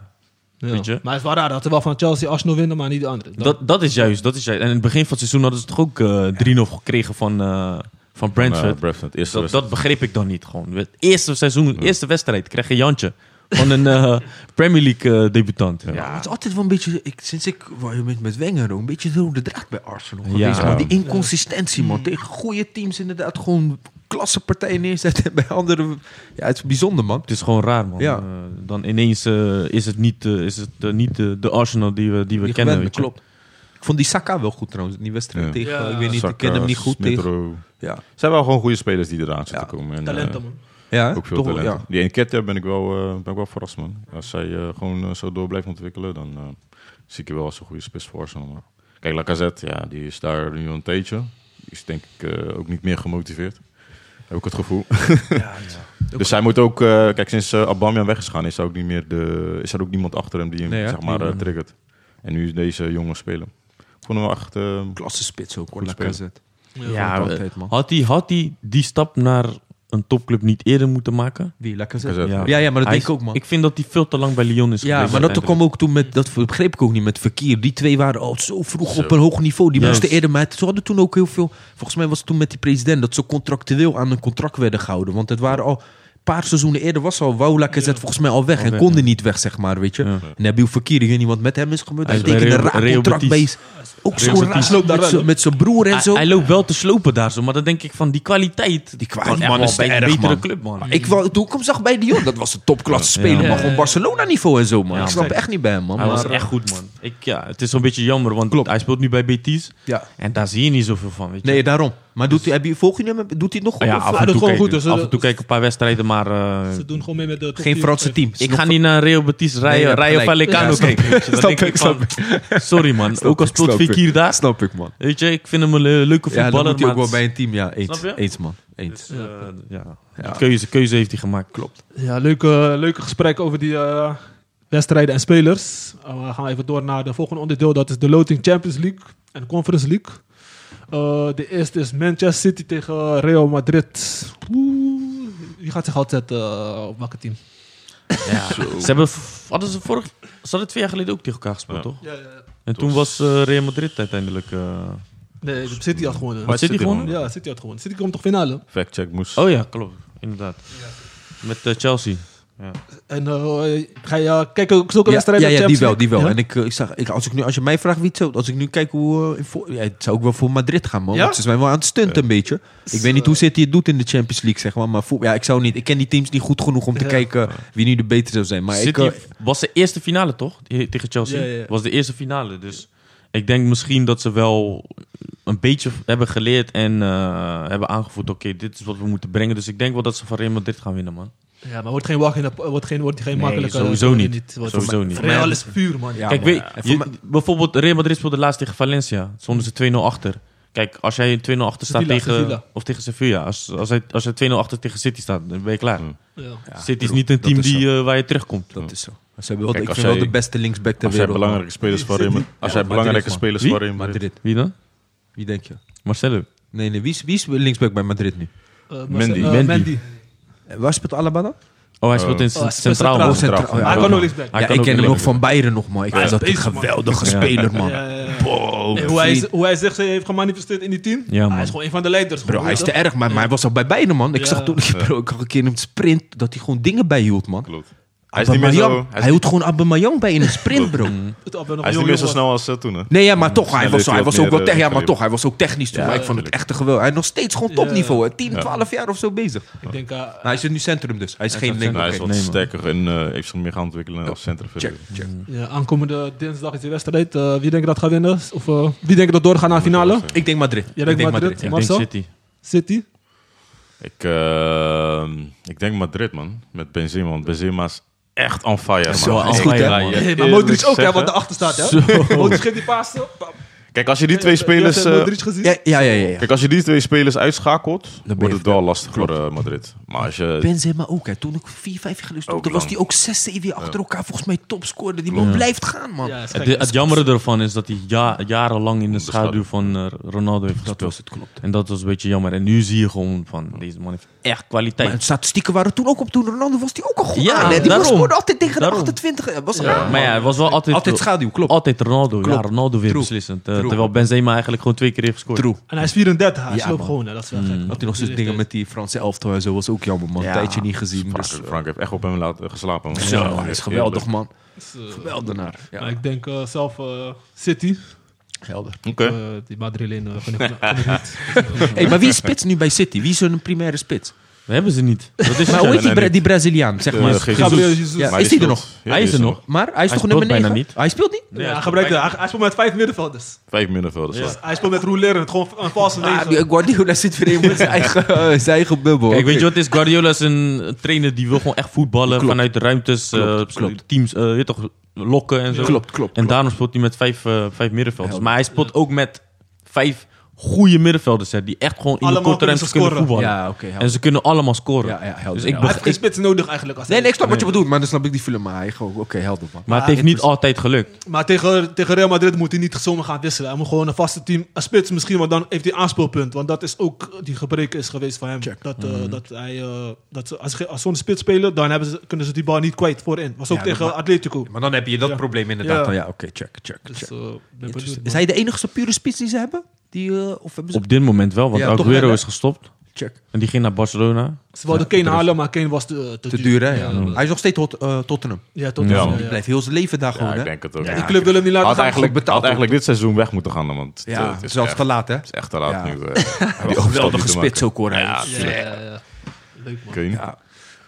[SPEAKER 2] Ja.
[SPEAKER 3] Weet je?
[SPEAKER 2] Maar het is wel raar dat ze wel van Chelsea Arsenal winnen, maar niet de andere. Dat,
[SPEAKER 3] Dat, dat is juist. Dat is juist. En in het begin van het seizoen hadden ze toch ook eh 3-0 gekregen van, eh, van
[SPEAKER 1] Nou,
[SPEAKER 3] Brentford.
[SPEAKER 1] Brentford, eerste
[SPEAKER 3] dat,
[SPEAKER 1] wedstrijd.
[SPEAKER 3] dat begreep ik dan niet gewoon. Het eerste seizoen, eerste wedstrijd krijg je Jantje van een eh, Premier League eh, debutant. Ja.
[SPEAKER 4] Het is altijd wel een beetje, ik, sinds ik waar je met, met Wenger ook, een beetje de rode draad bij Arsenal geweest.
[SPEAKER 3] Ja. Mm.
[SPEAKER 4] Man. Die inconsistentie, man. Tegen goede teams inderdaad gewoon klasse partijen neerzetten. En bij andere, ja, het is bijzonder, man.
[SPEAKER 3] Het is gewoon raar, man.
[SPEAKER 4] Ja.
[SPEAKER 3] Eh, dan ineens eh, is het niet, eh, is het, eh, niet eh, de Arsenal die we, die we
[SPEAKER 4] Die
[SPEAKER 3] kennen.
[SPEAKER 4] gewend,
[SPEAKER 3] weet je.
[SPEAKER 4] klopt. Ik vond die Saka wel goed trouwens. Die wedstrijd
[SPEAKER 1] Ja.
[SPEAKER 4] tegen,
[SPEAKER 2] Ja.
[SPEAKER 4] ik weet niet, ik
[SPEAKER 1] Saka,
[SPEAKER 4] ken hem niet goed
[SPEAKER 1] Smith
[SPEAKER 4] tegen.
[SPEAKER 1] Rowe.
[SPEAKER 4] Ja,
[SPEAKER 1] Het zijn wel gewoon goede spelers die eraan zitten
[SPEAKER 4] Ja,
[SPEAKER 1] komen. En,
[SPEAKER 2] talenten,
[SPEAKER 1] eh,
[SPEAKER 2] man.
[SPEAKER 4] ja
[SPEAKER 1] ook veel
[SPEAKER 4] toch wel,
[SPEAKER 1] talenten.
[SPEAKER 4] ja.
[SPEAKER 1] Die Enketia ben ik wel, eh, ben ik wel verrast, man. Als zij eh, gewoon eh, zo door blijft ontwikkelen, dan eh, zie ik je wel als een goede spits voor Arsenal. Maar... Kijk, Lacazette, ja, die is daar nu al een tijdje. Die is denk ik eh, ook niet meer gemotiveerd. Heb ik het gevoel. dus zij moet ook... eh, kijk, sinds eh Aubameyang weg is gegaan, is er ook, niet meer de, is er ook niemand achter hem die hem
[SPEAKER 4] Nee, hè?
[SPEAKER 1] zeg maar, eh, triggert. En nu is deze jongen spelen. Ik vond hem wel echt... eh,
[SPEAKER 4] Klasse spits ook, hoor.
[SPEAKER 1] Goed spelen.
[SPEAKER 4] Lacazette.
[SPEAKER 3] Ja,
[SPEAKER 4] Ja,
[SPEAKER 3] eh,
[SPEAKER 4] altijd, man.
[SPEAKER 3] had hij had hij die stap naar een topclub niet eerder moeten maken?
[SPEAKER 4] Wie, Lacazette?
[SPEAKER 1] Lacazette.
[SPEAKER 3] Ja.
[SPEAKER 4] Ja, ja, maar dat
[SPEAKER 3] Hij
[SPEAKER 4] denk ik
[SPEAKER 3] is-
[SPEAKER 4] ook, man.
[SPEAKER 3] Ik vind dat hij veel te lang bij Lyon is
[SPEAKER 4] Ja,
[SPEAKER 3] geweest.
[SPEAKER 4] maar dat kwam
[SPEAKER 3] uiteindelijk.
[SPEAKER 4] ook toen met, dat begreep ik ook niet, met verkeer. Die twee waren al zo vroeg
[SPEAKER 1] Zo.
[SPEAKER 4] op een hoog niveau. Die
[SPEAKER 3] Juist.
[SPEAKER 4] moesten eerder, maar ze hadden toen ook heel veel, volgens mij was het toen met die president, dat ze contractueel aan een contract werden gehouden. Want het waren al, een paar seizoenen eerder was al Woula Lacazette volgens mij al weg en
[SPEAKER 3] weg,
[SPEAKER 4] konden niet weg, zeg maar, weet je. En Nabil Verkeer, ik weet niet wat met hem is gebeurd.
[SPEAKER 3] Hij
[SPEAKER 4] Hij
[SPEAKER 3] is bij
[SPEAKER 4] tekende een
[SPEAKER 3] Real-
[SPEAKER 4] raar
[SPEAKER 3] Real
[SPEAKER 4] contract bij,
[SPEAKER 3] Betis.
[SPEAKER 4] ook
[SPEAKER 3] Real
[SPEAKER 4] zo raar,
[SPEAKER 3] Betis.
[SPEAKER 4] met z'n- met zijn broer en
[SPEAKER 3] Hij,
[SPEAKER 4] zo.
[SPEAKER 3] hij loopt wel te slopen daar zo, maar dan denk ik van die kwaliteit. Die
[SPEAKER 4] kwaliteit, man, is te
[SPEAKER 3] bij een
[SPEAKER 4] erg,
[SPEAKER 3] betere
[SPEAKER 4] man.
[SPEAKER 3] club, man.
[SPEAKER 4] Maar ik wou, toen ik hem zag bij Dion, dat was een topklasse speler,
[SPEAKER 3] Ja.
[SPEAKER 4] maar gewoon Barcelona niveau en zo, man.
[SPEAKER 3] Ja,
[SPEAKER 4] ik snap
[SPEAKER 3] kijk.
[SPEAKER 4] echt niet bij hem, man.
[SPEAKER 3] Hij was
[SPEAKER 4] Maar,
[SPEAKER 3] echt goed, man. Ik, ja, het is een beetje jammer, want hij speelt nu bij Betis.
[SPEAKER 4] ja. Dus-
[SPEAKER 3] En daar zie je niet zoveel van, weet je.
[SPEAKER 4] Nee, daarom. Maar doet hij, heb je, volg je hem? Doet hij het nog goed?
[SPEAKER 3] Oh ja,
[SPEAKER 4] of-
[SPEAKER 3] af
[SPEAKER 2] hij
[SPEAKER 3] en
[SPEAKER 2] doet
[SPEAKER 3] toe
[SPEAKER 2] gewoon
[SPEAKER 3] kijk-
[SPEAKER 2] goed, dus, eh,
[SPEAKER 3] af en toe kijk ik een paar wedstrijden, maar... eh,
[SPEAKER 2] Ze doen gewoon mee met de top
[SPEAKER 4] geen
[SPEAKER 2] vier.
[SPEAKER 4] Franse team.
[SPEAKER 3] ik ga niet naar Real Betis
[SPEAKER 4] Nee, je
[SPEAKER 3] rijden,
[SPEAKER 4] hebt
[SPEAKER 3] rijden of
[SPEAKER 4] gelijk.
[SPEAKER 3] Vallecano
[SPEAKER 4] Ja, snap
[SPEAKER 3] kijken. weet je. Dan
[SPEAKER 4] Snap
[SPEAKER 3] denk
[SPEAKER 4] ik,
[SPEAKER 3] ik van, Sorry man, ook al
[SPEAKER 4] als
[SPEAKER 3] speelt Fekir daar.
[SPEAKER 4] Snap ik, man.
[SPEAKER 3] Weet je, ik vind hem een le- leuke
[SPEAKER 4] Ja, dan
[SPEAKER 3] voetballer,
[SPEAKER 4] moet hij ook
[SPEAKER 3] maar
[SPEAKER 4] wel bij een team. Ja, eens.
[SPEAKER 3] Snap je?
[SPEAKER 4] Eens, man. Eens.
[SPEAKER 3] het is, eh, ja.
[SPEAKER 4] Ja.
[SPEAKER 3] Die Keuze, keuze heeft hij gemaakt. Klopt.
[SPEAKER 2] Ja, leuke, leuke gesprekken over die eh, wedstrijden en spelers. Eh, we gaan even door naar de volgende onderdeel. Dat is de loting Champions League en Conference League. Eh, de eerste is Manchester City tegen eh, Real Madrid. Oeh, wie gaat zich altijd eh, op welke team?
[SPEAKER 4] Oh.
[SPEAKER 3] Ze hebben, v- hadden ze vorig, ze hadden twee jaar geleden ook tegen elkaar gespeeld,
[SPEAKER 1] Ja.
[SPEAKER 3] toch?
[SPEAKER 2] Ja,
[SPEAKER 3] En toen was eh, Real Madrid uiteindelijk... eh,
[SPEAKER 2] Nee, City had gewonnen.
[SPEAKER 1] Maar-
[SPEAKER 3] Had City
[SPEAKER 1] City
[SPEAKER 3] gewonnen?
[SPEAKER 2] Ja, City had gewonnen. City komt toch finale?
[SPEAKER 1] Factcheck moest...
[SPEAKER 3] Oh ja, klopt. Inderdaad. Met eh, Chelsea.
[SPEAKER 2] En eh, ga je eh, kijken ook zulke
[SPEAKER 4] Ja,
[SPEAKER 2] wedstrijden?
[SPEAKER 4] ja, ja, die
[SPEAKER 2] Champions
[SPEAKER 4] wel, die wel.
[SPEAKER 2] League?
[SPEAKER 4] En ik, eh, ik zag, ik, als, ik nu, als je mij vraagt wie het zou... Als ik nu kijk hoe... eh, in voor- ja, het zou ook wel voor Madrid gaan, man.
[SPEAKER 2] Ja?
[SPEAKER 4] Want ze zijn wel aan het stunten een beetje.
[SPEAKER 3] Dus,
[SPEAKER 4] Ik
[SPEAKER 3] eh,
[SPEAKER 4] weet niet hoe City het doet in de Champions League, zeg maar. Maar voor- ja, ik zou niet... Ik ken die teams niet goed genoeg om te
[SPEAKER 2] Ja.
[SPEAKER 4] kijken wie nu de betere zou zijn. Maar ik...
[SPEAKER 3] City
[SPEAKER 4] eh,
[SPEAKER 3] was de eerste finale, toch? Die- Tegen Chelsea.
[SPEAKER 2] Ja, ja, ja.
[SPEAKER 3] Was de eerste finale. Dus ik denk misschien dat ze wel een beetje hebben geleerd en eh, hebben aangevoerd... oké, dit is wat we moeten brengen. Dus ik denk wel dat ze van Real Madrid gaan winnen, man.
[SPEAKER 2] Ja, maar wordt geen, walk in the- wordt geen, wordt geen eh,
[SPEAKER 3] Nee,
[SPEAKER 2] makkelijke...
[SPEAKER 3] sowieso
[SPEAKER 2] wordt
[SPEAKER 3] niet.
[SPEAKER 2] wordt-
[SPEAKER 3] Sowieso niet.
[SPEAKER 2] Real is puur, man.
[SPEAKER 4] ja,
[SPEAKER 3] Kijk,
[SPEAKER 4] man.
[SPEAKER 3] weet,
[SPEAKER 4] En voor
[SPEAKER 3] je-
[SPEAKER 4] mij-
[SPEAKER 3] bijvoorbeeld Real Madrid speelde laatst tegen Valencia. Stonden ze 2-0 achter. Kijk, als jij 2-0 achter staat
[SPEAKER 2] Sevilla,
[SPEAKER 3] tegen...
[SPEAKER 2] Sevilla.
[SPEAKER 3] Of tegen Sevilla. Als, als, hij, als hij 2-0 achter tegen City staat, dan ben je klaar.
[SPEAKER 1] Hmm.
[SPEAKER 2] Ja.
[SPEAKER 3] City is niet een
[SPEAKER 4] eh, dat
[SPEAKER 3] team
[SPEAKER 4] is
[SPEAKER 3] die, eh, waar je terugkomt.
[SPEAKER 4] Dat is zo. Ze hebben wel,
[SPEAKER 1] Kijk,
[SPEAKER 4] ik
[SPEAKER 1] als
[SPEAKER 4] vind wel
[SPEAKER 1] jij-
[SPEAKER 4] de beste linksback ter
[SPEAKER 1] Als jij
[SPEAKER 4] wereld. man.
[SPEAKER 1] belangrijke spelers voor Real Madrid- als jij
[SPEAKER 4] Madrid,
[SPEAKER 1] belangrijke
[SPEAKER 4] man.
[SPEAKER 1] spelers
[SPEAKER 3] Wie?
[SPEAKER 1] voor Real Madrid-
[SPEAKER 4] Madrid.
[SPEAKER 3] Wie dan?
[SPEAKER 4] Wie denk je?
[SPEAKER 3] Marcelo.
[SPEAKER 4] Nee, nee. Wie is, wie is linksback bij Madrid nu?
[SPEAKER 2] Eh, maar-
[SPEAKER 1] Mendy.
[SPEAKER 2] eh,
[SPEAKER 3] Mendy.
[SPEAKER 4] Eh, Waar speelt Alaba dan?
[SPEAKER 3] Oh, hij
[SPEAKER 4] Eh,
[SPEAKER 3] speelt in
[SPEAKER 2] Oh, hij speelt
[SPEAKER 3] Centraal.
[SPEAKER 2] centraal.
[SPEAKER 3] Oh,
[SPEAKER 1] centraal.
[SPEAKER 4] Centraal,
[SPEAKER 1] Ja,
[SPEAKER 2] Maar hij
[SPEAKER 4] ja.
[SPEAKER 2] kan ook linksback.
[SPEAKER 3] Hij
[SPEAKER 4] Ja,
[SPEAKER 3] kan
[SPEAKER 4] ik
[SPEAKER 3] ook
[SPEAKER 4] ken hem
[SPEAKER 3] linksback.
[SPEAKER 4] nog van Bayern nog, man. Ik
[SPEAKER 2] Hij
[SPEAKER 4] vind
[SPEAKER 2] is
[SPEAKER 4] dat een
[SPEAKER 2] bezig, man.
[SPEAKER 4] geweldige
[SPEAKER 3] Ja.
[SPEAKER 4] speler, man.
[SPEAKER 2] Ja, ja, ja.
[SPEAKER 4] Wow,
[SPEAKER 2] En Eh, hoe, hij,
[SPEAKER 4] vriend.
[SPEAKER 2] hoe hij zich eh, heeft gemanifesteerd in die team.
[SPEAKER 3] Ja, man.
[SPEAKER 2] hij is gewoon een van de leiders.
[SPEAKER 4] Bro,
[SPEAKER 2] gewoon,
[SPEAKER 4] hij is
[SPEAKER 2] weet
[SPEAKER 4] te
[SPEAKER 2] je?
[SPEAKER 4] erg, maar, maar hij was al bij beide, man. Ik
[SPEAKER 2] Ja.
[SPEAKER 4] zag toen, bro, ik had een keer in een sprint dat hij gewoon dingen bijhield, man.
[SPEAKER 1] Klopt. Hij is niet meer
[SPEAKER 4] Aubameyang.
[SPEAKER 1] zo- hij is
[SPEAKER 4] Hij hield gewoon Aubameyang bij in een sprint, bro.
[SPEAKER 2] Het Abbe nog
[SPEAKER 1] Hij is
[SPEAKER 2] heel
[SPEAKER 1] niet meer zo
[SPEAKER 2] jong
[SPEAKER 1] snel als eh, toen, hè?
[SPEAKER 4] Nee, ja, maar toch,
[SPEAKER 1] Sneller
[SPEAKER 4] hij was,
[SPEAKER 1] is hij
[SPEAKER 4] hij
[SPEAKER 1] wat
[SPEAKER 4] was ook
[SPEAKER 1] meer,
[SPEAKER 4] wel tech,
[SPEAKER 1] eh,
[SPEAKER 4] ja, maar
[SPEAKER 1] gericht.
[SPEAKER 4] toch, hij was ook technisch toen.
[SPEAKER 1] Ja,
[SPEAKER 4] maar ik vond het
[SPEAKER 1] tuurlijk.
[SPEAKER 4] echt een geweldig. Hij is nog steeds gewoon
[SPEAKER 2] Ja.
[SPEAKER 4] topniveau, hè. 10,
[SPEAKER 1] Ja.
[SPEAKER 4] 12 jaar of zo bezig.
[SPEAKER 2] was. Ik denk, eh,
[SPEAKER 4] Nou, hij zit nu centrum dus. Hij is
[SPEAKER 3] Hij
[SPEAKER 4] geen
[SPEAKER 3] is
[SPEAKER 4] link.
[SPEAKER 1] Nou, hij is
[SPEAKER 4] oké.
[SPEAKER 1] wat
[SPEAKER 3] nee, man.
[SPEAKER 1] sterker en eh, heeft zich meer gaan ontwikkelen als
[SPEAKER 4] Check,
[SPEAKER 1] centerveld.
[SPEAKER 4] check.
[SPEAKER 2] ja, aankomende dinsdag is de wedstrijd. Eh, wie denk je dat gaat winnen? Of eh, wie denk je dat doorgaat naar de finale?
[SPEAKER 4] Ik denk Madrid.
[SPEAKER 2] Jij denkt Madrid?
[SPEAKER 3] Ik denk
[SPEAKER 2] Marcel?
[SPEAKER 3] City.
[SPEAKER 2] City?
[SPEAKER 1] Ik, eh, ik denk Madrid, man. Met Benzema. Want Benzema is echt on fire, man.
[SPEAKER 4] Zo,
[SPEAKER 1] Ik
[SPEAKER 4] is
[SPEAKER 1] moet
[SPEAKER 4] goed, hè?
[SPEAKER 1] eerlijk
[SPEAKER 3] Ja, ja.
[SPEAKER 2] Hey, maar Modric ook, hè,
[SPEAKER 1] zeggen-
[SPEAKER 2] wat erachter staat. Hè? Modric geeft die paas.
[SPEAKER 1] Kijk, als je die twee spelers... eh,
[SPEAKER 2] Modric gezien?
[SPEAKER 4] Ja, ja, ja. ja, ja.
[SPEAKER 1] Kijk, als je die twee spelers uitschakelt,
[SPEAKER 4] ben je
[SPEAKER 1] wordt het wel lastig voor eh, Madrid. Maar als je...
[SPEAKER 4] Benzema ook, hè. Toen ik 4, 5 jaar geleden
[SPEAKER 1] Ook
[SPEAKER 4] stopte,
[SPEAKER 1] lang.
[SPEAKER 4] was hij ook 6, 7 jaar achter elkaar volgens mij topscorer. Die man blijft gaan, man.
[SPEAKER 2] Ja, is gek.
[SPEAKER 3] Het, het jammere ervan is dat hij ja, jarenlang in de schaduw
[SPEAKER 1] schaduw.
[SPEAKER 3] van eh, Ronaldo heeft
[SPEAKER 4] Dat
[SPEAKER 3] gespeeld.
[SPEAKER 4] was het, klopt.
[SPEAKER 3] En dat was een beetje jammer. En nu zie je gewoon van, deze man heeft echt
[SPEAKER 4] Maar
[SPEAKER 3] kwaliteit.
[SPEAKER 4] de statistieken waren toen ook op. Toen Ronaldo was hij ook al goed
[SPEAKER 3] Ja,
[SPEAKER 4] aan, hè. Die
[SPEAKER 3] daarom.
[SPEAKER 4] was scoorde altijd tegen
[SPEAKER 3] Daarom.
[SPEAKER 4] de 28. Ja, was
[SPEAKER 2] Ja.
[SPEAKER 4] raar,
[SPEAKER 3] Maar ja, het was wel altijd...
[SPEAKER 4] Altijd schaduw, klopt.
[SPEAKER 3] Altijd Ronaldo. Ja,
[SPEAKER 4] Klopt.
[SPEAKER 3] Ronaldo weer
[SPEAKER 4] True.
[SPEAKER 3] beslissend. Eh,
[SPEAKER 4] True.
[SPEAKER 3] terwijl Benzema eigenlijk gewoon twee keer heeft gescoord.
[SPEAKER 4] True.
[SPEAKER 2] En hij is 34, hij
[SPEAKER 4] Ja,
[SPEAKER 2] sloopt
[SPEAKER 4] man. Mm.
[SPEAKER 2] gewoon. Hè. Dat is wel gek.
[SPEAKER 4] Had hij nog zo'n
[SPEAKER 2] Die
[SPEAKER 4] dingen
[SPEAKER 2] leeftijd.
[SPEAKER 4] met die Franse elftal en zo. Was ook jammer, man.
[SPEAKER 3] Ja.
[SPEAKER 4] Tijdje niet gezien.
[SPEAKER 1] Frank,
[SPEAKER 4] Dus, eh,
[SPEAKER 1] Frank heeft echt op hem laten geslapen. man.
[SPEAKER 4] zo,
[SPEAKER 1] Ja,
[SPEAKER 4] hij is
[SPEAKER 1] echt
[SPEAKER 4] geweldig,
[SPEAKER 1] eerlijk.
[SPEAKER 4] man.
[SPEAKER 2] Dus, eh,
[SPEAKER 4] Geweldenaar. Ja,
[SPEAKER 2] Maar ik denk eh, zelf eh, City.
[SPEAKER 4] helder.
[SPEAKER 1] Oké.
[SPEAKER 2] Eh, die Madrilen eh, vind ik vind ik niet.
[SPEAKER 4] Hey, maar wie is spits nu bij City? Wie is hun primaire spits?
[SPEAKER 3] We hebben ze niet. Dat is
[SPEAKER 4] Maar hoe
[SPEAKER 3] het.
[SPEAKER 4] heet die,
[SPEAKER 1] nee,
[SPEAKER 4] Bra-
[SPEAKER 1] nee.
[SPEAKER 4] die Braziliaan, zeg
[SPEAKER 1] Eh,
[SPEAKER 4] maar?
[SPEAKER 1] Jezus.
[SPEAKER 2] Gabriel
[SPEAKER 1] Maar
[SPEAKER 2] Jesus.
[SPEAKER 4] Ja.
[SPEAKER 2] Ja.
[SPEAKER 4] Is die er
[SPEAKER 1] speelt.
[SPEAKER 4] nog?
[SPEAKER 1] Ja,
[SPEAKER 3] Hij is er nog.
[SPEAKER 4] Maar hij is
[SPEAKER 3] Hij
[SPEAKER 4] toch
[SPEAKER 3] speelt
[SPEAKER 4] nummer 9?
[SPEAKER 3] bijna niet.
[SPEAKER 4] Hij speelt niet?
[SPEAKER 2] hij, gebruikt, hij, hij speelt met vijf middenvelders.
[SPEAKER 1] Vijf middenvelders.
[SPEAKER 2] Dus hij speelt met rouleren, het gewoon een valse
[SPEAKER 4] Ah,
[SPEAKER 2] negen.
[SPEAKER 4] Guardiola zit weer in zijn eigen, eh, zijn eigen bubbel.
[SPEAKER 3] Kijk,
[SPEAKER 4] Oké.
[SPEAKER 3] weet je wat het is? Guardiola is een trainer die wil gewoon echt voetballen
[SPEAKER 4] Klopt.
[SPEAKER 3] vanuit de ruimtes, eh,
[SPEAKER 4] Klopt, klopt.
[SPEAKER 3] teams, eh, weet je toch, lokken en zo.
[SPEAKER 4] Klopt, klopt.
[SPEAKER 3] En daarom speelt hij met vijf, eh, vijf middenvelders. Maar hij speelt ook met vijf goede middenvelders, hè, die echt gewoon in
[SPEAKER 2] Allemaal
[SPEAKER 3] de korte
[SPEAKER 2] kunnen
[SPEAKER 3] ruimtes
[SPEAKER 2] ze
[SPEAKER 3] kunnen
[SPEAKER 2] scoren.
[SPEAKER 3] voetballen.
[SPEAKER 4] Ja, oké. helder.
[SPEAKER 3] En ze kunnen allemaal scoren.
[SPEAKER 4] Ja, ja,
[SPEAKER 3] dus
[SPEAKER 4] helder.
[SPEAKER 3] ik
[SPEAKER 4] Ja.
[SPEAKER 2] Hij heeft
[SPEAKER 3] begrijp...
[SPEAKER 2] geen spits nodig eigenlijk. Als
[SPEAKER 4] Nee, nee, ik snap wat je
[SPEAKER 3] Nee.
[SPEAKER 4] bedoelt, maar dan snap ik die film. Maar hij gewoon, oké, helder man.
[SPEAKER 3] Maar het heeft niet altijd gelukt.
[SPEAKER 2] Maar tegen, tegen Real Madrid moet hij niet zomaar gaan wisselen. Hij moet gewoon een vaste team, een spits misschien, want dan heeft hij een aanspeelpunt. Want dat is ook eh, die gebreken is geweest van hem.
[SPEAKER 4] Check. Mhm.
[SPEAKER 2] Dat, eh, dat hij, eh, dat ze, als, ge- als zo'n spits spelen, dan hebben ze, kunnen ze die bal niet kwijt voorin. Was ook
[SPEAKER 4] Ja,
[SPEAKER 2] tegen
[SPEAKER 4] dat ma-
[SPEAKER 2] Atletico.
[SPEAKER 4] Maar dan heb je dat
[SPEAKER 2] Ja.
[SPEAKER 4] probleem inderdaad.
[SPEAKER 2] Ja.
[SPEAKER 4] Ja, oké, check, check,
[SPEAKER 2] Dus,
[SPEAKER 4] check.
[SPEAKER 2] eh, ben benieuwd,
[SPEAKER 4] Interesting.
[SPEAKER 2] man.
[SPEAKER 4] Is hij de enige pure spits die ze hebben? Die, eh, of hebben ze...
[SPEAKER 3] Op dit moment wel, want
[SPEAKER 4] Ja, toch wel,
[SPEAKER 3] Aguero
[SPEAKER 4] hè?
[SPEAKER 3] is gestopt.
[SPEAKER 4] check.
[SPEAKER 3] En die ging naar Barcelona.
[SPEAKER 2] Ze wilden Kane halen, maar Kane was te,
[SPEAKER 4] Te duur, hè? Ja.
[SPEAKER 2] Ja,
[SPEAKER 4] Hij is nog steeds tot, eh, Tottenham.
[SPEAKER 2] ja, tot
[SPEAKER 1] Ja,
[SPEAKER 2] dus,
[SPEAKER 1] man.
[SPEAKER 2] eh,
[SPEAKER 4] Die
[SPEAKER 2] ja.
[SPEAKER 4] blijft heel zijn leven daar
[SPEAKER 1] Ja,
[SPEAKER 4] gewoon,
[SPEAKER 1] ik
[SPEAKER 4] hè?
[SPEAKER 1] denk het ook.
[SPEAKER 2] Die
[SPEAKER 1] Ja.
[SPEAKER 2] club wil hem niet laten
[SPEAKER 1] Had
[SPEAKER 2] Nou, gaan.
[SPEAKER 1] eigenlijk,
[SPEAKER 4] betaald
[SPEAKER 1] had eigenlijk dit seizoen weg moeten gaan, dan, want eh,
[SPEAKER 4] Ja,
[SPEAKER 1] het is
[SPEAKER 4] zelfs
[SPEAKER 1] echt-
[SPEAKER 4] te laat, hè?
[SPEAKER 1] het is echt te laat
[SPEAKER 4] Ja.
[SPEAKER 1] nu. eh.
[SPEAKER 4] Die geweldige spits ook, hoor. hè.
[SPEAKER 1] Ja,
[SPEAKER 2] Ja, ja, ja. Leuk man.
[SPEAKER 1] Kun je niet?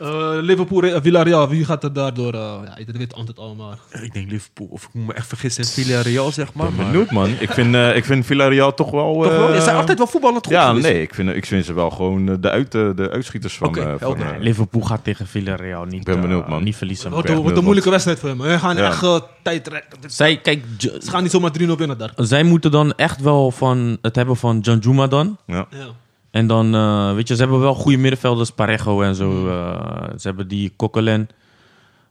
[SPEAKER 2] Eh, Liverpool, eh, Villarreal, wie gaat er daardoor? eh, ja, ik weet het antwoord al, maar...
[SPEAKER 4] Ik denk Liverpool, of ik moet me echt vergissen in Villarreal, zeg maar. maar-
[SPEAKER 1] Benieuwd, man. Ik vind, eh, ik vind Villarreal toch wel...
[SPEAKER 4] Toch wel?
[SPEAKER 1] eh,
[SPEAKER 4] Er zijn altijd wel voetballend goed
[SPEAKER 1] Ja,
[SPEAKER 4] geweest.
[SPEAKER 1] nee, ik vind, ik vind ze wel gewoon eh, de, uit, eh, de uitschieters van...
[SPEAKER 4] Oké,
[SPEAKER 1] eh, van
[SPEAKER 4] helder.
[SPEAKER 1] eh,
[SPEAKER 3] Liverpool gaat tegen Villarreal niet,
[SPEAKER 1] Ik ben
[SPEAKER 3] eh,
[SPEAKER 1] benieuwd, man.
[SPEAKER 3] niet verliezen.
[SPEAKER 2] Wat
[SPEAKER 1] echt
[SPEAKER 2] een, wat een
[SPEAKER 1] nul,
[SPEAKER 2] moeilijke wedstrijd voor hem. We gaan
[SPEAKER 1] Ja.
[SPEAKER 2] echt eh, tijd rekken.
[SPEAKER 3] Zij, kijk, J-
[SPEAKER 2] Ze gaan niet zomaar 3-0 winnen daar.
[SPEAKER 3] zij moeten dan echt wel van het hebben van Janjuma dan.
[SPEAKER 1] ja.
[SPEAKER 2] Ja.
[SPEAKER 3] En dan, eh, weet je, ze hebben wel goede middenvelders, Parejo en
[SPEAKER 2] Mm.
[SPEAKER 3] zo. eh, ze hebben die Coquelin,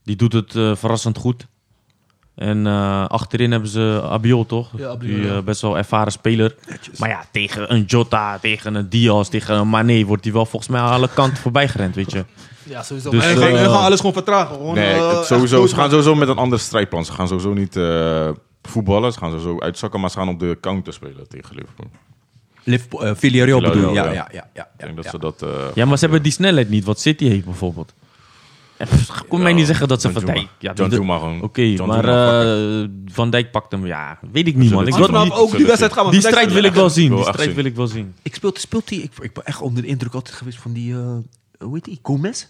[SPEAKER 3] die doet het eh, verrassend goed. En eh, achterin hebben ze Abiol, toch?
[SPEAKER 2] Ja, Abiol,
[SPEAKER 3] die eh,
[SPEAKER 2] ja.
[SPEAKER 3] best wel ervaren speler. Maar ja, tegen een Jota, tegen een Diaz, tegen een Mane wordt hij wel volgens mij aan alle kanten voorbij gerend, weet je.
[SPEAKER 2] Ja, sowieso.
[SPEAKER 3] Dus,
[SPEAKER 2] Dus, en, gaan,
[SPEAKER 3] eh,
[SPEAKER 2] en gaan alles gewoon vertragen. Gewoon,
[SPEAKER 1] Nee,
[SPEAKER 2] eh,
[SPEAKER 1] het-
[SPEAKER 2] echt
[SPEAKER 1] sowieso, ze
[SPEAKER 2] doodgaan.
[SPEAKER 1] gaan sowieso met een ander strijdplan. Ze gaan sowieso niet eh, voetballen. Ze gaan sowieso uitzakken, maar ze gaan op de counter spelen tegen Liverpool.
[SPEAKER 4] Liverpool, eh, Villarreal bedoel je? Ja, ja,
[SPEAKER 1] Villarreal,
[SPEAKER 4] ja. ja, ja,
[SPEAKER 1] Ik denk dat
[SPEAKER 4] ja.
[SPEAKER 1] ze dat... eh,
[SPEAKER 3] Ja, maar ze hebben die snelheid niet, wat City heeft bijvoorbeeld. Eh, pff, Kom mij
[SPEAKER 1] Ja,
[SPEAKER 3] niet zeggen dat ze van
[SPEAKER 1] Danjuma.
[SPEAKER 3] Dijk... Ja, die-
[SPEAKER 1] Danjuma gewoon.
[SPEAKER 3] Oké,
[SPEAKER 1] Danjuma
[SPEAKER 3] maar
[SPEAKER 1] fucking-
[SPEAKER 3] eh, Van Dijk pakt hem. Ja, weet ik niet,
[SPEAKER 1] zullen
[SPEAKER 3] man. Ik
[SPEAKER 1] het
[SPEAKER 3] wil
[SPEAKER 1] zien,
[SPEAKER 2] Maar
[SPEAKER 1] man.
[SPEAKER 3] die,
[SPEAKER 2] ook die wedstrijd gaan we
[SPEAKER 3] die
[SPEAKER 2] van Dijk
[SPEAKER 3] strijd wil ik wel zien.
[SPEAKER 1] wil
[SPEAKER 3] Die
[SPEAKER 1] echt
[SPEAKER 3] strijd
[SPEAKER 1] zien.
[SPEAKER 3] wil ik wel zien.
[SPEAKER 4] Ik speelt, speelt die, ik, ik ben echt onder de indruk altijd geweest van die, eh hoe heet die, Gomez?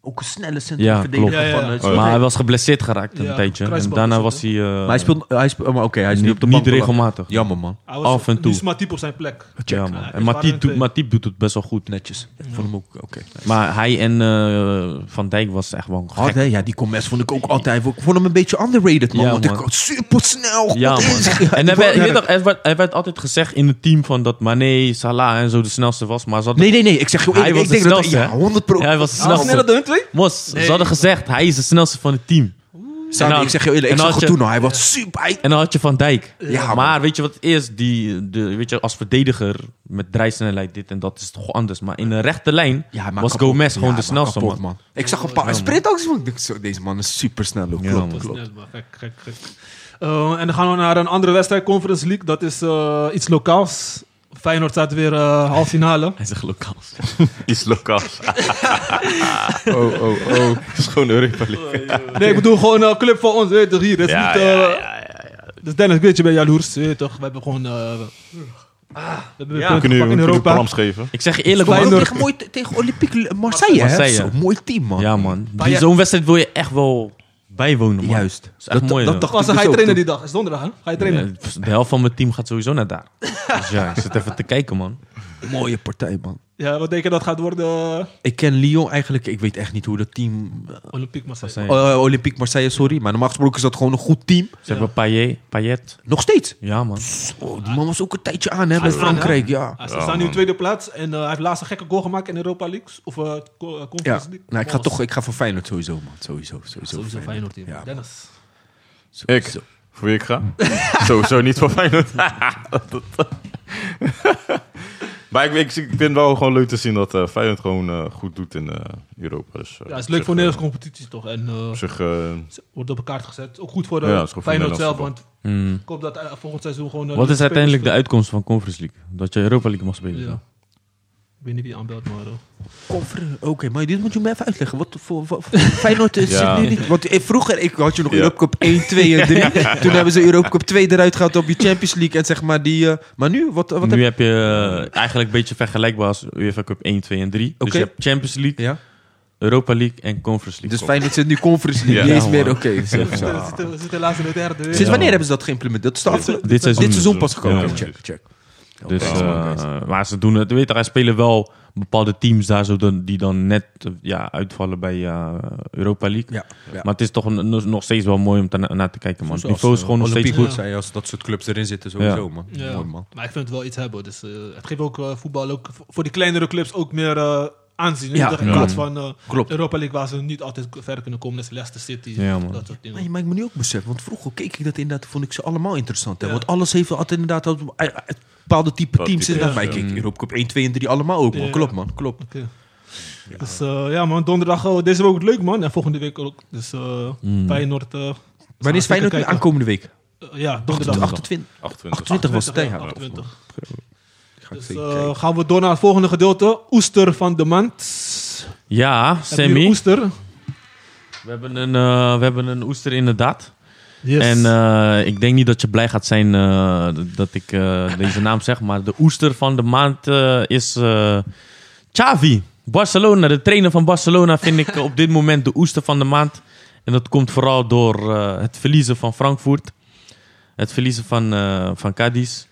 [SPEAKER 4] Ook een snelle centrumverdediger
[SPEAKER 3] klopt.
[SPEAKER 2] Ja, ja,
[SPEAKER 4] van...
[SPEAKER 2] ja.
[SPEAKER 4] eh,
[SPEAKER 2] Oh,
[SPEAKER 3] Maar
[SPEAKER 2] hij-
[SPEAKER 3] hij was geblesseerd geraakt een
[SPEAKER 2] Ja,
[SPEAKER 3] tijdje. En
[SPEAKER 2] kruisband
[SPEAKER 3] daarna
[SPEAKER 2] is dat,
[SPEAKER 3] was hij... eh,
[SPEAKER 4] Maar hij speelt, hij speelt maar oké, hij is nu
[SPEAKER 3] niet-
[SPEAKER 4] op de bank.
[SPEAKER 3] niet
[SPEAKER 4] beland.
[SPEAKER 3] regelmatig.
[SPEAKER 4] Jammer man,
[SPEAKER 2] Hij was-
[SPEAKER 3] Af en toe.
[SPEAKER 2] Nu is Matip op zijn plek.
[SPEAKER 3] ja,
[SPEAKER 2] Ja,
[SPEAKER 3] man.
[SPEAKER 2] het
[SPEAKER 3] En
[SPEAKER 2] waren er
[SPEAKER 3] Matip, doet,
[SPEAKER 2] twee.
[SPEAKER 3] Matip doet het best wel goed.
[SPEAKER 4] netjes. Ik vond hem ook, oké.
[SPEAKER 3] Maar hij en eh, Van Dijk was echt wel
[SPEAKER 4] Hard
[SPEAKER 3] gek.
[SPEAKER 4] hè, ja die Gomez vond ik ook altijd, ik vond hem een beetje underrated man.
[SPEAKER 3] Ja,
[SPEAKER 4] want
[SPEAKER 3] man.
[SPEAKER 4] ik super snel.
[SPEAKER 3] Ja, man. En
[SPEAKER 4] Die
[SPEAKER 3] er werd, je weet
[SPEAKER 4] vond-
[SPEAKER 3] toch, er, werd, er werd altijd gezegd in het team van dat Mane, Salah en zo de snelste was. Maar ze hadden,
[SPEAKER 4] Nee, nee, nee, ik zeg je
[SPEAKER 3] Hij
[SPEAKER 4] eerlijk,
[SPEAKER 3] was
[SPEAKER 4] ik
[SPEAKER 3] de
[SPEAKER 4] denk dat,
[SPEAKER 3] snelste,
[SPEAKER 4] ja, Nou,
[SPEAKER 3] hè?
[SPEAKER 4] 100
[SPEAKER 3] Ja, hij was de
[SPEAKER 2] Hij was sneller
[SPEAKER 3] snelste.
[SPEAKER 2] dan hun twee?
[SPEAKER 3] Mos,
[SPEAKER 2] Nee.
[SPEAKER 3] ze hadden gezegd, hij is de snelste van het team.
[SPEAKER 4] Sami,
[SPEAKER 3] En dan-
[SPEAKER 4] ik zeg je eerlijk, ik
[SPEAKER 3] en
[SPEAKER 4] zag
[SPEAKER 3] als
[SPEAKER 4] het
[SPEAKER 3] je-
[SPEAKER 4] toen al, hij was super... hij-
[SPEAKER 3] En dan had je Van Dijk.
[SPEAKER 4] Ja, man.
[SPEAKER 3] maar weet je wat het is? Die, de, weet je, als verdediger met draaisnelheid dit en dat is toch anders. Maar in een rechte lijn
[SPEAKER 4] Ja, maar
[SPEAKER 3] was
[SPEAKER 4] kapot.
[SPEAKER 3] Gomez gewoon
[SPEAKER 4] Ja,
[SPEAKER 3] de
[SPEAKER 4] maar
[SPEAKER 3] snelste
[SPEAKER 4] kapot,
[SPEAKER 3] man.
[SPEAKER 4] Ik zag een paar sprintacties, man. Ik dacht, zo, deze man is super snel. Klopt,
[SPEAKER 3] Ja, man.
[SPEAKER 4] klopt.
[SPEAKER 2] Snel, maar gek, gek, gek. Eh, en dan gaan we naar een andere wedstrijd, Conference League. Dat is eh, iets lokaals. Feyenoord staat weer eh half finale.
[SPEAKER 3] Hij zegt lokaals.
[SPEAKER 1] Iets lokaals.
[SPEAKER 7] Oh, oh, oh.
[SPEAKER 1] Het is gewoon Europa
[SPEAKER 3] Oh,
[SPEAKER 1] League.
[SPEAKER 2] Nee, ik bedoel gewoon een club van ons. Weet je toch, hier. Het is niet... eh, Dus Dennis, ik weet je, ben jaloers. Weet je toch, we hebben gewoon... eh, we hebben weer
[SPEAKER 3] Ja,
[SPEAKER 2] punten
[SPEAKER 1] We kunnen
[SPEAKER 2] gepakt in
[SPEAKER 1] nu een
[SPEAKER 2] Europa.
[SPEAKER 1] palms geven.
[SPEAKER 3] Ik zeg je eerlijk,
[SPEAKER 4] Maar ook
[SPEAKER 3] man.
[SPEAKER 4] tegen, mooi, tegen Olympique Marseille,
[SPEAKER 3] Marseille.
[SPEAKER 4] hè? Zo, mooi team, man.
[SPEAKER 3] Ja, man.
[SPEAKER 2] Maar
[SPEAKER 3] Die-
[SPEAKER 2] jij-
[SPEAKER 3] Zo'n wedstrijd wil je echt wel bijwonen, man.
[SPEAKER 4] Juist.
[SPEAKER 3] Dat is echt mooi,
[SPEAKER 4] dat
[SPEAKER 3] joh.
[SPEAKER 4] dacht
[SPEAKER 2] Was, dan
[SPEAKER 4] ik
[SPEAKER 2] ga
[SPEAKER 4] dus
[SPEAKER 2] je
[SPEAKER 4] ook
[SPEAKER 2] trainen die
[SPEAKER 4] toen.
[SPEAKER 2] dag. is donderdag, hè? Ga je trainen?
[SPEAKER 3] Ja, de helft van mijn team gaat sowieso naar daar. Dus ja, ik zit even te kijken, man.
[SPEAKER 4] Mooie partij, man.
[SPEAKER 2] Ja, wat denk je dat gaat worden? eh,
[SPEAKER 4] Ik ken Lyon eigenlijk, ik weet echt niet hoe dat team... eh,
[SPEAKER 2] Olympiek Marseille.
[SPEAKER 3] Marseille.
[SPEAKER 4] eh, Olympique Marseille, sorry. Maar normaal gesproken is dat gewoon een goed team.
[SPEAKER 3] Ze hebben Payet, Payet.
[SPEAKER 4] Nog steeds.
[SPEAKER 3] Ja, man.
[SPEAKER 4] Oh, die man was ook een tijdje aan, hè, bij
[SPEAKER 2] is aan, hè?
[SPEAKER 4] Frankrijk. Ja.
[SPEAKER 2] Ah, ze staan
[SPEAKER 1] Ja,
[SPEAKER 2] nu
[SPEAKER 1] man.
[SPEAKER 2] in tweede plaats en eh, hij heeft laatst een gekke goal gemaakt in Europa League. Of eh, co- eh, Conference
[SPEAKER 4] ja.
[SPEAKER 2] League.
[SPEAKER 4] Nou, ik ga
[SPEAKER 2] Alles.
[SPEAKER 4] toch ik ga voor Feyenoord sowieso, man. Sowieso, sowieso.
[SPEAKER 2] Sowieso Feyenoord team.
[SPEAKER 4] Ja,
[SPEAKER 2] Dennis.
[SPEAKER 1] Ik. Voor wie ik ga? Sowieso niet voor Feyenoord. Dat- maar ik, ik, ik vind het wel gewoon leuk te zien dat eh Feyenoord gewoon eh, goed doet in eh, Europa. Dus, eh,
[SPEAKER 2] Ja, het is
[SPEAKER 1] op zich,
[SPEAKER 2] leuk voor
[SPEAKER 1] eh,
[SPEAKER 2] Nederlandse competities toch. En eh,
[SPEAKER 1] Op zich, eh,
[SPEAKER 2] ze wordt op een kaart gezet. Ook goed voor eh,
[SPEAKER 1] Ja, het is goed voor
[SPEAKER 2] Feyenoord
[SPEAKER 1] Nederlands
[SPEAKER 2] zelf,
[SPEAKER 1] voetbal.
[SPEAKER 2] want
[SPEAKER 3] Hmm.
[SPEAKER 2] ik hoop dat eh, volgend seizoen gewoon... eh,
[SPEAKER 3] Wat is
[SPEAKER 2] spelers-
[SPEAKER 3] uiteindelijk de uitkomst van Conference League? Dat je Europa League mag spelen.
[SPEAKER 2] Ja.
[SPEAKER 3] zo.
[SPEAKER 2] Ik weet niet wie aanbelt, maar... eh,
[SPEAKER 4] Confer- Oké, maar dit moet je me even uitleggen. Wat voor, wat voor- Feyenoord eh,
[SPEAKER 1] Ja.
[SPEAKER 4] zit nu niet. Want eh, vroeger ik, had je nog
[SPEAKER 1] Ja.
[SPEAKER 4] Europa Cup 1, 2 en 3. Toen hebben ze Europa Cup 2 eruit gehaald op je Champions League. En zeg maar die. eh, maar nu, wat, wat
[SPEAKER 3] nu
[SPEAKER 4] heb
[SPEAKER 3] heb je eh, eigenlijk een beetje vergelijkbaar als UEFA Cup 1, 2 en 3. Dus
[SPEAKER 4] Oké.
[SPEAKER 3] je hebt Champions League,
[SPEAKER 4] Ja?
[SPEAKER 3] Europa League en Conference League.
[SPEAKER 4] Dus Feyenoord zit nu Conference
[SPEAKER 1] Ja.
[SPEAKER 4] League. Niet eens
[SPEAKER 3] Ja,
[SPEAKER 4] meer.
[SPEAKER 3] man.
[SPEAKER 4] Oké. zo.
[SPEAKER 2] We zitten- we zitten- we zitten helaas in de derde. weer.
[SPEAKER 4] Sinds wanneer hebben ze dat geïmplementeerd? Dat is de
[SPEAKER 1] Dit-
[SPEAKER 4] afgelopen.
[SPEAKER 3] dit seizoen.
[SPEAKER 4] Dit seizoen pas gekomen.
[SPEAKER 1] Ja.
[SPEAKER 4] Oké, check, check.
[SPEAKER 3] Dus,
[SPEAKER 4] Oké,
[SPEAKER 3] eh,
[SPEAKER 4] oké.
[SPEAKER 3] maar ze doen het. Weet je, er spelen wel bepaalde teams daar zo dan, die dan net eh, ja, uitvallen bij eh, Europa League.
[SPEAKER 4] ja, ja.
[SPEAKER 3] Maar het is toch een- nog- nog steeds wel mooi om te- naar te kijken, man. Het niveau is gewoon nog steeds
[SPEAKER 4] Olympique
[SPEAKER 3] goed.
[SPEAKER 2] goed.
[SPEAKER 4] zijn als dat soort clubs erin zitten sowieso, man.
[SPEAKER 2] Ja.
[SPEAKER 4] Mooi, man.
[SPEAKER 2] Maar ik vind het wel iets hebben. Dus eh, het geeft ook eh, voetbal ook v- voor die kleinere clubs ook meer eh, aanzien.
[SPEAKER 4] Ja.
[SPEAKER 2] In
[SPEAKER 4] Ja.
[SPEAKER 2] plaats van eh,
[SPEAKER 4] Klopt.
[SPEAKER 2] Europa League waar ze niet altijd k- ver kunnen komen. Dus Leicester City,
[SPEAKER 3] Ja, man.
[SPEAKER 2] dat soort dingen.
[SPEAKER 4] Maar je maakt me nu ook besef, want vroeger keek ik dat inderdaad, vond ik ze allemaal interessant. Hè?
[SPEAKER 2] Ja.
[SPEAKER 4] Want alles heeft altijd inderdaad dat- eh, eh, bepaalde type
[SPEAKER 1] Bepaalde
[SPEAKER 4] teams.
[SPEAKER 1] type,
[SPEAKER 4] inderdaad.
[SPEAKER 1] ja.
[SPEAKER 4] Maar ik keek Europa Cup 1, 2 en 3 allemaal ook, man.
[SPEAKER 2] Ja.
[SPEAKER 4] Klopt, man. Klopt.
[SPEAKER 2] Oké. Dus eh, ja man, donderdag, eh, deze week wordt leuk man. En volgende week ook. Dus eh
[SPEAKER 3] Mm.
[SPEAKER 2] Feyenoord... eh,
[SPEAKER 4] Wanneer is
[SPEAKER 2] gaan we
[SPEAKER 4] Feyenoord
[SPEAKER 2] zeker
[SPEAKER 4] nu
[SPEAKER 2] kijken.
[SPEAKER 4] aankomende week?
[SPEAKER 2] Eh, ja, donderdag.
[SPEAKER 4] 28.
[SPEAKER 1] 28.
[SPEAKER 4] 28 was het, hè? Ja,
[SPEAKER 2] 28.
[SPEAKER 7] Ga ik
[SPEAKER 2] Dus
[SPEAKER 7] zeker
[SPEAKER 2] eh,
[SPEAKER 7] kijken.
[SPEAKER 2] gaan we door naar het volgende gedeelte. Oester van de maand.
[SPEAKER 3] Ja,
[SPEAKER 2] Hebben jullie
[SPEAKER 3] Sammy.
[SPEAKER 2] Oester.
[SPEAKER 3] We hebben, een, eh, we hebben een oester inderdaad.
[SPEAKER 2] Yes.
[SPEAKER 3] En eh, ik denk niet dat je blij gaat zijn eh, d- dat ik eh, deze naam zeg. Maar de oester van de maand eh, is eh Xavi. Barcelona, de trainer van Barcelona vind ik op dit moment de oester van de maand. En dat komt vooral door eh, het verliezen van Frankfurt. Het verliezen van, eh van Cadiz.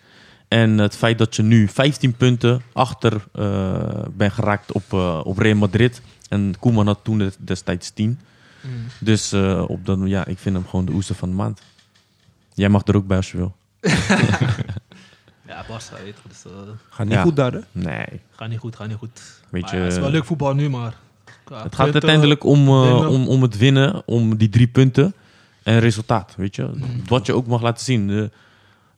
[SPEAKER 3] En het feit dat je nu 15 punten achter eh bent geraakt op, eh, op Real Madrid. En Koeman had toen destijds 10.
[SPEAKER 2] Mm.
[SPEAKER 3] Dus eh, op dat, ja, ik vind hem gewoon de oester van de maand. Jij mag er ook bij als je wil.
[SPEAKER 2] Ja, Barca weet je, dus eh,
[SPEAKER 4] Gaat niet
[SPEAKER 3] Ja.
[SPEAKER 4] goed daar, hè?
[SPEAKER 3] Nee.
[SPEAKER 2] gaat niet goed, gaat niet goed.
[SPEAKER 3] Weet
[SPEAKER 2] Maar
[SPEAKER 3] je,
[SPEAKER 2] ja, het is wel leuk voetbal nu, maar...
[SPEAKER 3] Het gaat uiteindelijk om, eh,
[SPEAKER 2] winnen.
[SPEAKER 3] om, om het winnen, om die drie punten en resultaat. Weet je?
[SPEAKER 2] Mm.
[SPEAKER 3] Wat je ook mag laten zien.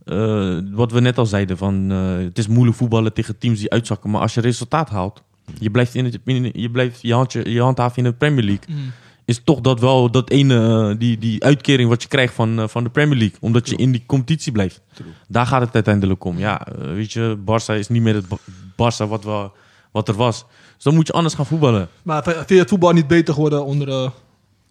[SPEAKER 3] Eh, eh, wat we net al zeiden, van, eh, het is moeilijk voetballen tegen teams die uitzakken. Maar als je resultaat haalt, je blijft, in het, in- je, blijft je, handje, je handhaven in de Premier League.
[SPEAKER 2] Mm.
[SPEAKER 3] Is toch dat wel dat ene, eh, die, die uitkering wat je krijgt van, eh, van de Premier League. Omdat je in die competitie blijft. Daar gaat het uiteindelijk om. Ja, eh, weet je, Barça is niet meer het Ba- Barça wat, we, wat er was. Dus dan moet je anders gaan voetballen.
[SPEAKER 2] Maar v- vind je het voetbal niet beter geworden onder, eh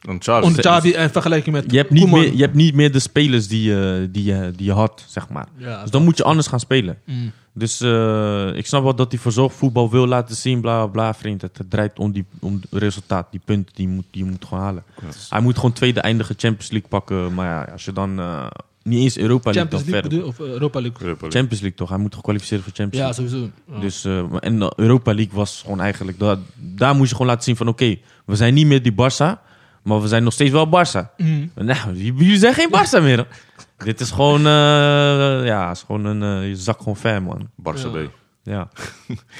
[SPEAKER 1] Ah, Een Charles.
[SPEAKER 2] onder Xavi en vergelijking met
[SPEAKER 3] Je hebt niet,
[SPEAKER 2] Koeman?
[SPEAKER 3] meer, je hebt niet meer de spelers die, je- die, je- die je had, zeg maar.
[SPEAKER 2] Ja,
[SPEAKER 3] Dus dan moet je anders gaan spelen.
[SPEAKER 2] mm.
[SPEAKER 3] Dus eh, ik snap wel dat hij verzorgd voetbal wil laten zien, bla bla, bla vriend. Het draait om, die, om het resultaat, die punten die je moet, die je moet gewoon halen. Hij moet gewoon tweede eindige Champions League pakken. Maar ja, als je dan eh, niet eens Europa League
[SPEAKER 2] Champions
[SPEAKER 3] dan
[SPEAKER 2] League
[SPEAKER 3] verder.
[SPEAKER 2] bedoel- of eh, Europa League?
[SPEAKER 3] Champions League toch? Hij moet gekwalificeerd voor Champions
[SPEAKER 2] Ja,
[SPEAKER 3] League.
[SPEAKER 2] sowieso. Ja.
[SPEAKER 3] Dus, eh, maar- en de Europa League was gewoon eigenlijk... Daar, daar moest je gewoon laten zien van... Oké, we zijn niet meer die Barça, maar we zijn nog steeds wel Barça.
[SPEAKER 2] Mm.
[SPEAKER 3] Nou, j- jullie zijn geen Barça meer. Dit is gewoon, eh, ja, is gewoon een eh, je zak gewoon fan, man.
[SPEAKER 1] Barça
[SPEAKER 2] Ja.
[SPEAKER 1] B.
[SPEAKER 3] Ja.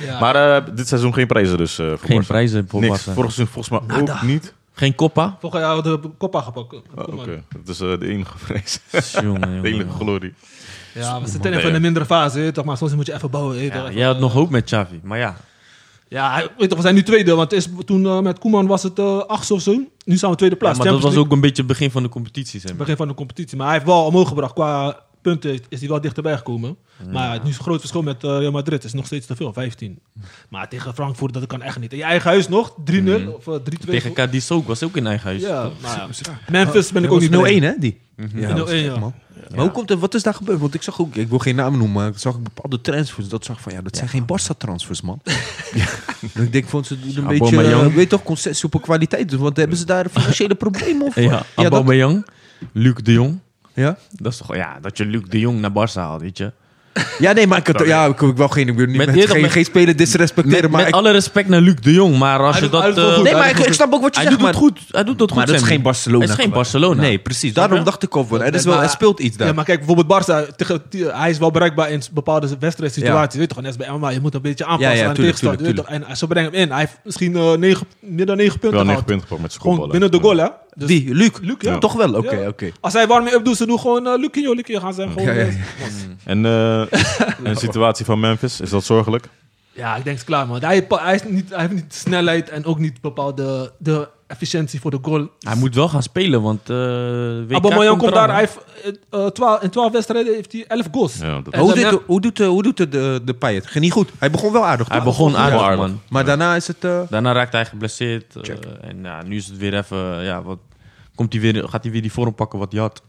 [SPEAKER 2] Ja.
[SPEAKER 1] Maar eh, dit seizoen geen prijzen dus eh, voor
[SPEAKER 3] Geen
[SPEAKER 1] Barça.
[SPEAKER 3] prijzen voor
[SPEAKER 1] Niks.
[SPEAKER 3] Barça.
[SPEAKER 1] Vorig seizoen volgens mij ook niet.
[SPEAKER 3] Geen koppa.
[SPEAKER 2] Vorig jaar hadden we Copa gepakt.
[SPEAKER 1] Ah, Oké,
[SPEAKER 2] Koeman.
[SPEAKER 1] dat is eh, de enige prijs.
[SPEAKER 3] Jongen,
[SPEAKER 1] de
[SPEAKER 3] jongen,
[SPEAKER 1] enige
[SPEAKER 3] jongen.
[SPEAKER 1] glorie.
[SPEAKER 2] Ja, we zitten even in een mindere fase, weet je toch, maar soms moet je even bouwen. weet je toch,
[SPEAKER 3] Ja,
[SPEAKER 2] even,
[SPEAKER 3] jij had
[SPEAKER 2] eh,
[SPEAKER 3] nog hoop met Xavi, maar ja.
[SPEAKER 2] Ja, weet je toch, we zijn nu tweede, want is, toen eh, met Koeman was het eh achtste of zo. Nu zijn we tweede
[SPEAKER 3] Ja,
[SPEAKER 2] plaats.
[SPEAKER 3] maar dat
[SPEAKER 2] Champions
[SPEAKER 3] was
[SPEAKER 2] League,
[SPEAKER 3] ook een beetje het begin van de competitie, zeg maar.
[SPEAKER 2] begin van de competitie, maar hij heeft wel omhoog gebracht qua punten heeft, is hij wel dichterbij gekomen. Maar het is nu een groot verschil met eh, Real Madrid. Het is nog steeds te veel, 15. Maar tegen Frankfurt, dat kan echt niet. In je eigen huis nog, 3-0 of eh, 3-2.
[SPEAKER 3] Mm. Tegen Cadiz ook, was ook in eigen huis.
[SPEAKER 2] Ja, maar ja, Memphis ben ik ook niet mee.
[SPEAKER 5] 0-1, hè, die? Ja, dat was
[SPEAKER 2] 0-1,
[SPEAKER 5] gek,
[SPEAKER 2] ja.
[SPEAKER 5] man. Maar hoe komt het, wat is daar gebeurd? Want ik zag ook, ik wil geen namen noemen, maar ik zag bepaalde transfers. Dat zag van, ja, dat zijn geen Barca-transfers, man. ja. Ik denk van, ze doen een beetje, eh,
[SPEAKER 3] Aubameyang.
[SPEAKER 5] weet toch, concessie op een kwaliteit. doen, Want hebben ze daar financiële problemen of?
[SPEAKER 3] Ja,
[SPEAKER 5] ja, dat,
[SPEAKER 3] Aubameyang, Luc de Jong.
[SPEAKER 5] ja?
[SPEAKER 3] Dat is toch, ja, dat je Luc de Jong naar Barça haalt, weet je.
[SPEAKER 5] ja, nee, maar ik, had- ja, ik, ik wil geen, ik wil niet
[SPEAKER 3] Met-
[SPEAKER 5] met,
[SPEAKER 3] eerder
[SPEAKER 5] geen,
[SPEAKER 3] met-
[SPEAKER 5] geen speler disrespecteren,
[SPEAKER 3] Met,
[SPEAKER 5] maar...
[SPEAKER 3] met
[SPEAKER 5] ik-
[SPEAKER 3] alle respect naar Luc de Jong, maar als
[SPEAKER 2] Hij
[SPEAKER 3] je
[SPEAKER 2] doet- hij
[SPEAKER 3] dat...
[SPEAKER 2] doet wel
[SPEAKER 3] eh,
[SPEAKER 2] goed.
[SPEAKER 5] nee, maar
[SPEAKER 2] Hij
[SPEAKER 5] ik,
[SPEAKER 2] doet
[SPEAKER 5] ik snap ook wat je
[SPEAKER 3] Hij
[SPEAKER 5] zegt,
[SPEAKER 3] doet het
[SPEAKER 5] maar...
[SPEAKER 3] goed. Hij doet dat goed,
[SPEAKER 5] Maar dat is
[SPEAKER 3] Sammy.
[SPEAKER 5] geen Barcelona.
[SPEAKER 3] Het is geen Barcelona.
[SPEAKER 5] Nee, precies. Daarom dacht ik al van, er is wel, er speelt iets daar.
[SPEAKER 2] Ja, maar kijk, bijvoorbeeld Barça, tegen- die- hij is wel bereikbaar in bepaalde wedstrijdsituaties. Weet je toch, net als bij MMA, je moet een beetje aanpassen
[SPEAKER 5] Ja, ja,
[SPEAKER 2] aan de
[SPEAKER 5] tuurlijk,
[SPEAKER 2] tegenstander.
[SPEAKER 5] tuurlijk,
[SPEAKER 2] weet je toch. En eh, ze brengen hem in. Hij heeft misschien eh, negen, meer dan 9 punten
[SPEAKER 1] Wel
[SPEAKER 2] gehad.
[SPEAKER 1] 9 punten gepakt met zijn
[SPEAKER 2] Gewoon
[SPEAKER 1] kopballen.
[SPEAKER 2] binnen de goal, hè? Dus
[SPEAKER 5] Die, Luc.
[SPEAKER 2] Luc, ja.
[SPEAKER 5] Toch wel, oké,
[SPEAKER 2] Ja.
[SPEAKER 5] oké.
[SPEAKER 2] als hij warming-up doet, ze doen gewoon eh Lucio, Lucio. Gaan ze hem gewoon...
[SPEAKER 5] Ja,
[SPEAKER 2] Ja,
[SPEAKER 5] ja, ja.
[SPEAKER 1] En, eh, en de situatie van Memphis, is dat zorgelijk?
[SPEAKER 2] ik denk het is klaar, man. Hij, pa- hij, is niet, hij heeft niet snelheid en ook niet bepaalde de efficiëntie voor de goal.
[SPEAKER 3] Hij moet wel gaan spelen, want... eh WK
[SPEAKER 2] Aubameyang komt daar,
[SPEAKER 3] eraan, hè.
[SPEAKER 2] hij heeft, eh, eh, 12 in 12 wedstrijden heeft hij 11 goals.
[SPEAKER 1] Ja, dat
[SPEAKER 2] En
[SPEAKER 5] Hoe,
[SPEAKER 2] daarna-
[SPEAKER 5] doet, hoe, doet, eh, hoe doet het de, de Payet? Ging niet goed. Hij begon wel aardig.
[SPEAKER 3] Hij
[SPEAKER 5] toch?
[SPEAKER 3] begon aardig,
[SPEAKER 1] aardig.
[SPEAKER 3] man.
[SPEAKER 5] Maar daarna is het... eh,
[SPEAKER 3] Daarna raakt hij geblesseerd. eh, en ja, nu is het weer even... Ja, wat, komt hij weer, gaat hij weer die vorm pakken wat hij had.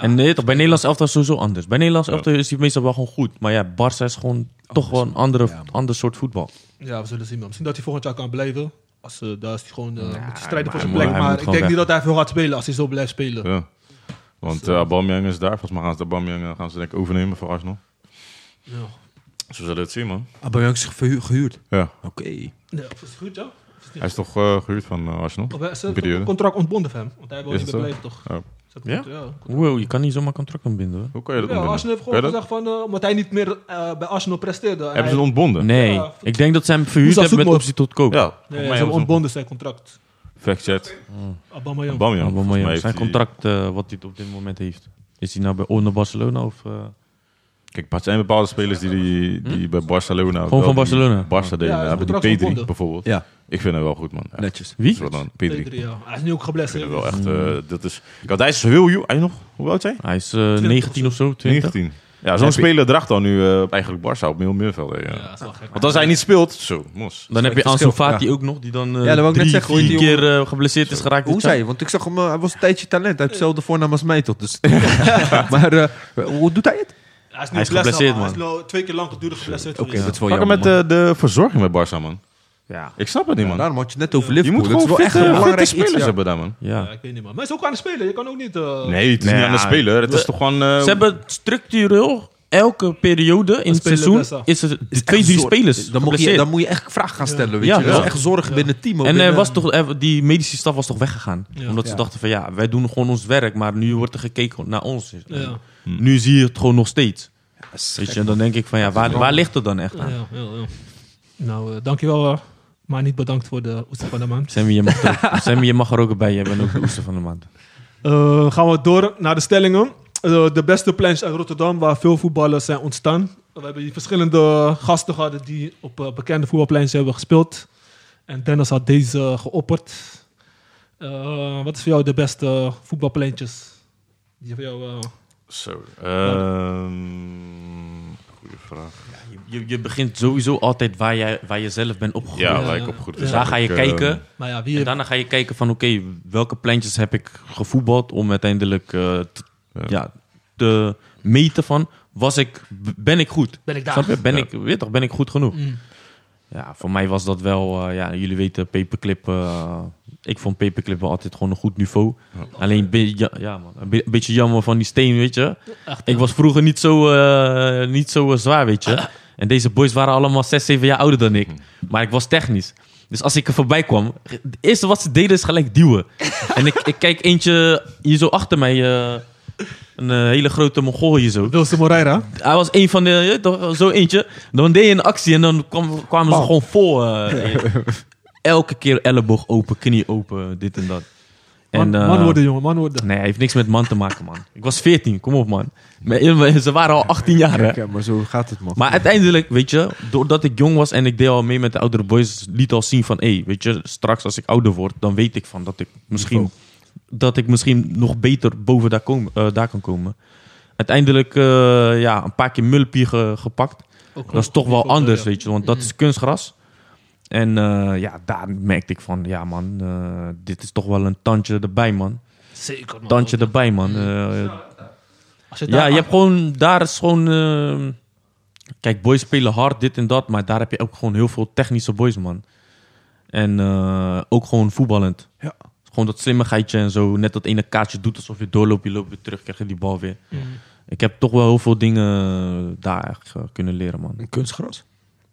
[SPEAKER 3] En nee, toch, bij Nederlands elftal is het sowieso anders. Bij Nederlands elftal is hij meestal wel gewoon goed. Maar ja, Barça is gewoon toch wel een andere, ander soort voetbal.
[SPEAKER 2] Ja, we zullen zien. man. Misschien dat hij volgend jaar kan blijven. Als, eh, daar is hij gewoon eh, moet hij
[SPEAKER 3] maar
[SPEAKER 2] strijden voor
[SPEAKER 3] hij
[SPEAKER 2] zijn
[SPEAKER 3] moet-
[SPEAKER 2] plek.
[SPEAKER 3] hij
[SPEAKER 2] Maar ik
[SPEAKER 3] moet gewoon
[SPEAKER 2] denk niet
[SPEAKER 3] weg.
[SPEAKER 2] dat hij veel gaat spelen als hij zo blijft spelen.
[SPEAKER 1] Ja. Want eh Aubameyang is daar. Volgens mij gaan ze de Aubameyang eh, gaan ze denk ik overnemen voor Arsenal.
[SPEAKER 2] Ja.
[SPEAKER 1] Ze zullen het zien, man.
[SPEAKER 5] Aubameyang is verhu- gehuurd.
[SPEAKER 1] Ja.
[SPEAKER 5] Oké.
[SPEAKER 2] Ja, of is het goed, ja? Of is het niet?
[SPEAKER 1] Hij is toch eh, gehuurd van eh, Arsenal?
[SPEAKER 2] Of hij is
[SPEAKER 1] periode.
[SPEAKER 2] het contract ontbonden van hem. Want hij wil
[SPEAKER 1] Is
[SPEAKER 2] niet meer
[SPEAKER 1] het
[SPEAKER 2] blijven, toch?
[SPEAKER 1] Ja.
[SPEAKER 2] Is dat
[SPEAKER 3] Ja?
[SPEAKER 2] goed? Ja.
[SPEAKER 3] Wow, je kan niet zomaar contract ontbinden hoor.
[SPEAKER 1] Hoe kan je dat
[SPEAKER 2] Ja,
[SPEAKER 1] ontbinden?
[SPEAKER 2] Arsenal heeft
[SPEAKER 1] Kan je
[SPEAKER 2] gewoon
[SPEAKER 1] dat-
[SPEAKER 2] gezegd van... eh, omdat hij niet meer eh, bij Arsenal presteerde. En
[SPEAKER 1] Hebben ze
[SPEAKER 2] hij-
[SPEAKER 1] het ontbonden?
[SPEAKER 3] Nee,
[SPEAKER 2] Ja.
[SPEAKER 3] ik denk dat ze hem verhuurd
[SPEAKER 2] Moussa
[SPEAKER 3] hebben met
[SPEAKER 2] Zoetmond.
[SPEAKER 3] optie tot koop.
[SPEAKER 1] Ja, volgens
[SPEAKER 2] Nee, ze
[SPEAKER 1] mij
[SPEAKER 2] hebben
[SPEAKER 1] hebben ze
[SPEAKER 2] ontbonden zijn contract.
[SPEAKER 1] Factchat.
[SPEAKER 2] Aubameyang.
[SPEAKER 1] Aubameyang.
[SPEAKER 3] Ja,
[SPEAKER 1] volgens mij
[SPEAKER 3] mooi,
[SPEAKER 1] heeft
[SPEAKER 3] zijn
[SPEAKER 1] hij-
[SPEAKER 3] contract eh, wat hij op dit moment heeft. Is hij nou bij onder Barcelona of... eh,
[SPEAKER 1] Kijk, er zijn bepaalde spelers die, die, die bij Barcelona...
[SPEAKER 3] Gewoon van
[SPEAKER 1] wel die
[SPEAKER 3] Barcelona.
[SPEAKER 1] Barca deden.
[SPEAKER 2] Ja, is
[SPEAKER 1] hebben die
[SPEAKER 2] contract
[SPEAKER 1] Pedri
[SPEAKER 2] ontbonden.
[SPEAKER 1] bijvoorbeeld.
[SPEAKER 5] Ja,
[SPEAKER 1] Ik vind hem wel goed, man. Echt.
[SPEAKER 5] netjes.
[SPEAKER 1] Dat
[SPEAKER 3] wie?
[SPEAKER 1] is wel dan
[SPEAKER 2] Pedri,
[SPEAKER 1] Pedri. Ik
[SPEAKER 2] ja. Hij is nu ook
[SPEAKER 1] vind
[SPEAKER 2] geblesseerd.
[SPEAKER 1] hem wel echt... eh, dat is... Kijk, hij is heel jong. Hij is nog... Hoe oud zijn?
[SPEAKER 3] Hij is eh, 19 of zo, 20.
[SPEAKER 1] 19. Ja, zo'n
[SPEAKER 3] Heb je-
[SPEAKER 1] speler draagt al nu eh, eigenlijk Barca op heel middenveld. hè, Ja.
[SPEAKER 2] Ja, dat is wel gek.
[SPEAKER 1] Want als hij niet speelt... Zo, mos.
[SPEAKER 3] Dan heb je
[SPEAKER 5] Verschil,
[SPEAKER 3] Ansu
[SPEAKER 5] ja.
[SPEAKER 3] Fati ook nog, die dan eh
[SPEAKER 5] Ja, dat wou ik net
[SPEAKER 3] drie,
[SPEAKER 5] zeggen, hoe
[SPEAKER 3] vier
[SPEAKER 5] heet die
[SPEAKER 3] keer eh, geblesseerd is geraakt.
[SPEAKER 5] Hoe
[SPEAKER 3] dit
[SPEAKER 5] zei
[SPEAKER 3] jaar.
[SPEAKER 5] je? Want ik zag hem, eh, hij was een tijdje talent. Hij heeft hetzelfde voornaam als mij tot. Dus. maar eh, hoe doet hij het?
[SPEAKER 2] Hij is nu
[SPEAKER 3] Hij is
[SPEAKER 2] geblesseerd,
[SPEAKER 3] geblesseerd,
[SPEAKER 2] man. Hij is
[SPEAKER 3] man.
[SPEAKER 2] nou twee keer lang gedurig geblesseerd
[SPEAKER 5] Oké, dat
[SPEAKER 2] geweest.
[SPEAKER 5] is wel
[SPEAKER 1] Pakken
[SPEAKER 5] jammer,
[SPEAKER 1] met
[SPEAKER 5] man.
[SPEAKER 1] de, de verzorging bij Barca, man.
[SPEAKER 3] Ja.
[SPEAKER 1] Ik snap het niet,
[SPEAKER 5] Ja,
[SPEAKER 1] man.
[SPEAKER 5] daarom had je het net
[SPEAKER 1] Je
[SPEAKER 5] over Liverpool.
[SPEAKER 1] moet
[SPEAKER 5] dat is
[SPEAKER 1] gewoon
[SPEAKER 5] wel echt
[SPEAKER 1] fitte,
[SPEAKER 5] een
[SPEAKER 1] fitte
[SPEAKER 5] belangrijk
[SPEAKER 3] eh,
[SPEAKER 1] spelers
[SPEAKER 5] iets, ja.
[SPEAKER 1] hebben daar, man.
[SPEAKER 5] eh,
[SPEAKER 3] ja.
[SPEAKER 2] Ja, ik weet niet, man. Maar hij is ook aan het spelen. Je kan ook niet... eh,
[SPEAKER 1] Nee, het is
[SPEAKER 3] Nee,
[SPEAKER 1] niet aan de
[SPEAKER 3] ja,
[SPEAKER 1] speler. Het
[SPEAKER 3] we-
[SPEAKER 1] is toch gewoon... eh,
[SPEAKER 3] Ze hebben structureel elke periode in het
[SPEAKER 2] spelen
[SPEAKER 3] seizoen
[SPEAKER 2] best wel.
[SPEAKER 3] is er
[SPEAKER 5] Is
[SPEAKER 3] twee,
[SPEAKER 5] echt
[SPEAKER 3] drie
[SPEAKER 5] zorg.
[SPEAKER 3] spelers
[SPEAKER 5] Dan moet, je,
[SPEAKER 3] geblesseerd.
[SPEAKER 5] dan moet je echt vragen gaan stellen. Weet
[SPEAKER 3] Ja,
[SPEAKER 5] je. Dat
[SPEAKER 3] ja.
[SPEAKER 5] is echt zorg binnen het team. ook
[SPEAKER 3] en eh,
[SPEAKER 5] binnen-
[SPEAKER 3] was toch, eh, die medische staf was toch weggegaan?
[SPEAKER 2] Ja.
[SPEAKER 3] Omdat ze
[SPEAKER 5] Ja.
[SPEAKER 3] dachten van ja, wij doen gewoon ons werk, maar nu wordt er gekeken naar ons.
[SPEAKER 2] Ja,
[SPEAKER 3] Nu zie je het gewoon nog steeds.
[SPEAKER 5] Dat is
[SPEAKER 3] Weet
[SPEAKER 5] gek.
[SPEAKER 3] je, en dan denk ik van ja, waar, waar ligt het dan echt aan?
[SPEAKER 2] ja, ja, ja. Ah. Nou, eh, dankjewel. eh, maar niet bedankt voor de oester van de maand.
[SPEAKER 3] Sammy, je mag er ook, Sammy, je mag er ook bij. Jij bent ook de oester van de maand.
[SPEAKER 2] Eh, gaan we door naar de stellingen. Eh, de beste plans uit Rotterdam, waar veel voetballers zijn ontstaan. We hebben hier verschillende gasten gehad die op eh, bekende voetbalpleins hebben gespeeld. En Dennis had deze geopperd. Eh, wat is voor jou de beste voetbalpleintjes? Die voor jou, eh,
[SPEAKER 1] Zo. ehm, goeie vraag.
[SPEAKER 3] Je, je begint sowieso altijd waar, jij, waar je zelf bent opgegroeid.
[SPEAKER 1] Ja,
[SPEAKER 2] ja,
[SPEAKER 1] waar ik
[SPEAKER 2] ja.
[SPEAKER 1] op goed.
[SPEAKER 2] Dus
[SPEAKER 3] Dus
[SPEAKER 1] is
[SPEAKER 3] daar ga je
[SPEAKER 1] eigenlijk,
[SPEAKER 3] kijken.
[SPEAKER 1] ehm,
[SPEAKER 2] maar nou ja, wie
[SPEAKER 3] En
[SPEAKER 2] heeft-
[SPEAKER 3] daarna ga je kijken van oké, welke pleintjes heb ik gevoetbald om uiteindelijk eh, t- ja. te meten van was ik, b- ben ik goed?
[SPEAKER 2] ben ik daar?
[SPEAKER 3] Snap je? Ben
[SPEAKER 1] Ja.
[SPEAKER 3] ik, weet toch, ben ik goed genoeg?
[SPEAKER 2] Mm.
[SPEAKER 3] Ja, voor mij was dat wel, eh, ja, jullie weten, paperclip. eh, ik vond paperclip wel altijd gewoon een goed niveau. Alleen, be- ja, ja, man, een be- beetje jammer van die steen, weet je.
[SPEAKER 2] Echt,
[SPEAKER 3] Ik was vroeger niet zo, eh, niet zo eh, zwaar, weet je. En deze boys waren allemaal 6, 7 jaar ouder dan ik. Maar ik was technisch. Dus als ik er voorbij kwam, het eerste wat ze deden is gelijk duwen. en ik, ik kijk eentje hier zo achter mij, eh, een eh, hele grote Mongool hier zo.
[SPEAKER 2] Wilson Moreira.
[SPEAKER 3] Hij was een van de, je weet toch, zo eentje. Dan deed je een actie en dan kwam, kwamen ze gewoon vol. eh, elke keer elleboog open, knie open, dit en dat.
[SPEAKER 2] Man,
[SPEAKER 3] eh,
[SPEAKER 2] man worden, jongen, man worden.
[SPEAKER 3] Nee, hij heeft niks met man te maken, man. Ik was 14, kom op, man. Maar- eh, Ze waren al 18 jaar, hè.
[SPEAKER 5] Kijk, hè, maar zo gaat het, man.
[SPEAKER 3] Maar uiteindelijk, weet je, doordat ik jong was en ik deed al mee met de oudere boys, liet al zien van, hé, hey, weet je, straks als ik ouder word, dan weet ik van dat ik misschien, dat ik misschien nog beter boven daar, kom, eh, daar kan komen. uiteindelijk eh, ja, een paar keer mulpie ge- gepakt.
[SPEAKER 2] Ook
[SPEAKER 3] Dat is toch
[SPEAKER 2] die
[SPEAKER 3] wel
[SPEAKER 2] foto,
[SPEAKER 3] anders,
[SPEAKER 2] ja.
[SPEAKER 3] weet je. Want dat is kunstgras. En eh, ja, daar merkte ik van, ja man, eh, dit is toch wel een tandje erbij, man.
[SPEAKER 2] Zeker, man.
[SPEAKER 3] Tandje erbij, man. Eh,
[SPEAKER 2] Als je
[SPEAKER 3] ja,
[SPEAKER 2] daar-
[SPEAKER 3] je hebt gewoon, daar is gewoon... eh, kijk, boys spelen hard, dit en dat. Maar daar heb je ook gewoon heel veel technische boys, man. En eh, ook gewoon voetballend.
[SPEAKER 2] Ja.
[SPEAKER 3] Gewoon dat slimmigheidje en zo. Net dat ene kaartje doet alsof je doorloopt, je loopt weer terug, krijg je die bal weer. Ik heb toch wel heel veel dingen daar eh, kunnen leren, man.
[SPEAKER 4] kunstgras?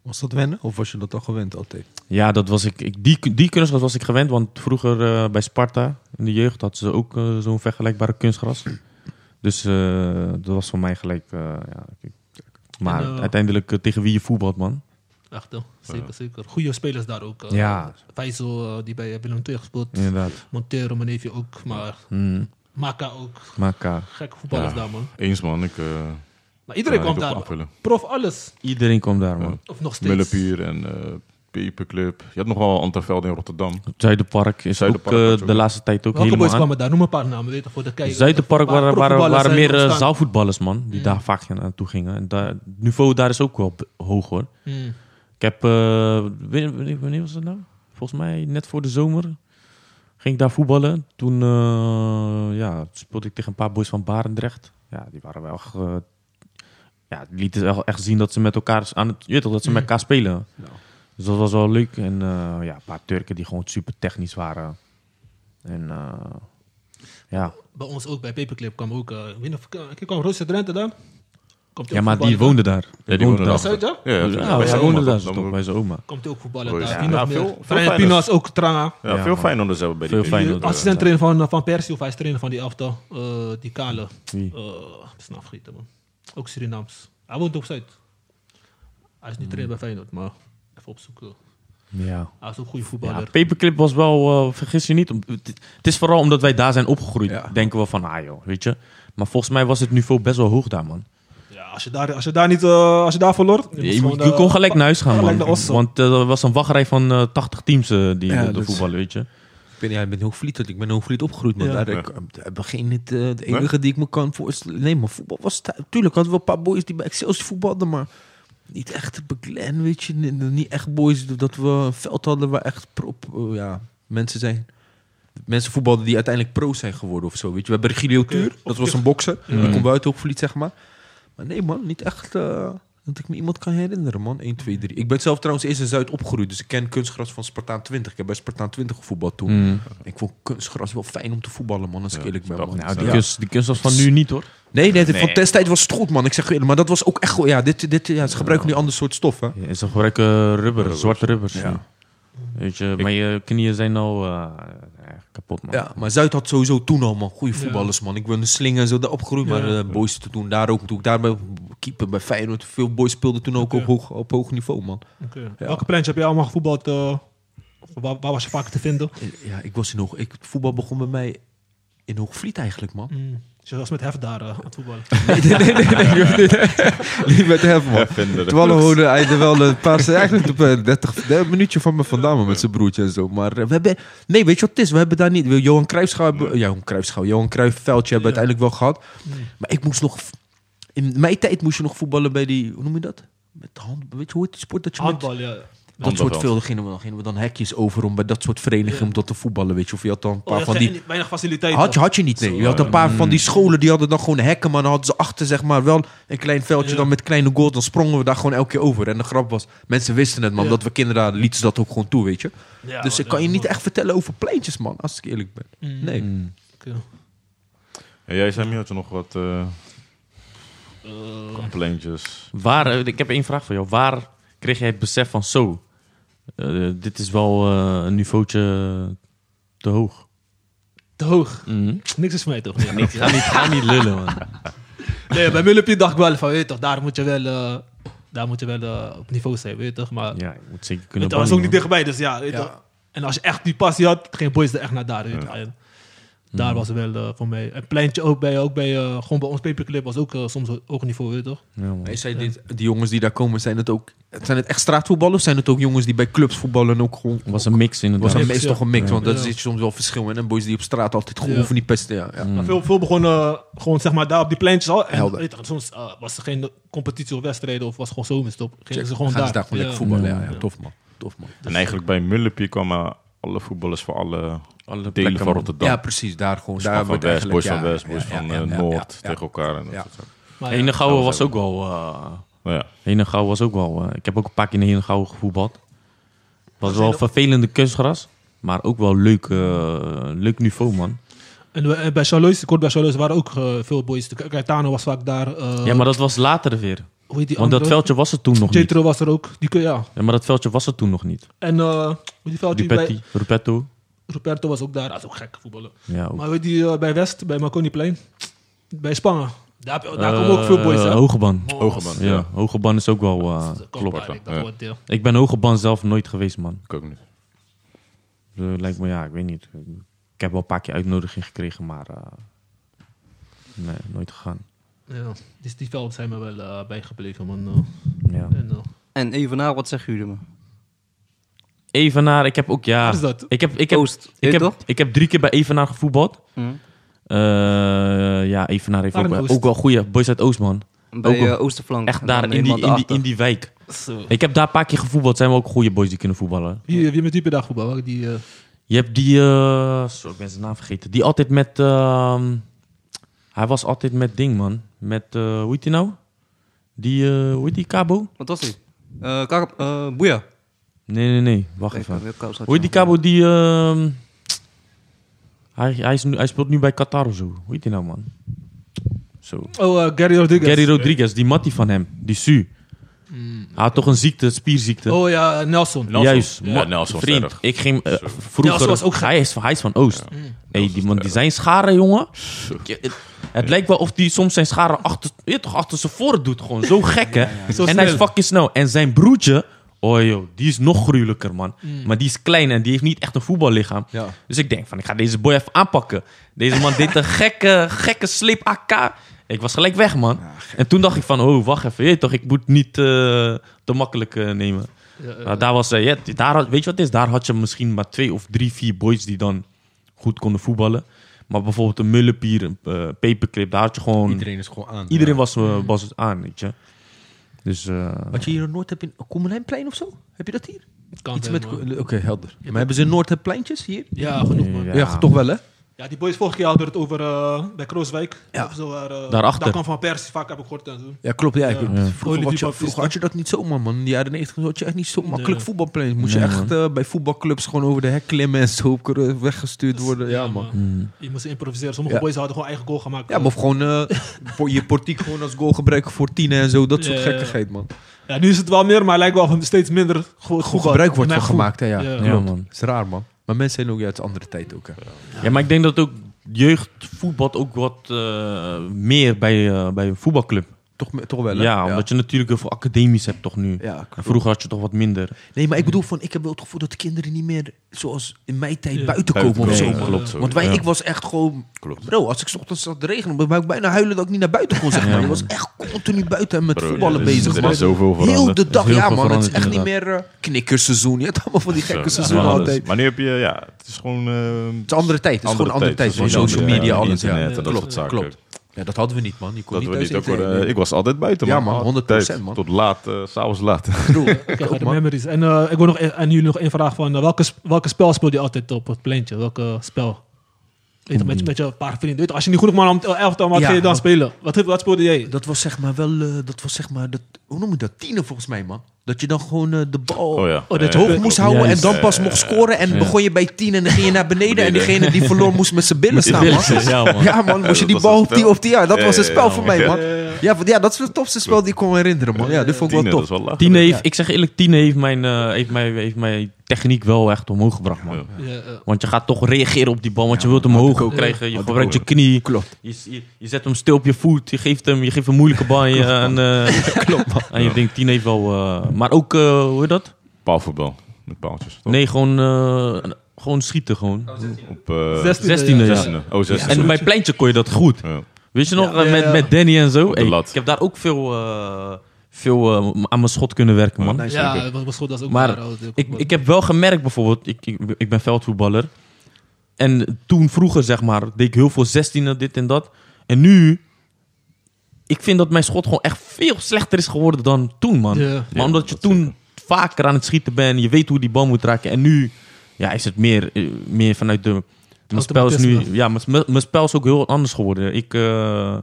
[SPEAKER 4] Was dat wennen? Of was je dat al gewend altijd?
[SPEAKER 3] Ja, dat was ik. ik die, die kunstgras was ik gewend, want vroeger eh, bij Sparta in de jeugd hadden ze ook eh, zo'n vergelijkbare kunstgras. Dus eh, dat was voor mij gelijk. eh, ja, ik- maar
[SPEAKER 2] En, eh,
[SPEAKER 3] uiteindelijk eh, tegen wie je voetbalt, man.
[SPEAKER 2] Echt, hoor. zeker, zeker. Goede spelers daar ook. eh.
[SPEAKER 3] Ja.
[SPEAKER 2] Faisal, eh, die bij Willem II gespeeld.
[SPEAKER 3] Inderdaad.
[SPEAKER 2] Montero, mijn neefje ook. Maar
[SPEAKER 3] Mm,
[SPEAKER 2] Maka ook.
[SPEAKER 3] Maka.
[SPEAKER 2] Gekke voetballers
[SPEAKER 1] Ja.
[SPEAKER 2] daar, man.
[SPEAKER 1] Eens man, ik eh
[SPEAKER 2] Maar iedereen
[SPEAKER 1] kan
[SPEAKER 2] kwam
[SPEAKER 1] er niet op
[SPEAKER 2] daar.
[SPEAKER 1] aanvullen.
[SPEAKER 2] Prof, alles.
[SPEAKER 3] Iedereen komt daar, man.
[SPEAKER 2] Of nog steeds.
[SPEAKER 1] Mullepier en eh Peperclub. Je had nog wel een aantal velden in Rotterdam.
[SPEAKER 3] Zuiderpark is
[SPEAKER 1] Zuiderpark
[SPEAKER 3] ook eh,
[SPEAKER 1] was ook-
[SPEAKER 3] de laatste tijd ook
[SPEAKER 2] Welke boys
[SPEAKER 3] helemaal aan.
[SPEAKER 2] kwamen daar? Noem een paar namen, weet je, voor de kijkers.
[SPEAKER 3] Zuiderpark
[SPEAKER 2] Een paar
[SPEAKER 3] waren, waren,
[SPEAKER 2] profvoetballers
[SPEAKER 3] waren
[SPEAKER 2] zijn
[SPEAKER 3] meer eh,
[SPEAKER 2] ontstaan.
[SPEAKER 3] zaalvoetballers, man. Die
[SPEAKER 2] Mm.
[SPEAKER 3] daar vaak naartoe gingen. En daar, het niveau daar is ook wel b- hoog, hoor.
[SPEAKER 2] Mm.
[SPEAKER 3] Ik heb, eh, weet- weet- wanneer was dat nou? Volgens mij net voor de zomer ging ik daar voetballen. Toen eh, ja, speelde ik tegen een paar boys van Barendrecht. Ja, die waren wel... echt, eh ja, die lieten wel echt zien dat ze met elkaar, aan het, je weet toch, dat ze met
[SPEAKER 2] Mm.
[SPEAKER 3] elkaar spelen.
[SPEAKER 4] Nou.
[SPEAKER 3] Dus dat was wel leuk. En eh, ja, een paar Turken die gewoon super technisch waren. En eh, ja.
[SPEAKER 2] Bij ons ook, bij Paperclip kwam ook... eh, ik weet niet of- eh, ik kwam Roosje Drenthe dan. Komt hij
[SPEAKER 3] ja,
[SPEAKER 2] ook
[SPEAKER 3] maar die
[SPEAKER 2] voetballen
[SPEAKER 3] woonden daar.
[SPEAKER 1] Ja,
[SPEAKER 3] Woonden
[SPEAKER 2] daar?
[SPEAKER 1] daar.
[SPEAKER 2] Zuid, ja?
[SPEAKER 1] Ja,
[SPEAKER 4] Nou,
[SPEAKER 1] ja,
[SPEAKER 3] Ja,
[SPEAKER 1] bij
[SPEAKER 3] ze
[SPEAKER 1] zijn
[SPEAKER 3] woonden
[SPEAKER 1] oma,
[SPEAKER 3] daar
[SPEAKER 1] dan-
[SPEAKER 3] toch, bij zijn oma.
[SPEAKER 2] Komt ook voetballen
[SPEAKER 1] Oh, ja.
[SPEAKER 2] daar.
[SPEAKER 1] Ja,
[SPEAKER 2] Wie nog
[SPEAKER 1] ja,
[SPEAKER 2] meer?
[SPEAKER 1] veel- veel
[SPEAKER 2] Vrij
[SPEAKER 1] Feyenoord.
[SPEAKER 2] Pina's ook, Tranga.
[SPEAKER 1] Ja,
[SPEAKER 3] Ja,
[SPEAKER 1] veel
[SPEAKER 3] man.
[SPEAKER 1] Feyenoorders hebben bij die
[SPEAKER 3] Veel
[SPEAKER 1] club.
[SPEAKER 3] Feyenoord.
[SPEAKER 1] Eh,
[SPEAKER 2] Assistent trainer van, eh, van Persie, of hij is trainer van die elftal. eh, die kale.
[SPEAKER 3] Wie?
[SPEAKER 2] Eh, ik ben zijn naam vergeten, man. Ook Surinaams. Hij woont op Zuid. Hij is nu trainer bij Feyenoord, maar even opzoeken.
[SPEAKER 3] Ja.
[SPEAKER 2] Hij is ook een goede
[SPEAKER 3] Ja,
[SPEAKER 2] voetballer.
[SPEAKER 3] Paperclip was wel, eh, vergis je niet. om- Het het is vooral omdat wij daar zijn opgegroeid. Denken we van, ah joh, weet je. Maar volgens mij was het niveau best wel hoog daar, man.
[SPEAKER 2] Ja, als je daar, als je daar niet, eh, als je daar verloor... Je,
[SPEAKER 3] Je,
[SPEAKER 2] moest gewoon,
[SPEAKER 3] je
[SPEAKER 2] eh,
[SPEAKER 3] kon gelijk naar huis gaan,
[SPEAKER 2] gelijk
[SPEAKER 3] man.
[SPEAKER 2] naar Osso.
[SPEAKER 3] Want eh, er was een wachtrij van eh, 80 teams eh, die
[SPEAKER 4] Ja,
[SPEAKER 3] eh, de
[SPEAKER 4] dat-
[SPEAKER 3] voetballen, weet je.
[SPEAKER 4] Ik ben, ja, ik ben Hoogvliet, want ik ben in Hoogvliet opgegroeid. Maar
[SPEAKER 2] Ja.
[SPEAKER 4] daar ik, eh, begin niet eh, de enige die ik me kan voorstellen. Nee, maar voetbal was... thu- Tuurlijk hadden we een paar boys die bij Excelsior voetbalden, maar... Niet echt beklen, weet je. Ni- Niet echt boys dat we een veld hadden waar echt prop... eh, ja, mensen zijn... Mensen voetbalden die uiteindelijk pro zijn geworden of zo, weet je. We hebben Regilio Tuur, dat was een bokser. Die komt buiten Hoogvliet, zeg maar. Maar nee, man, niet echt... eh, dat ik me iemand kan herinneren, man. 1, 2, 3. Ik ben zelf trouwens eerst in Zuid opgegroeid. Dus ik ken kunstgras van Spartaan 20. Ik heb bij Spartaan 20 gevoetbald toen. Ik vond kunstgras wel fijn om te voetballen, man. Als ik
[SPEAKER 1] Ja,
[SPEAKER 4] eerlijk ben,
[SPEAKER 1] dat
[SPEAKER 4] man.
[SPEAKER 1] dacht
[SPEAKER 3] Nou, die,
[SPEAKER 4] Ja.
[SPEAKER 3] kunst, die kunst was van nu niet, hoor.
[SPEAKER 4] Nee, nee, dit- van destijds was het goed, man. Ik zeg je eerlijk. Maar dat was ook echt... wel- Ja, dit, dit, ja ze gebruiken nu ander soort stof, hè.
[SPEAKER 3] Ja, ze gebruiken rubber, zwarte rubbers.
[SPEAKER 4] Ja.
[SPEAKER 3] Weet je, maar je knieën zijn al eh, eh, kapot, man.
[SPEAKER 4] Ja, maar Zuid had sowieso toen al, man. Goede voetballers, man. Ik ben een slinger en zo daar opgegroeid. Maar eh, boys te doen daar ook. Toen ik daar bij keeper bij Feyenoord... Veel boys speelden toen ook
[SPEAKER 2] Oké.
[SPEAKER 4] op, hoog, op hoog niveau, man.
[SPEAKER 2] Oké. Welke plantje heb je allemaal gevoetbald? eh, of waar, waar was je vaak te vinden?
[SPEAKER 4] Eh, Ja, ik was in hoog... Ik, voetbal begon bij mij in Hoogvliet eigenlijk, man.
[SPEAKER 2] Mm. Dus je was met Hef daar eh, aan het voetballen.
[SPEAKER 4] Nee, nee, nee. nee, nee, nee. Niet met hem, man.
[SPEAKER 1] Vinder.
[SPEAKER 4] Terwijl hij hoorde hij er wel een paar... Eigenlijk op een 30 een minuutje van me vandaan maar met zijn broertje en zo. Maar eh, we hebben... Nee, weet je wat het is? We hebben daar niet... Johan Cruijffschouw hebben... Johan Cruijffschouw. Johan Cruijffveldje hebben we uiteindelijk wel gehad. Maar ik moest nog... In mijn tijd moest je nog voetballen bij die... Hoe noem je dat? Met de hand... Weet je hoe heet die sport? Dat je met,
[SPEAKER 2] Handbal, ja. Oh,
[SPEAKER 4] dat soort
[SPEAKER 1] Handenveld.
[SPEAKER 4] velden gingen we dan. Gingen we dan hekjes over om bij dat soort verenigingen om dat te voetballen, weet je. Of je had dan een paar
[SPEAKER 2] Oh, ja,
[SPEAKER 4] van
[SPEAKER 2] geen-
[SPEAKER 4] die...
[SPEAKER 2] Weinig faciliteiten.
[SPEAKER 4] Had je, had je niet, nee. Je had een paar
[SPEAKER 2] Mm.
[SPEAKER 4] van die scholen, die hadden dan gewoon hekken, maar dan hadden ze achter zeg maar wel een klein veldje
[SPEAKER 2] Ja.
[SPEAKER 4] dan met kleine goals. Dan sprongen we daar gewoon elke keer over. En de grap was, mensen wisten het, man.
[SPEAKER 2] Ja.
[SPEAKER 4] Omdat we kinderen hadden, lieten ze dat ook gewoon toe, weet je.
[SPEAKER 2] Ja,
[SPEAKER 4] dus
[SPEAKER 2] man,
[SPEAKER 4] ik kan
[SPEAKER 2] ja,
[SPEAKER 4] je niet
[SPEAKER 2] man.
[SPEAKER 4] echt vertellen over pleintjes, man, als ik eerlijk ben.
[SPEAKER 2] Mm.
[SPEAKER 4] Nee.
[SPEAKER 2] Oké.
[SPEAKER 1] En jij zei had je nog wat eh
[SPEAKER 2] Eh,
[SPEAKER 1] complaintjes.
[SPEAKER 3] Waar, eh, ik heb één vraag voor jou. Waar kreeg jij het besef van zo? eh, dit is wel eh, een niveautje te hoog.
[SPEAKER 2] te hoog.
[SPEAKER 4] Mhm.
[SPEAKER 2] Niks is voor mij toch? Nee,
[SPEAKER 3] Ga niet, ga niet lullen, man.
[SPEAKER 2] nee bij Mullepie dacht ik wel van, weet je toch, daar moet je wel, eh, daar moet je wel eh, op niveau zijn, weet je toch? Maar
[SPEAKER 3] Ja, je moet zeker kunnen
[SPEAKER 2] het was
[SPEAKER 3] ballen,
[SPEAKER 2] ook niet
[SPEAKER 3] man.
[SPEAKER 2] dichtbij, dus ja, weet je
[SPEAKER 4] Ja.
[SPEAKER 2] toch? En als je echt die passie had, ging boys er echt naar daar, weet je toch? En Daar was wel eh, voor mij. Het pleintje ook bij, ook bij eh, gewoon bij ons paperclip was ook eh, soms ook niveau, weet je toch?
[SPEAKER 3] Ja, man.
[SPEAKER 4] Is hij dit, die jongens die daar komen, zijn het ook zijn het echt straatvoetballers of zijn het ook jongens die bij clubs voetballen en ook gewoon...
[SPEAKER 3] Het was een mix inderdaad.
[SPEAKER 4] was een
[SPEAKER 2] mix,
[SPEAKER 4] meest
[SPEAKER 2] ja.
[SPEAKER 4] toch een mix,
[SPEAKER 3] Ja.
[SPEAKER 4] want dat
[SPEAKER 2] Ja.
[SPEAKER 4] zit soms wel verschil in. En boys die op straat altijd gewoon
[SPEAKER 2] Ja. Mm.
[SPEAKER 4] hoeven niet pesten. Ja, ja.
[SPEAKER 2] Maar veel, veel begonnen eh, gewoon zeg maar daar op die pleintjes al. En,
[SPEAKER 4] Helder.
[SPEAKER 2] weet je toch, soms eh, was er geen competitie of wedstrijden of was gewoon zomerstop. Gingen
[SPEAKER 4] Check.
[SPEAKER 2] ze gewoon
[SPEAKER 4] Gaan
[SPEAKER 2] daar.
[SPEAKER 4] ze daar gewoon
[SPEAKER 2] Ja.
[SPEAKER 4] lekker voetballen. Ja,
[SPEAKER 3] Ja.
[SPEAKER 4] ja. Tof man, tof man.
[SPEAKER 1] En eigenlijk bij Mullepie kwamen alle voetballers van alle
[SPEAKER 3] Alle
[SPEAKER 1] delen
[SPEAKER 3] plekken,
[SPEAKER 1] van
[SPEAKER 3] man.
[SPEAKER 1] Rotterdam.
[SPEAKER 4] Ja, precies, daar gewoon.
[SPEAKER 1] Dus
[SPEAKER 4] Daar
[SPEAKER 1] van
[SPEAKER 4] wordt
[SPEAKER 1] West, boys van
[SPEAKER 4] eigenlijk-
[SPEAKER 1] West,
[SPEAKER 4] ja,
[SPEAKER 1] boys
[SPEAKER 4] ja,
[SPEAKER 1] van
[SPEAKER 4] ja,
[SPEAKER 1] eh,
[SPEAKER 4] ja, ja,
[SPEAKER 1] Noord
[SPEAKER 4] ja.
[SPEAKER 1] tegen elkaar. En dat
[SPEAKER 4] Ja.
[SPEAKER 1] soort zaken.
[SPEAKER 2] Maar ja,
[SPEAKER 3] Henegouwen
[SPEAKER 1] Ja,
[SPEAKER 3] was
[SPEAKER 1] zo.
[SPEAKER 3] ook wel... eh
[SPEAKER 1] Nou ja.
[SPEAKER 3] Henegouwen was ook wel... eh, ik heb ook een paar keer in Henegouwen gevoetbald. Was wel vervelende kunstgras. Maar ook wel leuk, eh, leuk niveau, man.
[SPEAKER 2] En we- en bij Charlois, kort bij Charlois waren ook eh, veel boys. De Caetano was vaak daar. eh,
[SPEAKER 3] Ja, maar dat was later weer.
[SPEAKER 2] hoe heet die
[SPEAKER 3] Want dat
[SPEAKER 2] andere?
[SPEAKER 3] veldje was er toen nog niet.
[SPEAKER 2] Jetro was er ook. Die, kun- ja.
[SPEAKER 3] Ja, maar dat veldje was er toen nog niet.
[SPEAKER 2] En eh, hoe die veldje bij
[SPEAKER 3] Rupetti, Rupetto.
[SPEAKER 2] Roberto was ook daar. Dat is ook gek voetballen.
[SPEAKER 3] Ja, ook.
[SPEAKER 2] Maar weet je die eh, bij West, bij Marconiplein, bij Spangen. Daar, heb je- daar komen ook
[SPEAKER 3] Eh,
[SPEAKER 2] veel boys. hè?
[SPEAKER 3] Hogeban.
[SPEAKER 2] Oh,
[SPEAKER 1] Hogeban,
[SPEAKER 3] Ja, Hogeban is ook wel... eh,
[SPEAKER 2] dat komt
[SPEAKER 1] klopt,
[SPEAKER 2] daar,
[SPEAKER 1] ja.
[SPEAKER 2] ik dacht,
[SPEAKER 1] Ja.
[SPEAKER 2] wat, ja.
[SPEAKER 3] ik ben Hogeban zelf nooit geweest, man.
[SPEAKER 1] Ik ook niet.
[SPEAKER 3] Eh, lijkt me, ja, ik weet niet. Ik heb wel een paar keer uitnodiging gekregen, maar... eh, nee, nooit gegaan.
[SPEAKER 2] Ja. Dus die velden zijn me wel eh, bijgebleven, man. eh.
[SPEAKER 3] Ja.
[SPEAKER 2] en, eh,
[SPEAKER 8] En evenaar, wat zeggen jullie me?
[SPEAKER 3] Evenaar, ik heb ook, ja...
[SPEAKER 2] Wat is dat?
[SPEAKER 3] Ik heb, ik heb,
[SPEAKER 8] Oost,
[SPEAKER 3] ik
[SPEAKER 8] dit
[SPEAKER 3] heb,
[SPEAKER 8] toch?
[SPEAKER 3] ik heb drie keer bij Evenaar gevoetbald.
[SPEAKER 8] Hm.
[SPEAKER 3] Eh, ja, Evenaar heeft
[SPEAKER 2] Arnhem
[SPEAKER 3] ook,
[SPEAKER 2] Oost.
[SPEAKER 3] ook wel goede boys uit Oostman.
[SPEAKER 8] Bij
[SPEAKER 3] Ook wel.
[SPEAKER 8] eh, Oosterflank.
[SPEAKER 3] Echt
[SPEAKER 8] En
[SPEAKER 3] daar
[SPEAKER 8] dan
[SPEAKER 3] in die,
[SPEAKER 8] helemaal
[SPEAKER 3] in, die,
[SPEAKER 8] daarachter.
[SPEAKER 3] in die wijk.
[SPEAKER 8] Zo.
[SPEAKER 3] Ik heb daar een paar keer gevoetbald. Zijn we ook goede boys die kunnen voetballen.
[SPEAKER 2] Wie, wie met die per dag voetbal? Die, eh,
[SPEAKER 3] Je hebt die... eh sorry, ik ben zijn naam vergeten. Die altijd met... ehm, hij was altijd met ding, man. Met... eh, hoe heet die nou? Die... eh, hoe heet die? Cabo?
[SPEAKER 8] Wat was die? Eh Kar- eh, Boeia.
[SPEAKER 3] Nee, nee, nee. Wacht
[SPEAKER 8] Kijk, eh,
[SPEAKER 3] even.
[SPEAKER 8] weer Kaapstad,
[SPEAKER 3] Hoe heet die
[SPEAKER 8] ja.
[SPEAKER 3] Cabo die... ehm, hij, hij, is nu, hij speelt nu bij Qatar of zo. Hoe heet die nou, man? Zo.
[SPEAKER 2] oh, eh, Gary Rodriguez.
[SPEAKER 3] Gary Rodriguez, die mattie van hem, die Su. Hij had toch een ziekte, spierziekte.
[SPEAKER 2] Oh ja, Nelson.
[SPEAKER 1] Nelson.
[SPEAKER 3] Juist,
[SPEAKER 1] Ja,
[SPEAKER 3] ma-
[SPEAKER 1] Nelson
[SPEAKER 3] vriend.
[SPEAKER 1] sterk.
[SPEAKER 3] Ik ging eh, vroeger.
[SPEAKER 2] Nelson was ook gek.
[SPEAKER 3] hij, is, hij is van Oost. Hey, die man, die zijn scharen, jongen. Ik- het- het lijkt wel of die soms zijn scharen achter, ja, toch, achter zijn voren doet. Gewoon zo gek, hè?
[SPEAKER 2] Zo
[SPEAKER 3] en hij is
[SPEAKER 2] snel.
[SPEAKER 3] fucking snel. En zijn broertje, oh joh, die is nog gruwelijker, man.
[SPEAKER 2] Mm.
[SPEAKER 3] Maar die is klein en die heeft niet echt een voetballichaam.
[SPEAKER 4] Ja.
[SPEAKER 3] Dus ik denk van, ik ga deze boy even aanpakken. Deze man deed een gekke, gekke sleep AK. Ik was gelijk weg, man. en toen dacht ik van, oh, wacht even. Je, toch, ik moet niet eh, te makkelijk eh, nemen.
[SPEAKER 2] Ja,
[SPEAKER 3] Maar daar was, eh, ja, t- daar, had- weet je wat het is? Daar had je misschien maar twee of drie, vier boys die dan goed konden voetballen. Maar bijvoorbeeld een mullepier, een eh, paperclip, daar had je gewoon... Iedereen,
[SPEAKER 4] Iedereen is gewoon aan.
[SPEAKER 3] was, eh, was het aan, weet je. Dus... eh,
[SPEAKER 4] Wat je hier in Noord hebt, in Komelijnplein of zo? Heb je dat hier?
[SPEAKER 2] kan
[SPEAKER 4] Iets
[SPEAKER 2] zijn,
[SPEAKER 4] met...
[SPEAKER 2] man.
[SPEAKER 4] Oké, helder. Maar hebben ze in Noord het pleintjes hier?
[SPEAKER 2] Ja, genoeg, man.
[SPEAKER 3] ja,
[SPEAKER 4] Ja, toch wel hè?
[SPEAKER 2] Ja, die boys vorige keer hadden het over eh, bij Krooswijk.
[SPEAKER 4] Ja.
[SPEAKER 2] Of zo, waar, eh,
[SPEAKER 3] Daarachter.
[SPEAKER 2] Daar kwam Van Persie vaak, heb ik gehoord. En zo.
[SPEAKER 4] Ja, klopt. Ja, ik-
[SPEAKER 2] Ja.
[SPEAKER 4] Vroeger,
[SPEAKER 2] Olivier
[SPEAKER 4] had je,
[SPEAKER 2] Baptiste.
[SPEAKER 4] vroeger had je dat niet zomaar, man. In de jaren 90 had je echt niet zo makkelijk
[SPEAKER 2] Nee.
[SPEAKER 4] voetbalplannen. Moest je
[SPEAKER 3] Nee,
[SPEAKER 4] echt eh, bij voetbalclubs gewoon over de hek klimmen en zo kunnen weggestuurd worden. Ja, man.
[SPEAKER 3] mm.
[SPEAKER 2] Je moest improviseren. Sommige
[SPEAKER 4] Ja.
[SPEAKER 2] boys hadden gewoon eigen goal gemaakt.
[SPEAKER 4] Ja, maar of gewoon eh, voor je portiek gewoon als goal gebruiken voor tienen en zo. Dat soort
[SPEAKER 2] Ja, ja, ja.
[SPEAKER 4] gekkigheid, man.
[SPEAKER 2] Ja, nu is het wel meer, maar lijkt wel steeds minder goed,
[SPEAKER 4] Goed gebruik wordt van gemaakt, hè? Ja,
[SPEAKER 2] Ja.
[SPEAKER 4] klopt.
[SPEAKER 3] Ja, man.
[SPEAKER 4] Is raar, man. Maar mensen zijn ook, ja, het is andere tijd ook, hè.
[SPEAKER 3] Ja, maar ik denk dat ook jeugdvoetbal ook wat eh, meer bij, eh, bij een voetbalclub.
[SPEAKER 4] Toch, me- toch wel,
[SPEAKER 3] Ja,
[SPEAKER 4] hè?
[SPEAKER 3] omdat je natuurlijk heel veel academies hebt toch nu.
[SPEAKER 4] Ja,
[SPEAKER 3] En vroeger had je toch wat minder.
[SPEAKER 4] Nee, maar ik bedoel van, ik heb wel het gevoel dat de kinderen niet meer, zoals in mijn tijd,
[SPEAKER 2] Ja.
[SPEAKER 4] buiten
[SPEAKER 1] Buiten
[SPEAKER 4] komen of zo.
[SPEAKER 1] komen,
[SPEAKER 4] man.
[SPEAKER 1] klopt zo,
[SPEAKER 4] Want wij,
[SPEAKER 3] ja.
[SPEAKER 4] ik was echt gewoon,
[SPEAKER 1] Klopt.
[SPEAKER 4] bro, als ik 's ochtends zat te regenen, dan wou ik bijna huilen dat ik niet naar buiten kon, zeg maar.
[SPEAKER 3] Ja,
[SPEAKER 4] Ik
[SPEAKER 3] man.
[SPEAKER 4] was echt continu buiten en met
[SPEAKER 1] Bro,
[SPEAKER 4] voetballen
[SPEAKER 1] er is-
[SPEAKER 4] bezig,
[SPEAKER 1] Er
[SPEAKER 4] man.
[SPEAKER 1] is zoveel veranderd.
[SPEAKER 4] Heel de dag,
[SPEAKER 3] heel
[SPEAKER 4] ja
[SPEAKER 3] veel
[SPEAKER 4] man, het is
[SPEAKER 3] veranderd,
[SPEAKER 4] echt niet meer eh, knikkerseizoen. Je hebt allemaal van die gekke
[SPEAKER 1] Zo,
[SPEAKER 4] seizoenen
[SPEAKER 1] ja.
[SPEAKER 4] altijd. Het
[SPEAKER 1] Maar nu heb je, ja, het is gewoon... eh,
[SPEAKER 4] is een andere tijd, het is gewoon een andere tijd.
[SPEAKER 1] Het is
[SPEAKER 4] van
[SPEAKER 1] gewoon
[SPEAKER 4] social
[SPEAKER 1] andere
[SPEAKER 4] media,
[SPEAKER 1] tijd.
[SPEAKER 4] alles. Ja,
[SPEAKER 1] Internet en dat soort
[SPEAKER 4] klopt,
[SPEAKER 1] zaken.
[SPEAKER 4] klopt. Ja, dat hadden we niet, man. Je kon
[SPEAKER 1] Dat
[SPEAKER 4] niet
[SPEAKER 1] we
[SPEAKER 4] thuis
[SPEAKER 1] niet ook eh,
[SPEAKER 4] eten.
[SPEAKER 1] worden- ik was altijd buiten,
[SPEAKER 4] Ja,
[SPEAKER 1] man.
[SPEAKER 4] man,
[SPEAKER 1] Altijd.
[SPEAKER 4] 100% man.
[SPEAKER 1] Tot laat, eh, s'avonds laat.
[SPEAKER 2] Ik heb
[SPEAKER 4] Ook,
[SPEAKER 2] de
[SPEAKER 4] man.
[SPEAKER 2] memories. En eh, ik wil nog e- aan jullie nog één vraag van eh, welke, sp- welke spel speel je altijd op het pleintje? Welke spel? Weet je, met, met je paar vrienden. Weet je, als je niet goed man om eh, elftal, wat
[SPEAKER 4] Ja,
[SPEAKER 2] ga je dan
[SPEAKER 4] want-
[SPEAKER 2] spelen? Wat, wat speelde jij?
[SPEAKER 4] Dat was zeg maar wel, eh, dat was zeg maar, dat, hoe noem je dat? Tienen volgens mij, man. Dat je dan gewoon eh, de bal
[SPEAKER 1] Oh ja.
[SPEAKER 2] Oh, dit hoog
[SPEAKER 1] Eh,
[SPEAKER 4] hoog
[SPEAKER 1] klopt.
[SPEAKER 4] moest houden en
[SPEAKER 3] Juist.
[SPEAKER 4] dan pas mocht scoren. En begon je bij 10 en dan ging je naar beneden. En
[SPEAKER 1] Beneden.
[SPEAKER 4] degene die verloor moest met zijn billen staan, man.
[SPEAKER 3] Ja, man.
[SPEAKER 4] Ja, man, moest
[SPEAKER 1] dat
[SPEAKER 4] je die
[SPEAKER 1] was
[SPEAKER 4] bal
[SPEAKER 1] een
[SPEAKER 4] op die
[SPEAKER 1] spel.
[SPEAKER 4] of die... Ja, dat
[SPEAKER 1] Ja,
[SPEAKER 4] was een
[SPEAKER 1] ja,
[SPEAKER 4] spel
[SPEAKER 1] ja,
[SPEAKER 4] voor
[SPEAKER 1] man.
[SPEAKER 4] mij,
[SPEAKER 1] Ja,
[SPEAKER 4] man. Ja, want- ja, dat is het topste spel die ik kon herinneren, man. Ja, dit vond ik
[SPEAKER 1] Tienen,
[SPEAKER 4] wel
[SPEAKER 1] dat is
[SPEAKER 4] top.
[SPEAKER 1] wel lachen.
[SPEAKER 3] Tine heeft, ik zeg eerlijk, Tine heeft mijn, eh, heeft, mijn, heeft mijn techniek wel echt omhoog gebracht, man.
[SPEAKER 1] Ja.
[SPEAKER 2] Ja, eh,
[SPEAKER 3] Want je gaat toch reageren op die bal, want je wilt hem hoog krijgen. Je gebruikt je knie.
[SPEAKER 4] Klopt.
[SPEAKER 3] Je, je, je zet hem stil op je voet. Je geeft hem, je geeft een moeilijke bal aan je. En, eh, en je denkt, Tine heeft wel... eh, maar ook, eh, hoe heet dat?
[SPEAKER 1] Oh. Paalvoetbal, met paaltjes. toch?
[SPEAKER 3] Nee, gewoon, eh, Gewoon schieten gewoon.
[SPEAKER 2] Oh,
[SPEAKER 1] Op eh,
[SPEAKER 2] 16e,
[SPEAKER 3] 16e, ja.
[SPEAKER 1] 16e. Oh, 16e.
[SPEAKER 3] En bij Pleintje kon je dat goed.
[SPEAKER 1] Ja.
[SPEAKER 3] Weet je nog,
[SPEAKER 2] Ja,
[SPEAKER 3] eh, met,
[SPEAKER 2] ja.
[SPEAKER 3] met Danny en zo.
[SPEAKER 1] Op de
[SPEAKER 3] Hey,
[SPEAKER 1] lat.
[SPEAKER 3] ik heb daar ook veel, eh, veel eh, m- aan mijn schot kunnen werken, man.
[SPEAKER 1] Nice,
[SPEAKER 2] Ja,
[SPEAKER 1] zeker.
[SPEAKER 2] dat was goed, dat is ook
[SPEAKER 3] Maar
[SPEAKER 2] waar, oh, dat-
[SPEAKER 3] Ik, ik heb wel gemerkt bijvoorbeeld, ik, ik, ik ben veldvoetballer. En toen vroeger, zeg maar, deed ik heel veel 16 dit en dat. En nu, ik vind dat mijn schot gewoon echt veel slechter is geworden dan toen, man.
[SPEAKER 2] Ja.
[SPEAKER 3] Maar
[SPEAKER 1] Ja,
[SPEAKER 3] omdat je
[SPEAKER 1] dat
[SPEAKER 3] toen vaker aan het schieten bent, je weet hoe die bal moet raken. En nu ja, is het meer, eh, meer vanuit de... Mijn spel is nu...
[SPEAKER 2] Automatisme.
[SPEAKER 3] Ja, mijn- mijn mijn spel is ook heel anders geworden. Ik, eh,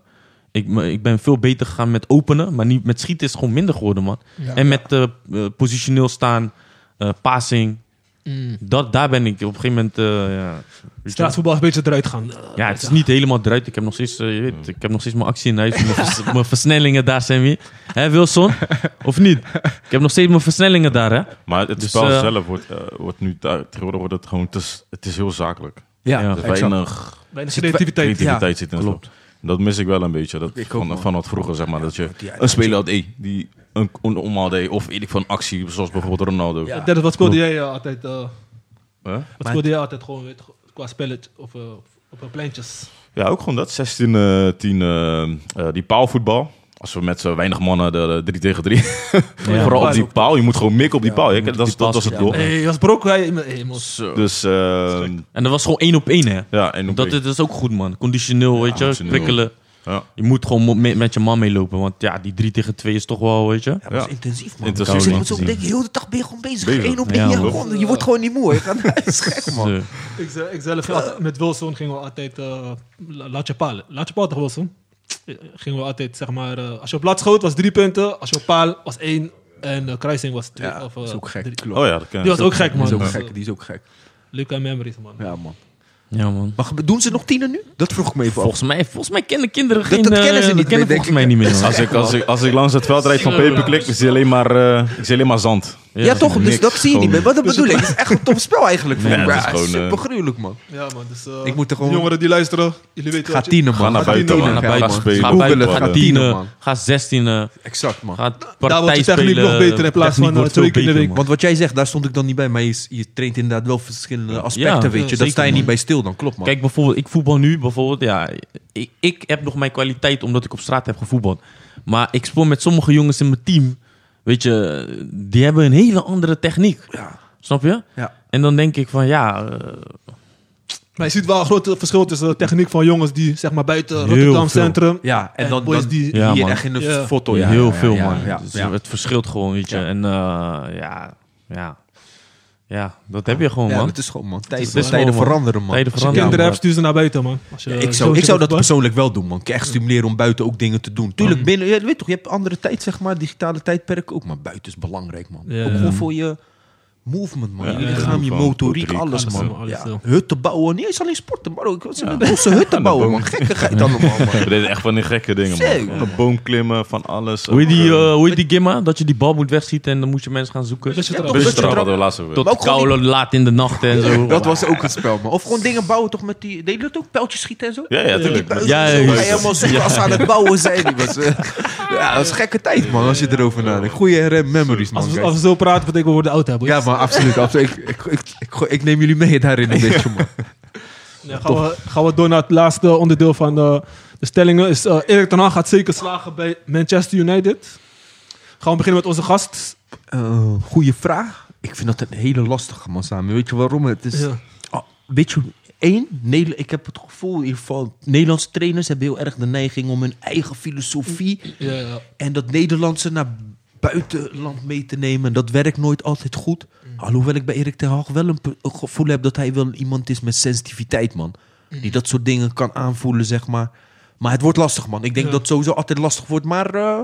[SPEAKER 3] ik, me- ik ben veel beter gegaan met openen, maar niet, met schieten is het gewoon minder geworden, man.
[SPEAKER 2] Ja.
[SPEAKER 3] En met eh, eh, positioneel staan, eh passing,
[SPEAKER 2] Mm.
[SPEAKER 3] dat, daar ben ik op een gegeven moment... eh, ja, weet je wel.
[SPEAKER 2] Straatvoetbal is een beetje eruit gaan. Eh,
[SPEAKER 3] ja, het is niet helemaal eruit. Ik heb nog steeds, eh, je weet, ik heb nog steeds mijn actie in huis. Mijn, vers- mijn versnellingen daar zijn weer. Hè, Wilson? Of niet? Ik heb nog steeds mijn versnellingen daar, hè?
[SPEAKER 1] Maar het
[SPEAKER 3] Dus,
[SPEAKER 1] spel
[SPEAKER 3] eh,
[SPEAKER 1] zelf wordt, eh, wordt nu daar- tegenwoordig wordt het gewoon, het is, het is heel zakelijk.
[SPEAKER 4] Ja,
[SPEAKER 3] Ja.
[SPEAKER 1] Er is weinig
[SPEAKER 2] Weinig
[SPEAKER 4] Zit-
[SPEAKER 2] creativiteit.
[SPEAKER 1] creativiteit zit in het
[SPEAKER 3] klopt.
[SPEAKER 1] spel. Dat mis ik wel een beetje. Dat
[SPEAKER 4] Ik ook,
[SPEAKER 1] van,
[SPEAKER 4] man.
[SPEAKER 1] van het vroeger, zeg maar. Dat je
[SPEAKER 4] die-
[SPEAKER 1] een speler had hey, die een, een omhaal deed. Of weet ik van actie, zoals bijvoorbeeld Ronaldo.
[SPEAKER 4] Ja.
[SPEAKER 2] Dennis, wat speelde jij eh, altijd? eh,
[SPEAKER 1] Hè?
[SPEAKER 2] wat speelde jij altijd gewoon weet, je, qua spelletje of eh, op eh, pleintjes?
[SPEAKER 1] Ja, ook gewoon dat. 16, eh 10, eh, eh, die paalvoetbal. Als we met zo weinig mannen de 3 tegen 3. Vooral op die paal. Je moet gewoon mikken op die paal. hè. dat, is-
[SPEAKER 3] die
[SPEAKER 1] dat
[SPEAKER 3] paal
[SPEAKER 1] was het doel.
[SPEAKER 2] Hé, hey, was Brok, hij... Hey, mos.
[SPEAKER 1] Dus eh,
[SPEAKER 3] En dat was gewoon één op één, hè?
[SPEAKER 1] ja, en
[SPEAKER 3] Dat, dat is ook goed, man. Conditioneel, weet je,
[SPEAKER 1] conditioneel.
[SPEAKER 3] prikkelen.
[SPEAKER 1] Ja.
[SPEAKER 3] Je moet gewoon mo- met, met je man meelopen. Want ja, die 3 tegen 2 is toch wel, weet je.
[SPEAKER 4] Ja, maar dat
[SPEAKER 1] Ja.
[SPEAKER 4] is intensief, man. Dus
[SPEAKER 1] Intensief,
[SPEAKER 4] Ik zit
[SPEAKER 1] man.
[SPEAKER 4] me zo te denken, heel de dag ben je gewoon bezig.
[SPEAKER 1] Bezig.
[SPEAKER 4] Eén op
[SPEAKER 3] Ja,
[SPEAKER 4] één. Ja,
[SPEAKER 3] man.
[SPEAKER 4] gewoon, je wordt gewoon niet moe. Je gaat dat is gek, man.
[SPEAKER 3] Dus, eh,
[SPEAKER 2] Ik, ze- ik zelf, altijd- met Wilson gingen we altijd, eh, la- laat je paal. Laat je paal toch, Wilson? Eh, Gingen we altijd, zeg maar, eh, als je op lat schoot was drie punten, als je op paal was één en de kruising was twee.
[SPEAKER 4] Ja,
[SPEAKER 2] of, eh,
[SPEAKER 4] dat is ook gek.
[SPEAKER 2] drie.
[SPEAKER 4] klopt.
[SPEAKER 1] Oh ja, dat ken
[SPEAKER 2] Die was
[SPEAKER 1] ik.
[SPEAKER 2] ook gek, man.
[SPEAKER 4] Die is ook
[SPEAKER 2] Dus,
[SPEAKER 4] gek,
[SPEAKER 2] eh,
[SPEAKER 4] die is ook gek.
[SPEAKER 2] Leuke memories, man.
[SPEAKER 4] Ja, man.
[SPEAKER 3] ja, man.
[SPEAKER 4] Maar ge- doen ze nog tiener nu? Dat vroeg ik me even af.
[SPEAKER 3] Volgens mij, volgens mij kennen kinderen geen...
[SPEAKER 4] dat
[SPEAKER 3] eh,
[SPEAKER 4] kennen ze niet meer,
[SPEAKER 3] kennen
[SPEAKER 4] denk
[SPEAKER 3] volgens mij niet meer. man.
[SPEAKER 1] Als ik, als, ik, als ik langs het veld rijd van Paperclip, ik zie alleen maar, eh, ik zie alleen maar zand.
[SPEAKER 4] Ja,
[SPEAKER 3] Ja,
[SPEAKER 4] toch? Dus
[SPEAKER 1] niks.
[SPEAKER 4] dat zie je niet meer. Wat dat bedoel ik? Het is echt een tof spel eigenlijk.
[SPEAKER 1] Nee,
[SPEAKER 4] voor
[SPEAKER 1] dat
[SPEAKER 4] elkaar.
[SPEAKER 1] is
[SPEAKER 4] Het is
[SPEAKER 1] gewoon, eh,
[SPEAKER 4] super gruwelijk, man.
[SPEAKER 2] Ja, man. Dus, eh,
[SPEAKER 4] Ik moet er
[SPEAKER 2] de
[SPEAKER 4] gewoon...
[SPEAKER 2] jongeren die luisteren, jullie weten
[SPEAKER 4] Ga
[SPEAKER 2] wat je-
[SPEAKER 4] tiener, man.
[SPEAKER 1] Ga naar
[SPEAKER 4] Ga
[SPEAKER 1] buiten,
[SPEAKER 4] tiener,
[SPEAKER 1] man.
[SPEAKER 4] man.
[SPEAKER 1] Ga
[SPEAKER 4] man.
[SPEAKER 1] spelen.
[SPEAKER 4] Ga
[SPEAKER 3] Ga
[SPEAKER 1] Googlen,
[SPEAKER 4] googelen.
[SPEAKER 3] buiten,
[SPEAKER 4] Ga
[SPEAKER 3] ga
[SPEAKER 4] tiener,
[SPEAKER 3] 10,
[SPEAKER 4] man.
[SPEAKER 3] ga 16,
[SPEAKER 4] Exact, man.
[SPEAKER 3] ga
[SPEAKER 2] Daar wordt
[SPEAKER 3] partij
[SPEAKER 2] de techniek
[SPEAKER 3] spelen.
[SPEAKER 2] nog beter in plaats
[SPEAKER 3] Techniek
[SPEAKER 2] van,
[SPEAKER 3] wordt
[SPEAKER 2] eh, twee
[SPEAKER 3] veel
[SPEAKER 2] keer in de
[SPEAKER 3] beter,
[SPEAKER 2] week.
[SPEAKER 3] man.
[SPEAKER 4] Want wat jij zegt, daar stond ik dan niet bij. Maar je, je traint inderdaad wel verschillende aspecten,
[SPEAKER 3] Ja,
[SPEAKER 4] weet je. Dat
[SPEAKER 3] zeker,
[SPEAKER 4] sta je niet
[SPEAKER 3] man.
[SPEAKER 4] bij stil dan, klopt, man.
[SPEAKER 3] Kijk, bijvoorbeeld, ik voetbal nu, bijvoorbeeld, ja, ik, ik heb nog mijn kwaliteit omdat ik op straat heb gevoetbald. Maar ik speel met sommige jongens in mijn team, weet je, die hebben een hele andere techniek.
[SPEAKER 4] Ja.
[SPEAKER 3] Snap je?
[SPEAKER 4] Ja.
[SPEAKER 3] En dan denk ik van, ja, eh,
[SPEAKER 2] Maar je ziet wel een groot verschil tussen de techniek van jongens die, zeg maar, buiten
[SPEAKER 3] Heel
[SPEAKER 2] Rotterdam
[SPEAKER 3] veel.
[SPEAKER 2] Centrum...
[SPEAKER 4] Ja, en
[SPEAKER 2] En
[SPEAKER 4] dan,
[SPEAKER 2] boys
[SPEAKER 4] dan
[SPEAKER 2] die-
[SPEAKER 3] Ja,
[SPEAKER 4] hier
[SPEAKER 3] man.
[SPEAKER 4] echt in de
[SPEAKER 2] Ja.
[SPEAKER 4] foto. ja,
[SPEAKER 3] heel
[SPEAKER 4] ja, ja,
[SPEAKER 3] veel,
[SPEAKER 4] ja,
[SPEAKER 3] man.
[SPEAKER 4] ja,
[SPEAKER 3] Dus
[SPEAKER 4] ja.
[SPEAKER 3] Het verschilt gewoon, weet je.
[SPEAKER 4] Ja.
[SPEAKER 3] En eh, ja, ja, ja, dat heb je gewoon,
[SPEAKER 4] Ja,
[SPEAKER 3] man.
[SPEAKER 4] het is gewoon, man.
[SPEAKER 3] Het is
[SPEAKER 4] Tijden,
[SPEAKER 3] gewoon,
[SPEAKER 4] tijden
[SPEAKER 3] man.
[SPEAKER 4] veranderen, man.
[SPEAKER 3] Tijden
[SPEAKER 4] Als je
[SPEAKER 3] veranderen.
[SPEAKER 4] kinderen
[SPEAKER 2] Kinderen
[SPEAKER 3] Ja,
[SPEAKER 2] hebt, stuur ze naar buiten, man. Als je-
[SPEAKER 4] Ja, ik
[SPEAKER 2] zoontje
[SPEAKER 4] zou, ik
[SPEAKER 2] wilt
[SPEAKER 4] zou dat
[SPEAKER 2] voetballen.
[SPEAKER 4] persoonlijk wel doen, man. Ik echt stimuleren om buiten ook dingen te doen. Tuurlijk, binnen, je weet toch, je hebt andere tijd, zeg maar, digitale tijdperk ook. Maar buiten is belangrijk, man.
[SPEAKER 2] Ja.
[SPEAKER 4] Ook gewoon voor je movement, man.
[SPEAKER 1] Ja,
[SPEAKER 4] je
[SPEAKER 2] ja,
[SPEAKER 4] lichaam,
[SPEAKER 1] ja.
[SPEAKER 4] je motoriek,
[SPEAKER 1] Motoriek,
[SPEAKER 4] alles,
[SPEAKER 2] alles,
[SPEAKER 4] man.
[SPEAKER 2] man, alles,
[SPEAKER 4] ja.
[SPEAKER 2] ja.
[SPEAKER 4] Hutten bouwen, niet eens alleen sporten, maar ook ja. losse hutten bouwen, man. Gekkigheid allemaal, man.
[SPEAKER 1] We deden echt van die gekke dingen,
[SPEAKER 4] Zeker,
[SPEAKER 1] man. Van de boom klimmen, van alles.
[SPEAKER 3] Hoe je die, eh, hoe je die gimma? Dat je die bal moet wegzieten en dan moet je mensen gaan zoeken.
[SPEAKER 2] Dus je
[SPEAKER 4] Ja,
[SPEAKER 2] eraf.
[SPEAKER 4] toch,
[SPEAKER 2] Dus-
[SPEAKER 4] dat je
[SPEAKER 1] Busstrap
[SPEAKER 4] eraf-
[SPEAKER 1] hadden we laatst over.
[SPEAKER 3] Tot
[SPEAKER 4] Maar ook gewoon
[SPEAKER 3] koude laat in de nacht en zo.
[SPEAKER 4] Dat was ook het spel, man. Of gewoon dingen bouwen, toch, met die... Deed je dat ook? Pijltjes schieten en zo?
[SPEAKER 1] Ja, ja, tuurlijk.
[SPEAKER 4] Buiten
[SPEAKER 3] Ja,
[SPEAKER 4] zo,
[SPEAKER 3] juist.
[SPEAKER 4] helemaal zo als ze aan het bouwen zijn. Die was, eh, ja, dat is gekke tijd, man, als je erover nadenkt. Goeie eh, memories, man.
[SPEAKER 2] Als we,
[SPEAKER 4] guys.
[SPEAKER 2] als we zo praten, betekent we worden oud hebben.
[SPEAKER 4] Ja, maar absoluut. absoluut. Ik, ik, ik, ik, ik neem jullie mee daarin een beetje, man.
[SPEAKER 2] Ja, gaan, we, gaan we door naar het laatste onderdeel van eh, de stellingen. Is, eh, Erik ten Hag gaat zeker slagen bij Manchester United. Gaan we beginnen met onze gast.
[SPEAKER 4] Eh, goeie vraag. Ik vind dat een hele lastige, man, samen. Weet je waarom? Het is...
[SPEAKER 2] Ja.
[SPEAKER 4] Ah, weet je, één, Nederla- ik heb het gevoel in ieder geval... Nederlandse trainers hebben heel erg de neiging om hun eigen filosofie...
[SPEAKER 2] Ja, ja.
[SPEAKER 4] en dat Nederlandse naar buitenland mee te nemen. Dat werkt nooit altijd goed.
[SPEAKER 2] Mm.
[SPEAKER 4] Alhoewel ik bij Erik ten Hag wel een pe- een gevoel heb dat hij wel iemand is met sensitiviteit, man.
[SPEAKER 2] Mm.
[SPEAKER 4] Die dat soort dingen kan aanvoelen, zeg maar. Maar het wordt lastig, man. Ik denk
[SPEAKER 2] Ja.
[SPEAKER 4] dat het sowieso altijd lastig wordt. Maar eh,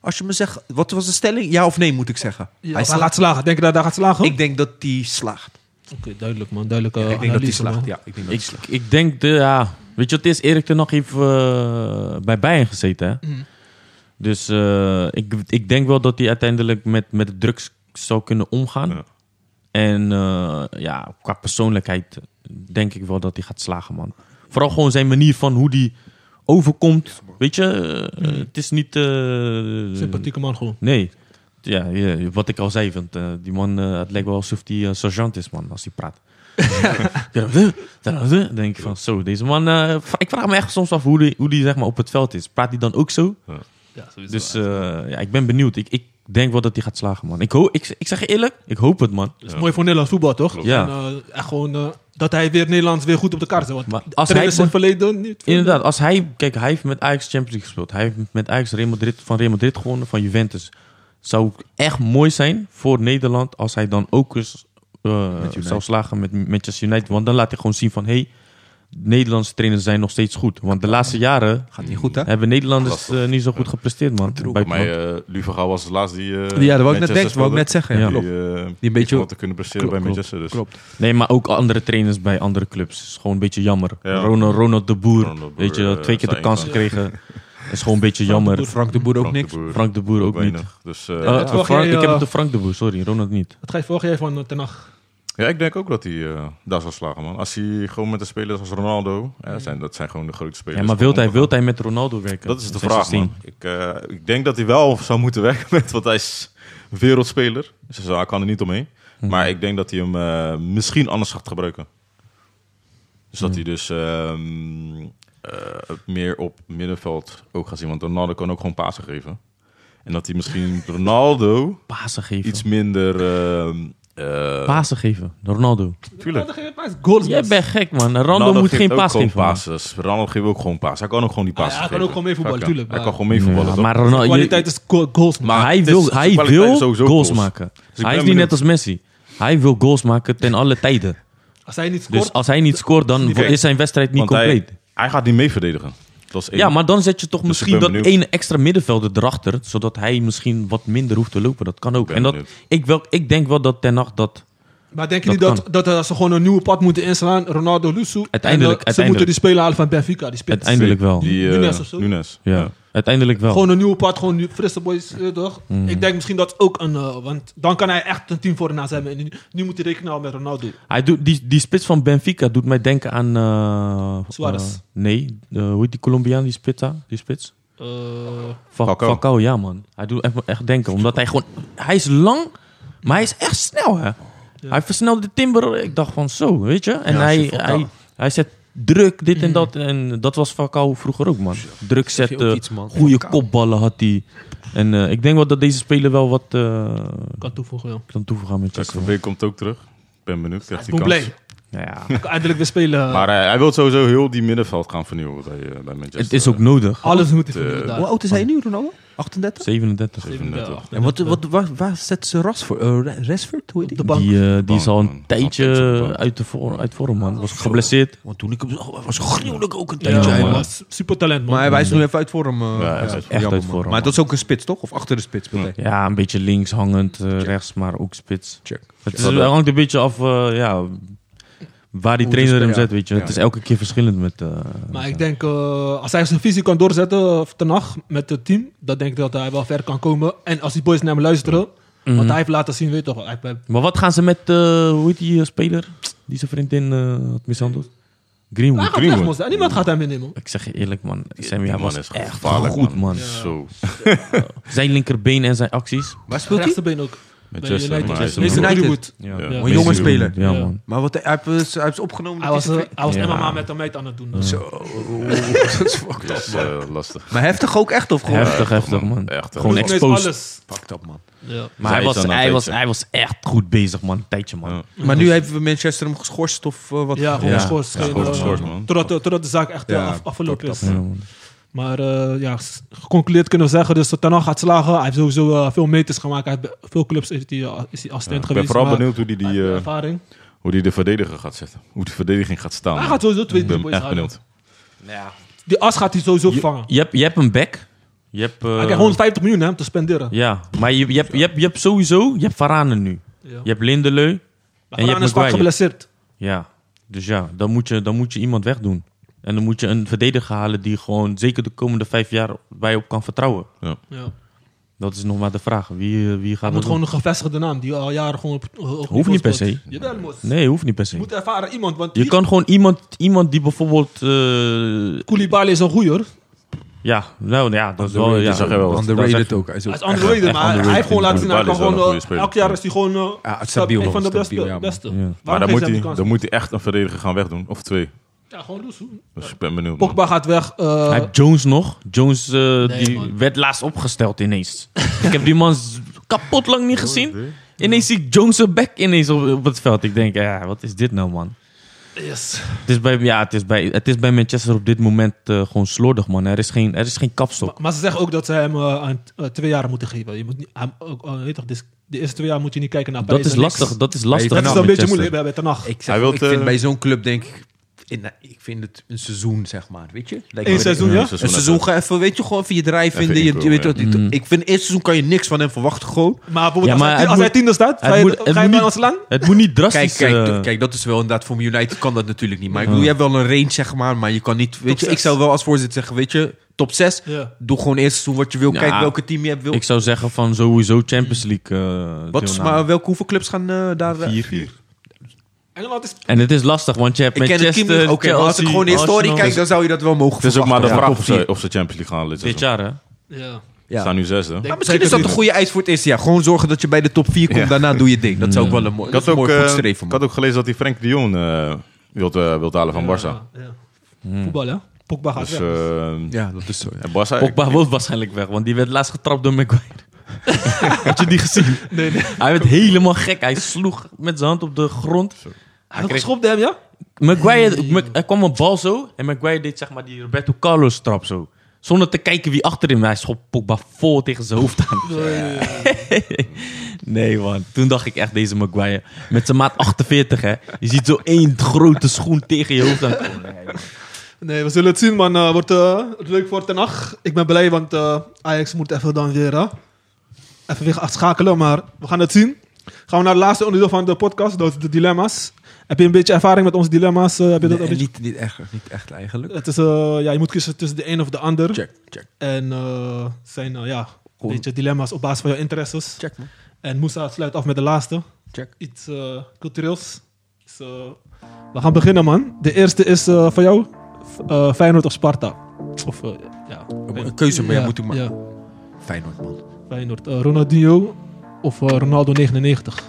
[SPEAKER 4] als je me zegt, wat was de stelling? Ja of nee, moet ik zeggen.
[SPEAKER 2] Ja,
[SPEAKER 4] hij
[SPEAKER 2] hij
[SPEAKER 4] slaagt.
[SPEAKER 2] gaat slagen. Denk je dat hij gaat slagen?
[SPEAKER 4] Ik denk dat hij slaagt.
[SPEAKER 2] Oké, duidelijk man. Duidelijk. eh,
[SPEAKER 4] ik
[SPEAKER 1] nou,
[SPEAKER 4] denk dat hij
[SPEAKER 2] analyse, man.
[SPEAKER 4] slaagt, ja. Ik denk dat hij
[SPEAKER 3] Ik,
[SPEAKER 4] slaagt.
[SPEAKER 3] ik denk, de, ja. Weet je, het is Erik er nog even eh, bij Bayern gezeten. Hè?
[SPEAKER 2] Mhm.
[SPEAKER 3] Dus eh, ik, ik denk wel dat hij uiteindelijk met, met de drugs zou kunnen omgaan.
[SPEAKER 1] Ja.
[SPEAKER 3] En eh, ja, qua persoonlijkheid denk ik wel dat hij gaat slagen, man. Vooral gewoon zijn manier van hoe die overkomt. Weet je, eh, eh, het is niet. eh,
[SPEAKER 2] Sympathieke man gewoon.
[SPEAKER 3] Nee. Ja, ja, wat ik al zei, want eh, die eh, man, eh, het lijkt wel alsof hij sergeant is, man, als hij praat. Dan denk ik van, zo, deze man... eh, ik vraag me echt soms af hoe die, hoe die zeg maar, op het veld is. Praat hij dan ook zo? Dus eh, ja, ik ben benieuwd. Ik, ik denk wel dat hij gaat slagen, man. Ik, ho- ik, ik zeg je eerlijk, ik hoop het, man.
[SPEAKER 2] Dat is mooi voor Nederlands voetbal, toch?
[SPEAKER 1] Klopt.
[SPEAKER 3] Ja.
[SPEAKER 2] En, eh, echt gewoon, eh, dat hij weer Nederlands weer goed op de kaart zet. Want
[SPEAKER 3] Maar als hij,
[SPEAKER 2] trainers in het verleden niet. veel-
[SPEAKER 3] inderdaad, als hij... Kijk, hij heeft met Ajax Champions League gespeeld. Hij heeft met Ajax Real Madrid, van Real Madrid gewonnen, van Juventus. Zou echt mooi zijn voor Nederland als hij dan ook eens eh, zou slagen met Manchester United. Want dan laat hij gewoon zien van... Hey, Nederlandse trainers zijn nog steeds goed. Want de laatste jaren
[SPEAKER 5] Gaat niet goed, hè?
[SPEAKER 3] hebben Nederlanders eh, niet zo goed gepresteerd, man.
[SPEAKER 1] Bij
[SPEAKER 3] Buitenland.
[SPEAKER 1] mij, eh Luva Gaal was de laatste die... eh,
[SPEAKER 5] Ja, dat wou ik net,
[SPEAKER 1] Manchester
[SPEAKER 5] denken, wou ik net
[SPEAKER 1] speelde.
[SPEAKER 5] zeggen.
[SPEAKER 3] Ja.
[SPEAKER 5] Ja.
[SPEAKER 1] Die, eh,
[SPEAKER 5] Die een beetje...
[SPEAKER 1] om te kunnen presteren
[SPEAKER 5] Klopt,
[SPEAKER 1] bij Manchester. Dus.
[SPEAKER 5] klopt.
[SPEAKER 3] Nee, maar ook andere trainers bij andere clubs. Is gewoon een beetje jammer.
[SPEAKER 1] Ja.
[SPEAKER 3] Ronald, Ronald de Boer,
[SPEAKER 1] Ronald de Boer,
[SPEAKER 3] weet je,
[SPEAKER 1] eh,
[SPEAKER 3] twee keer de
[SPEAKER 1] zijn
[SPEAKER 3] kans
[SPEAKER 1] van-
[SPEAKER 3] gekregen. Is gewoon een beetje jammer.
[SPEAKER 5] Frank de Boer ook
[SPEAKER 1] Frank de
[SPEAKER 5] niks.
[SPEAKER 1] Boer
[SPEAKER 3] Frank de Boer ook niet.
[SPEAKER 1] weinig. Dus, eh,
[SPEAKER 5] Ah.
[SPEAKER 3] Eh,
[SPEAKER 1] ja.
[SPEAKER 2] het was
[SPEAKER 3] Frank-
[SPEAKER 2] geen,
[SPEAKER 3] ik heb
[SPEAKER 2] eh,
[SPEAKER 3] het de Frank de Boer, sorry, Ronald niet.
[SPEAKER 2] Dat ga je vorig jaar van eh, Ten Hag.
[SPEAKER 1] ik denk ook dat hij eh, daar zal slagen, man. Als hij gewoon met de spelers als Ronaldo... Ja, zijn, dat zijn gewoon de grote spelers.
[SPEAKER 3] Ja, maar wilt
[SPEAKER 1] om
[SPEAKER 3] hij,
[SPEAKER 1] te gaan.
[SPEAKER 3] wilt hij met Ronaldo werken?
[SPEAKER 1] Dat is de
[SPEAKER 3] Zijn
[SPEAKER 1] vraag,
[SPEAKER 3] systeem.
[SPEAKER 1] man. Ik, eh, ik denk dat hij wel zou moeten werken met, want hij is wereldspeler. Dus hij kan er niet omheen.
[SPEAKER 3] Mhm.
[SPEAKER 1] Maar ik denk dat hij hem eh, misschien anders gaat gebruiken. Dus
[SPEAKER 3] Mhm.
[SPEAKER 1] dat hij dus ehm, eh, het meer op middenveld ook gaat zien. Want Ronaldo kan ook gewoon pasen geven. En dat hij misschien Ronaldo
[SPEAKER 3] Pasen geven.
[SPEAKER 1] iets minder... ehm eh,
[SPEAKER 3] Pasen geven, Ronaldo.
[SPEAKER 1] tuurlijk.
[SPEAKER 2] Ja, dat geeft goals,
[SPEAKER 3] Jij
[SPEAKER 2] man.
[SPEAKER 3] bent gek, man. Ronaldo
[SPEAKER 1] Ronaldo
[SPEAKER 3] moet
[SPEAKER 1] Nou, geeft
[SPEAKER 3] geen
[SPEAKER 1] ook
[SPEAKER 3] paas
[SPEAKER 1] gewoon
[SPEAKER 3] geven. man.
[SPEAKER 1] Passes. Ronaldo geeft ook gewoon paas. Hij kan ook gewoon die
[SPEAKER 2] Ah, ja,
[SPEAKER 1] paas
[SPEAKER 2] hij kan ook gewoon meevoetballen, tuurlijk,
[SPEAKER 1] Hij
[SPEAKER 2] maar-
[SPEAKER 1] kan gewoon meevoetballen.
[SPEAKER 3] Ja,
[SPEAKER 1] toch?
[SPEAKER 3] maar Ronaldo,
[SPEAKER 2] Kwaliteit is go- goals, man.
[SPEAKER 3] Maar hij
[SPEAKER 1] het is-
[SPEAKER 3] wil,
[SPEAKER 1] zijn
[SPEAKER 3] hij
[SPEAKER 1] kwaliteit
[SPEAKER 3] wil
[SPEAKER 1] is
[SPEAKER 3] goals,
[SPEAKER 1] sowieso goals.
[SPEAKER 3] maken.
[SPEAKER 1] ik ben
[SPEAKER 3] hij is niet net
[SPEAKER 1] benieuwd.
[SPEAKER 3] als Messi. Hij wil goals maken ten alle tijden.
[SPEAKER 2] Als hij niet scoort,
[SPEAKER 3] Dus als hij niet scoort, dan
[SPEAKER 1] Kijk,
[SPEAKER 3] is zijn wedstrijd niet
[SPEAKER 1] Want hij-
[SPEAKER 3] compleet.
[SPEAKER 1] Hij, gaat niet mee verdedigen. Dat is één.
[SPEAKER 3] Ja, maar dan zet je toch
[SPEAKER 1] Dus ik
[SPEAKER 3] misschien dat
[SPEAKER 1] ben benieuwd.
[SPEAKER 3] ene extra middenvelder erachter, zodat hij misschien wat minder hoeft te lopen. Dat kan ook.
[SPEAKER 1] ben
[SPEAKER 3] En dat,
[SPEAKER 1] benieuwd.
[SPEAKER 3] ik, wel, ik denk wel dat Ten Hag dat
[SPEAKER 2] maar denken jullie
[SPEAKER 3] dat
[SPEAKER 2] dat, dat, eh, ze gewoon een nieuwe pad moeten inslaan? Ronaldo, Lusso.
[SPEAKER 3] Uiteindelijk-
[SPEAKER 2] Ze
[SPEAKER 3] uiteindelijk.
[SPEAKER 2] moeten die speler halen van Benfica, die spits.
[SPEAKER 3] uiteindelijk wel.
[SPEAKER 1] Die, eh,
[SPEAKER 2] Nunes of zo?
[SPEAKER 1] Nunes.
[SPEAKER 3] Ja, uiteindelijk wel. Mm.
[SPEAKER 2] Gewoon een nieuwe pad, gewoon nieuw- frisse boys, eh, toch? Ik denk misschien dat ook een... eh, want dan kan hij echt een team voor na zijn. En nu, nu moet hij rekenen houden met Ronaldo.
[SPEAKER 3] Hij doet, die, die spits van Benfica doet mij denken aan. eh,
[SPEAKER 2] Suarez.
[SPEAKER 3] eh, nee, eh, hoe heet die Colombiaan, die spits daar? Die spits?
[SPEAKER 2] Eh,
[SPEAKER 3] Fa-
[SPEAKER 1] Falcao.
[SPEAKER 3] Falcao, ja man. Hij doet echt, echt denken, omdat hij gewoon... Hij is lang, maar hij is echt snel hè. Hij versnelde de timber, ik dacht van zo, weet je. En hij, hij, hij zet druk, dit
[SPEAKER 5] Mhm.
[SPEAKER 3] en dat. En dat was Falcao vroeger ook man. Druk
[SPEAKER 5] ook
[SPEAKER 3] zetten,
[SPEAKER 5] iets, man.
[SPEAKER 3] goede kopballen had hij. En eh, ik denk wel dat deze speler wel wat eh,
[SPEAKER 2] kan toevoegen, ja.
[SPEAKER 3] kan toevoegen met
[SPEAKER 1] Kijk,
[SPEAKER 3] Chester.
[SPEAKER 1] Van Beek Dus komt ook terug. Ik ben benieuwd. Krijgt die
[SPEAKER 2] Ik ben
[SPEAKER 1] kans.
[SPEAKER 2] blij.
[SPEAKER 3] Nou ja,
[SPEAKER 2] Ik kan eindelijk weer spelen.
[SPEAKER 1] Maar eh, hij wil sowieso heel die middenveld gaan vernieuwen bij, eh, bij Manchester.
[SPEAKER 3] het is ook nodig.
[SPEAKER 2] Alles moet hij
[SPEAKER 1] eh,
[SPEAKER 2] vernieuwen daar.
[SPEAKER 5] Hoe oud is hij nu, Ronaldo? 38?
[SPEAKER 3] 37.
[SPEAKER 1] 37.
[SPEAKER 5] En wat, wat, waar, waar zet ze ras voor? Eh, Rashford, hoe heet die?
[SPEAKER 2] bank.
[SPEAKER 3] Die, eh, die is al een
[SPEAKER 1] Bank, man.
[SPEAKER 3] tijdje uit, de voor, uit vorm, man. Was geblesseerd.
[SPEAKER 5] Want toen ik hem zag, hij was gruwelijk ook een
[SPEAKER 2] Ja,
[SPEAKER 5] tijdje.
[SPEAKER 2] hij
[SPEAKER 5] man.
[SPEAKER 2] was super talent, man.
[SPEAKER 5] Maar hij wijst nu even uit voor hem. eh,
[SPEAKER 1] Ja, hij is
[SPEAKER 5] ja,
[SPEAKER 1] uit
[SPEAKER 3] Echt
[SPEAKER 5] jammer,
[SPEAKER 3] uit
[SPEAKER 5] man.
[SPEAKER 3] vorm.
[SPEAKER 5] Maar dat is ook een spits, toch? Of achter de spits speelt hij?
[SPEAKER 3] Ja, een beetje links hangend, eh, rechts, maar ook spits.
[SPEAKER 5] Check.
[SPEAKER 3] Het is, het hangt een beetje af eh, ja, waar die
[SPEAKER 5] Hoe
[SPEAKER 3] trainer hem
[SPEAKER 5] het is, ja.
[SPEAKER 3] zet, weet je. Het is elke keer verschillend met... eh,
[SPEAKER 2] Maar ik denk, eh, als hij zijn visie kan doorzetten eh, ten nacht met het team, dan denk ik dat hij wel ver kan komen. En als die boys naar hem luisteren,
[SPEAKER 3] Mhm.
[SPEAKER 1] Mhm.
[SPEAKER 2] want hij heeft laten zien, weet je toch, hij heeft
[SPEAKER 3] Maar wat gaan ze met, eh, hoe heet die eh, speler? Die zijn vriendin eh, had mishandeld?
[SPEAKER 2] hij
[SPEAKER 3] Greenwood.
[SPEAKER 2] gaat weg, man. Niemand gaat hem meenemen.
[SPEAKER 3] Ik zeg je eerlijk, man. Sammy,
[SPEAKER 1] die
[SPEAKER 3] hij
[SPEAKER 1] man
[SPEAKER 3] was
[SPEAKER 1] is
[SPEAKER 3] echt
[SPEAKER 1] gevaarlijk,
[SPEAKER 3] goed,
[SPEAKER 1] man.
[SPEAKER 3] man.
[SPEAKER 1] Zo.
[SPEAKER 3] Zijn linkerbeen en zijn acties.
[SPEAKER 5] Waar speelt hij?
[SPEAKER 2] Rechterbeen ook. Bij
[SPEAKER 1] Manchester, maar hij is
[SPEAKER 5] Is
[SPEAKER 1] een-
[SPEAKER 5] United.
[SPEAKER 2] Greenwood.
[SPEAKER 3] Ja.
[SPEAKER 1] Ja.
[SPEAKER 5] Een jonge speler.
[SPEAKER 3] Ja,
[SPEAKER 2] Ja.
[SPEAKER 3] man.
[SPEAKER 5] Maar wat, hij, heeft, eh, hij heeft ze opgenomen.
[SPEAKER 2] Hij
[SPEAKER 5] dat
[SPEAKER 2] was,
[SPEAKER 5] hij
[SPEAKER 2] eh,
[SPEAKER 5] ze-
[SPEAKER 2] hij was
[SPEAKER 3] Ja.
[SPEAKER 2] MMA met een meid aan het doen. eh.
[SPEAKER 5] Zo, dat is fucked
[SPEAKER 1] Dat is
[SPEAKER 5] up, man.
[SPEAKER 1] eh, lastig.
[SPEAKER 5] Maar heftig ook echt, of gewoon?
[SPEAKER 3] Heftig, heftig, man.
[SPEAKER 1] Echt,
[SPEAKER 3] Gewoon
[SPEAKER 1] eh,
[SPEAKER 2] Doet ineens
[SPEAKER 3] exposed.
[SPEAKER 2] alles.
[SPEAKER 5] Fucked up, man.
[SPEAKER 2] Ja.
[SPEAKER 3] Maar hij
[SPEAKER 1] Zij
[SPEAKER 3] was,
[SPEAKER 1] is dan
[SPEAKER 3] hij,
[SPEAKER 1] een
[SPEAKER 3] was,
[SPEAKER 1] tijdje.
[SPEAKER 3] hij was echt goed bezig, man. Een tijdje, man.
[SPEAKER 1] Ja.
[SPEAKER 5] Maar nu hebben Manchester hem geschorst of eh, wat?
[SPEAKER 2] Ja, gewoon
[SPEAKER 3] Ja.
[SPEAKER 2] geschorst.
[SPEAKER 1] Ja, gewoon
[SPEAKER 2] Eh,
[SPEAKER 1] geschorst, man.
[SPEAKER 2] Totdat, totdat de zaak echt eh,
[SPEAKER 5] Ja,
[SPEAKER 2] af- afgelopen is.
[SPEAKER 3] Ja, man.
[SPEAKER 2] Maar eh, ja, s- geconcludeerd kunnen we zeggen, dus dat Ten Hag gaat slagen. Hij heeft sowieso eh, veel meters gemaakt. Hij heeft bij veel clubs heeft hij, eh, is hij assistent
[SPEAKER 1] Ik ben
[SPEAKER 2] geweest.
[SPEAKER 1] vooral
[SPEAKER 2] maar
[SPEAKER 1] benieuwd hoe die,
[SPEAKER 2] hij
[SPEAKER 1] die,
[SPEAKER 2] heeft
[SPEAKER 1] eh,
[SPEAKER 2] ervaring.
[SPEAKER 1] hoe die de verdediger gaat zetten. Hoe die verdediging gaat staan.
[SPEAKER 2] Hij gaat sowieso twee,
[SPEAKER 1] ik
[SPEAKER 2] drie
[SPEAKER 1] ben
[SPEAKER 2] boys
[SPEAKER 1] echt
[SPEAKER 2] houden.
[SPEAKER 1] benieuwd.
[SPEAKER 2] Die as gaat hij sowieso vangen.
[SPEAKER 3] Je hebt, je hebt een back. Je hebt, eh,
[SPEAKER 2] Hij krijgt 150 miljoen hè, om te spenderen.
[SPEAKER 3] Ja, maar je, je, hebt, je, hebt, je hebt sowieso... Je hebt Varane nu.
[SPEAKER 2] Ja.
[SPEAKER 3] Je hebt Lindeleu.
[SPEAKER 2] Maar Varane is
[SPEAKER 3] Maguire.
[SPEAKER 2] vaak geblesseerd.
[SPEAKER 3] Ja, dus ja, dan moet, je, dan moet je iemand wegdoen. En dan moet je een verdediger halen die gewoon zeker de komende vijf jaar bij op kan vertrouwen.
[SPEAKER 2] Ja.
[SPEAKER 3] Dat is nog maar de vraag. Wie, eh, wie gaat
[SPEAKER 2] Hij moet
[SPEAKER 3] dat
[SPEAKER 2] gewoon een gevestigde naam die al jaren gewoon op, op
[SPEAKER 3] Hoeft niet per se.
[SPEAKER 2] Jawel, Mos.
[SPEAKER 3] doen? Nee, hoeft niet per
[SPEAKER 2] Je
[SPEAKER 3] se.
[SPEAKER 2] moet ervaren iemand, want
[SPEAKER 3] Je
[SPEAKER 2] die
[SPEAKER 3] kan gewoon iemand, iemand die bijvoorbeeld... eh,
[SPEAKER 2] Koulibaly is een goeie hoor.
[SPEAKER 3] Ja, nou ja, dat is wel... Ja,
[SPEAKER 1] Underrated, zag je wel wat.
[SPEAKER 4] Underrated ook. Hij is
[SPEAKER 2] Hij is
[SPEAKER 4] ook
[SPEAKER 2] underrated, maar hij heeft gewoon laten zien... Hij
[SPEAKER 1] Bali
[SPEAKER 2] kan
[SPEAKER 1] is wel
[SPEAKER 2] gewoon,
[SPEAKER 1] een goede
[SPEAKER 2] eh,
[SPEAKER 1] speler.
[SPEAKER 2] elk jaar is hij gewoon... eh,
[SPEAKER 4] Ja, het is stabiel,
[SPEAKER 2] een van de
[SPEAKER 4] stabiel,
[SPEAKER 2] beste.
[SPEAKER 4] ja, man.
[SPEAKER 2] beste.
[SPEAKER 3] Ja.
[SPEAKER 2] Waarom
[SPEAKER 1] Maar dan
[SPEAKER 2] geeft
[SPEAKER 1] moet,
[SPEAKER 2] hij hem die
[SPEAKER 1] hij,
[SPEAKER 2] kans?
[SPEAKER 1] dan moet hij echt een verdediger gaan wegdoen. Of twee.
[SPEAKER 2] Ja, gewoon doen.
[SPEAKER 1] Dus ik ben benieuwd. man.
[SPEAKER 2] Pogba gaat weg. eh,
[SPEAKER 3] Hij
[SPEAKER 4] Oh.
[SPEAKER 3] heeft Jones nog. Jones eh, die
[SPEAKER 2] man.
[SPEAKER 3] werd laatst opgesteld ineens. ik heb die man z- kapot lang niet gezien. Ineens zie ik Jones zijn back ineens op, op het veld. Ik denk, ja, wat is dit nou, man?
[SPEAKER 2] yes.
[SPEAKER 3] Het is bij, ja, het is bij, het is bij Manchester op dit moment eh, gewoon slordig, man. Er is geen, er is geen kapstok.
[SPEAKER 2] Maar, maar ze zeggen ook dat ze hem eh, aan eh, twee jaar moeten geven. Je moet niet, hij- ook, eh, weet toch, dus de eerste twee jaar moet je niet kijken naar
[SPEAKER 3] Dat
[SPEAKER 2] Parijs
[SPEAKER 3] is
[SPEAKER 2] en niks.
[SPEAKER 3] lastig. Dat is
[SPEAKER 4] Hij
[SPEAKER 3] lastig.
[SPEAKER 4] heeft
[SPEAKER 2] Dat is
[SPEAKER 3] met
[SPEAKER 2] dan een beetje
[SPEAKER 3] Manchester.
[SPEAKER 2] moeilijk bij, bij Ten Hag.
[SPEAKER 4] Ik, zeg,
[SPEAKER 1] Hij wil,
[SPEAKER 4] ik vind
[SPEAKER 1] eh,
[SPEAKER 4] bij zo'n club denk ik... in- nou, ik vind het een seizoen, zeg maar. Weet je? Lijkt me-
[SPEAKER 2] Eén seizoen, ja?
[SPEAKER 1] Een
[SPEAKER 4] Een seizoen ga even, weet je, gewoon via draai vinden. Je,
[SPEAKER 1] inkomen,
[SPEAKER 4] je weet wat,
[SPEAKER 1] ja.
[SPEAKER 4] die- Ik vind, eerste seizoen kan je niks van hem verwachten gewoon.
[SPEAKER 2] Maar bijvoorbeeld
[SPEAKER 3] Ja,
[SPEAKER 2] als,
[SPEAKER 3] maar
[SPEAKER 2] hij,
[SPEAKER 3] het
[SPEAKER 2] als hij
[SPEAKER 3] moet-
[SPEAKER 2] tiende staat,
[SPEAKER 3] het
[SPEAKER 2] ga je,
[SPEAKER 3] moet- het
[SPEAKER 2] ga je
[SPEAKER 3] moet
[SPEAKER 2] bij
[SPEAKER 3] niet-
[SPEAKER 2] ons lang?
[SPEAKER 3] Het moet niet
[SPEAKER 4] Kijk,
[SPEAKER 1] dus,
[SPEAKER 3] drastisch...
[SPEAKER 4] kijk,
[SPEAKER 3] eh,
[SPEAKER 4] d- kijk, dat is wel inderdaad voor United kan dat natuurlijk niet. Maar ik bedoel, je hebt wel een range, zeg maar. Maar je kan niet, weet je, ik
[SPEAKER 2] zes.
[SPEAKER 4] zou wel als voorzitter zeggen, weet je, top 6.
[SPEAKER 2] Ja.
[SPEAKER 4] Doe gewoon eerst seizoen wat je wil.
[SPEAKER 3] Ja.
[SPEAKER 4] Kijk welke team je hebt wil.
[SPEAKER 3] ik zou zeggen van sowieso Champions League eh,
[SPEAKER 4] wat, is-
[SPEAKER 3] deelname.
[SPEAKER 4] maar welke hoeveel clubs gaan eh, daar... eh,
[SPEAKER 3] Vier.
[SPEAKER 2] Engeland is...
[SPEAKER 3] En het is lastig, want je hebt
[SPEAKER 4] ik ken het team niet.
[SPEAKER 3] Manchester,
[SPEAKER 4] Oké, maar als ik gewoon de historie kijk, dan zou je dat wel mogen
[SPEAKER 1] Het is ook maar de
[SPEAKER 4] verwachten,
[SPEAKER 1] vraag
[SPEAKER 4] ja.
[SPEAKER 1] of ze, of ze Champions League gaan. Dit
[SPEAKER 3] Dit
[SPEAKER 1] seizoen.
[SPEAKER 3] jaar, hè?
[SPEAKER 2] Ja.
[SPEAKER 1] Ze staan nu zesde.
[SPEAKER 4] Maar misschien is dat
[SPEAKER 2] Zeker
[SPEAKER 4] een goede eis voor het eerste jaar. Gewoon zorgen dat je bij de top 4 komt.
[SPEAKER 1] Ja. Mm.
[SPEAKER 4] Daarna doe je ding. Dat zou ook wel een mooi,
[SPEAKER 1] Ik
[SPEAKER 4] dat is
[SPEAKER 1] had,
[SPEAKER 4] een
[SPEAKER 1] ook,
[SPEAKER 4] mooi
[SPEAKER 1] eh,
[SPEAKER 4] voorstreven,
[SPEAKER 1] ik
[SPEAKER 4] man.
[SPEAKER 1] had ook gelezen dat hij Frank de Jong eh, wilt, eh, wilt halen van Barça.
[SPEAKER 2] Ja, ja. Voetbal, hè? Pogba gaat
[SPEAKER 1] Dus,
[SPEAKER 2] weg.
[SPEAKER 1] eh,
[SPEAKER 4] Ja, dat is zo. ja.
[SPEAKER 1] en Barça...
[SPEAKER 3] Pogba wil waarschijnlijk weg, want die werd laatst getrapt door Maguire. Had je die gezien?
[SPEAKER 2] Nee, nee.
[SPEAKER 3] Hij werd helemaal gek. Hij sloeg met zijn hand op de grond.
[SPEAKER 2] Hij had geschopt hem, ja?
[SPEAKER 3] Maguire, Mag- er kwam een bal zo en Maguire deed zeg maar die Roberto Carlos trap zo. Zonder te kijken wie achter hem. Hij schop Pogba vol tegen zijn hoofd aan. nee man, toen dacht ik echt deze Maguire. Met zijn maat 48 hè. Je ziet zo één grote schoen tegen je hoofd aan komen.
[SPEAKER 2] Nee, we zullen het zien, man. Eh, wordt eh, leuk voor Ten Hag. Ik ben blij, want eh, Ajax moet even dan weer... eh, even weer afschakelen, maar we gaan het zien. Gaan we naar het laatste onderdeel van de podcast, dat is de dilemma's. Heb je een beetje ervaring met onze dilemma's? Eh, heb je dat
[SPEAKER 4] Nee,
[SPEAKER 2] een beetje...
[SPEAKER 4] niet, niet, echt, niet echt eigenlijk.
[SPEAKER 2] Het is, eh, ja, je moet kiezen tussen de een of de ander.
[SPEAKER 4] Check, check,
[SPEAKER 2] En eh, het zijn eh, ja, een
[SPEAKER 4] Gewoon-
[SPEAKER 2] beetje dilemma's op basis van jouw interesses.
[SPEAKER 4] check, man.
[SPEAKER 2] En Moussa sluit af met de laatste.
[SPEAKER 4] Check.
[SPEAKER 2] Iets eh, cultureels. Dus, eh, we gaan beginnen, man. De eerste is eh van jou. F- eh, Feyenoord of Sparta? Of, eh, ja.
[SPEAKER 4] Een keuze, maar
[SPEAKER 2] ja,
[SPEAKER 4] je moet hem maken.
[SPEAKER 2] Ja,
[SPEAKER 4] Feyenoord, man.
[SPEAKER 2] Feyenoord. Eh, Ronaldinho of eh, Ronaldo 99?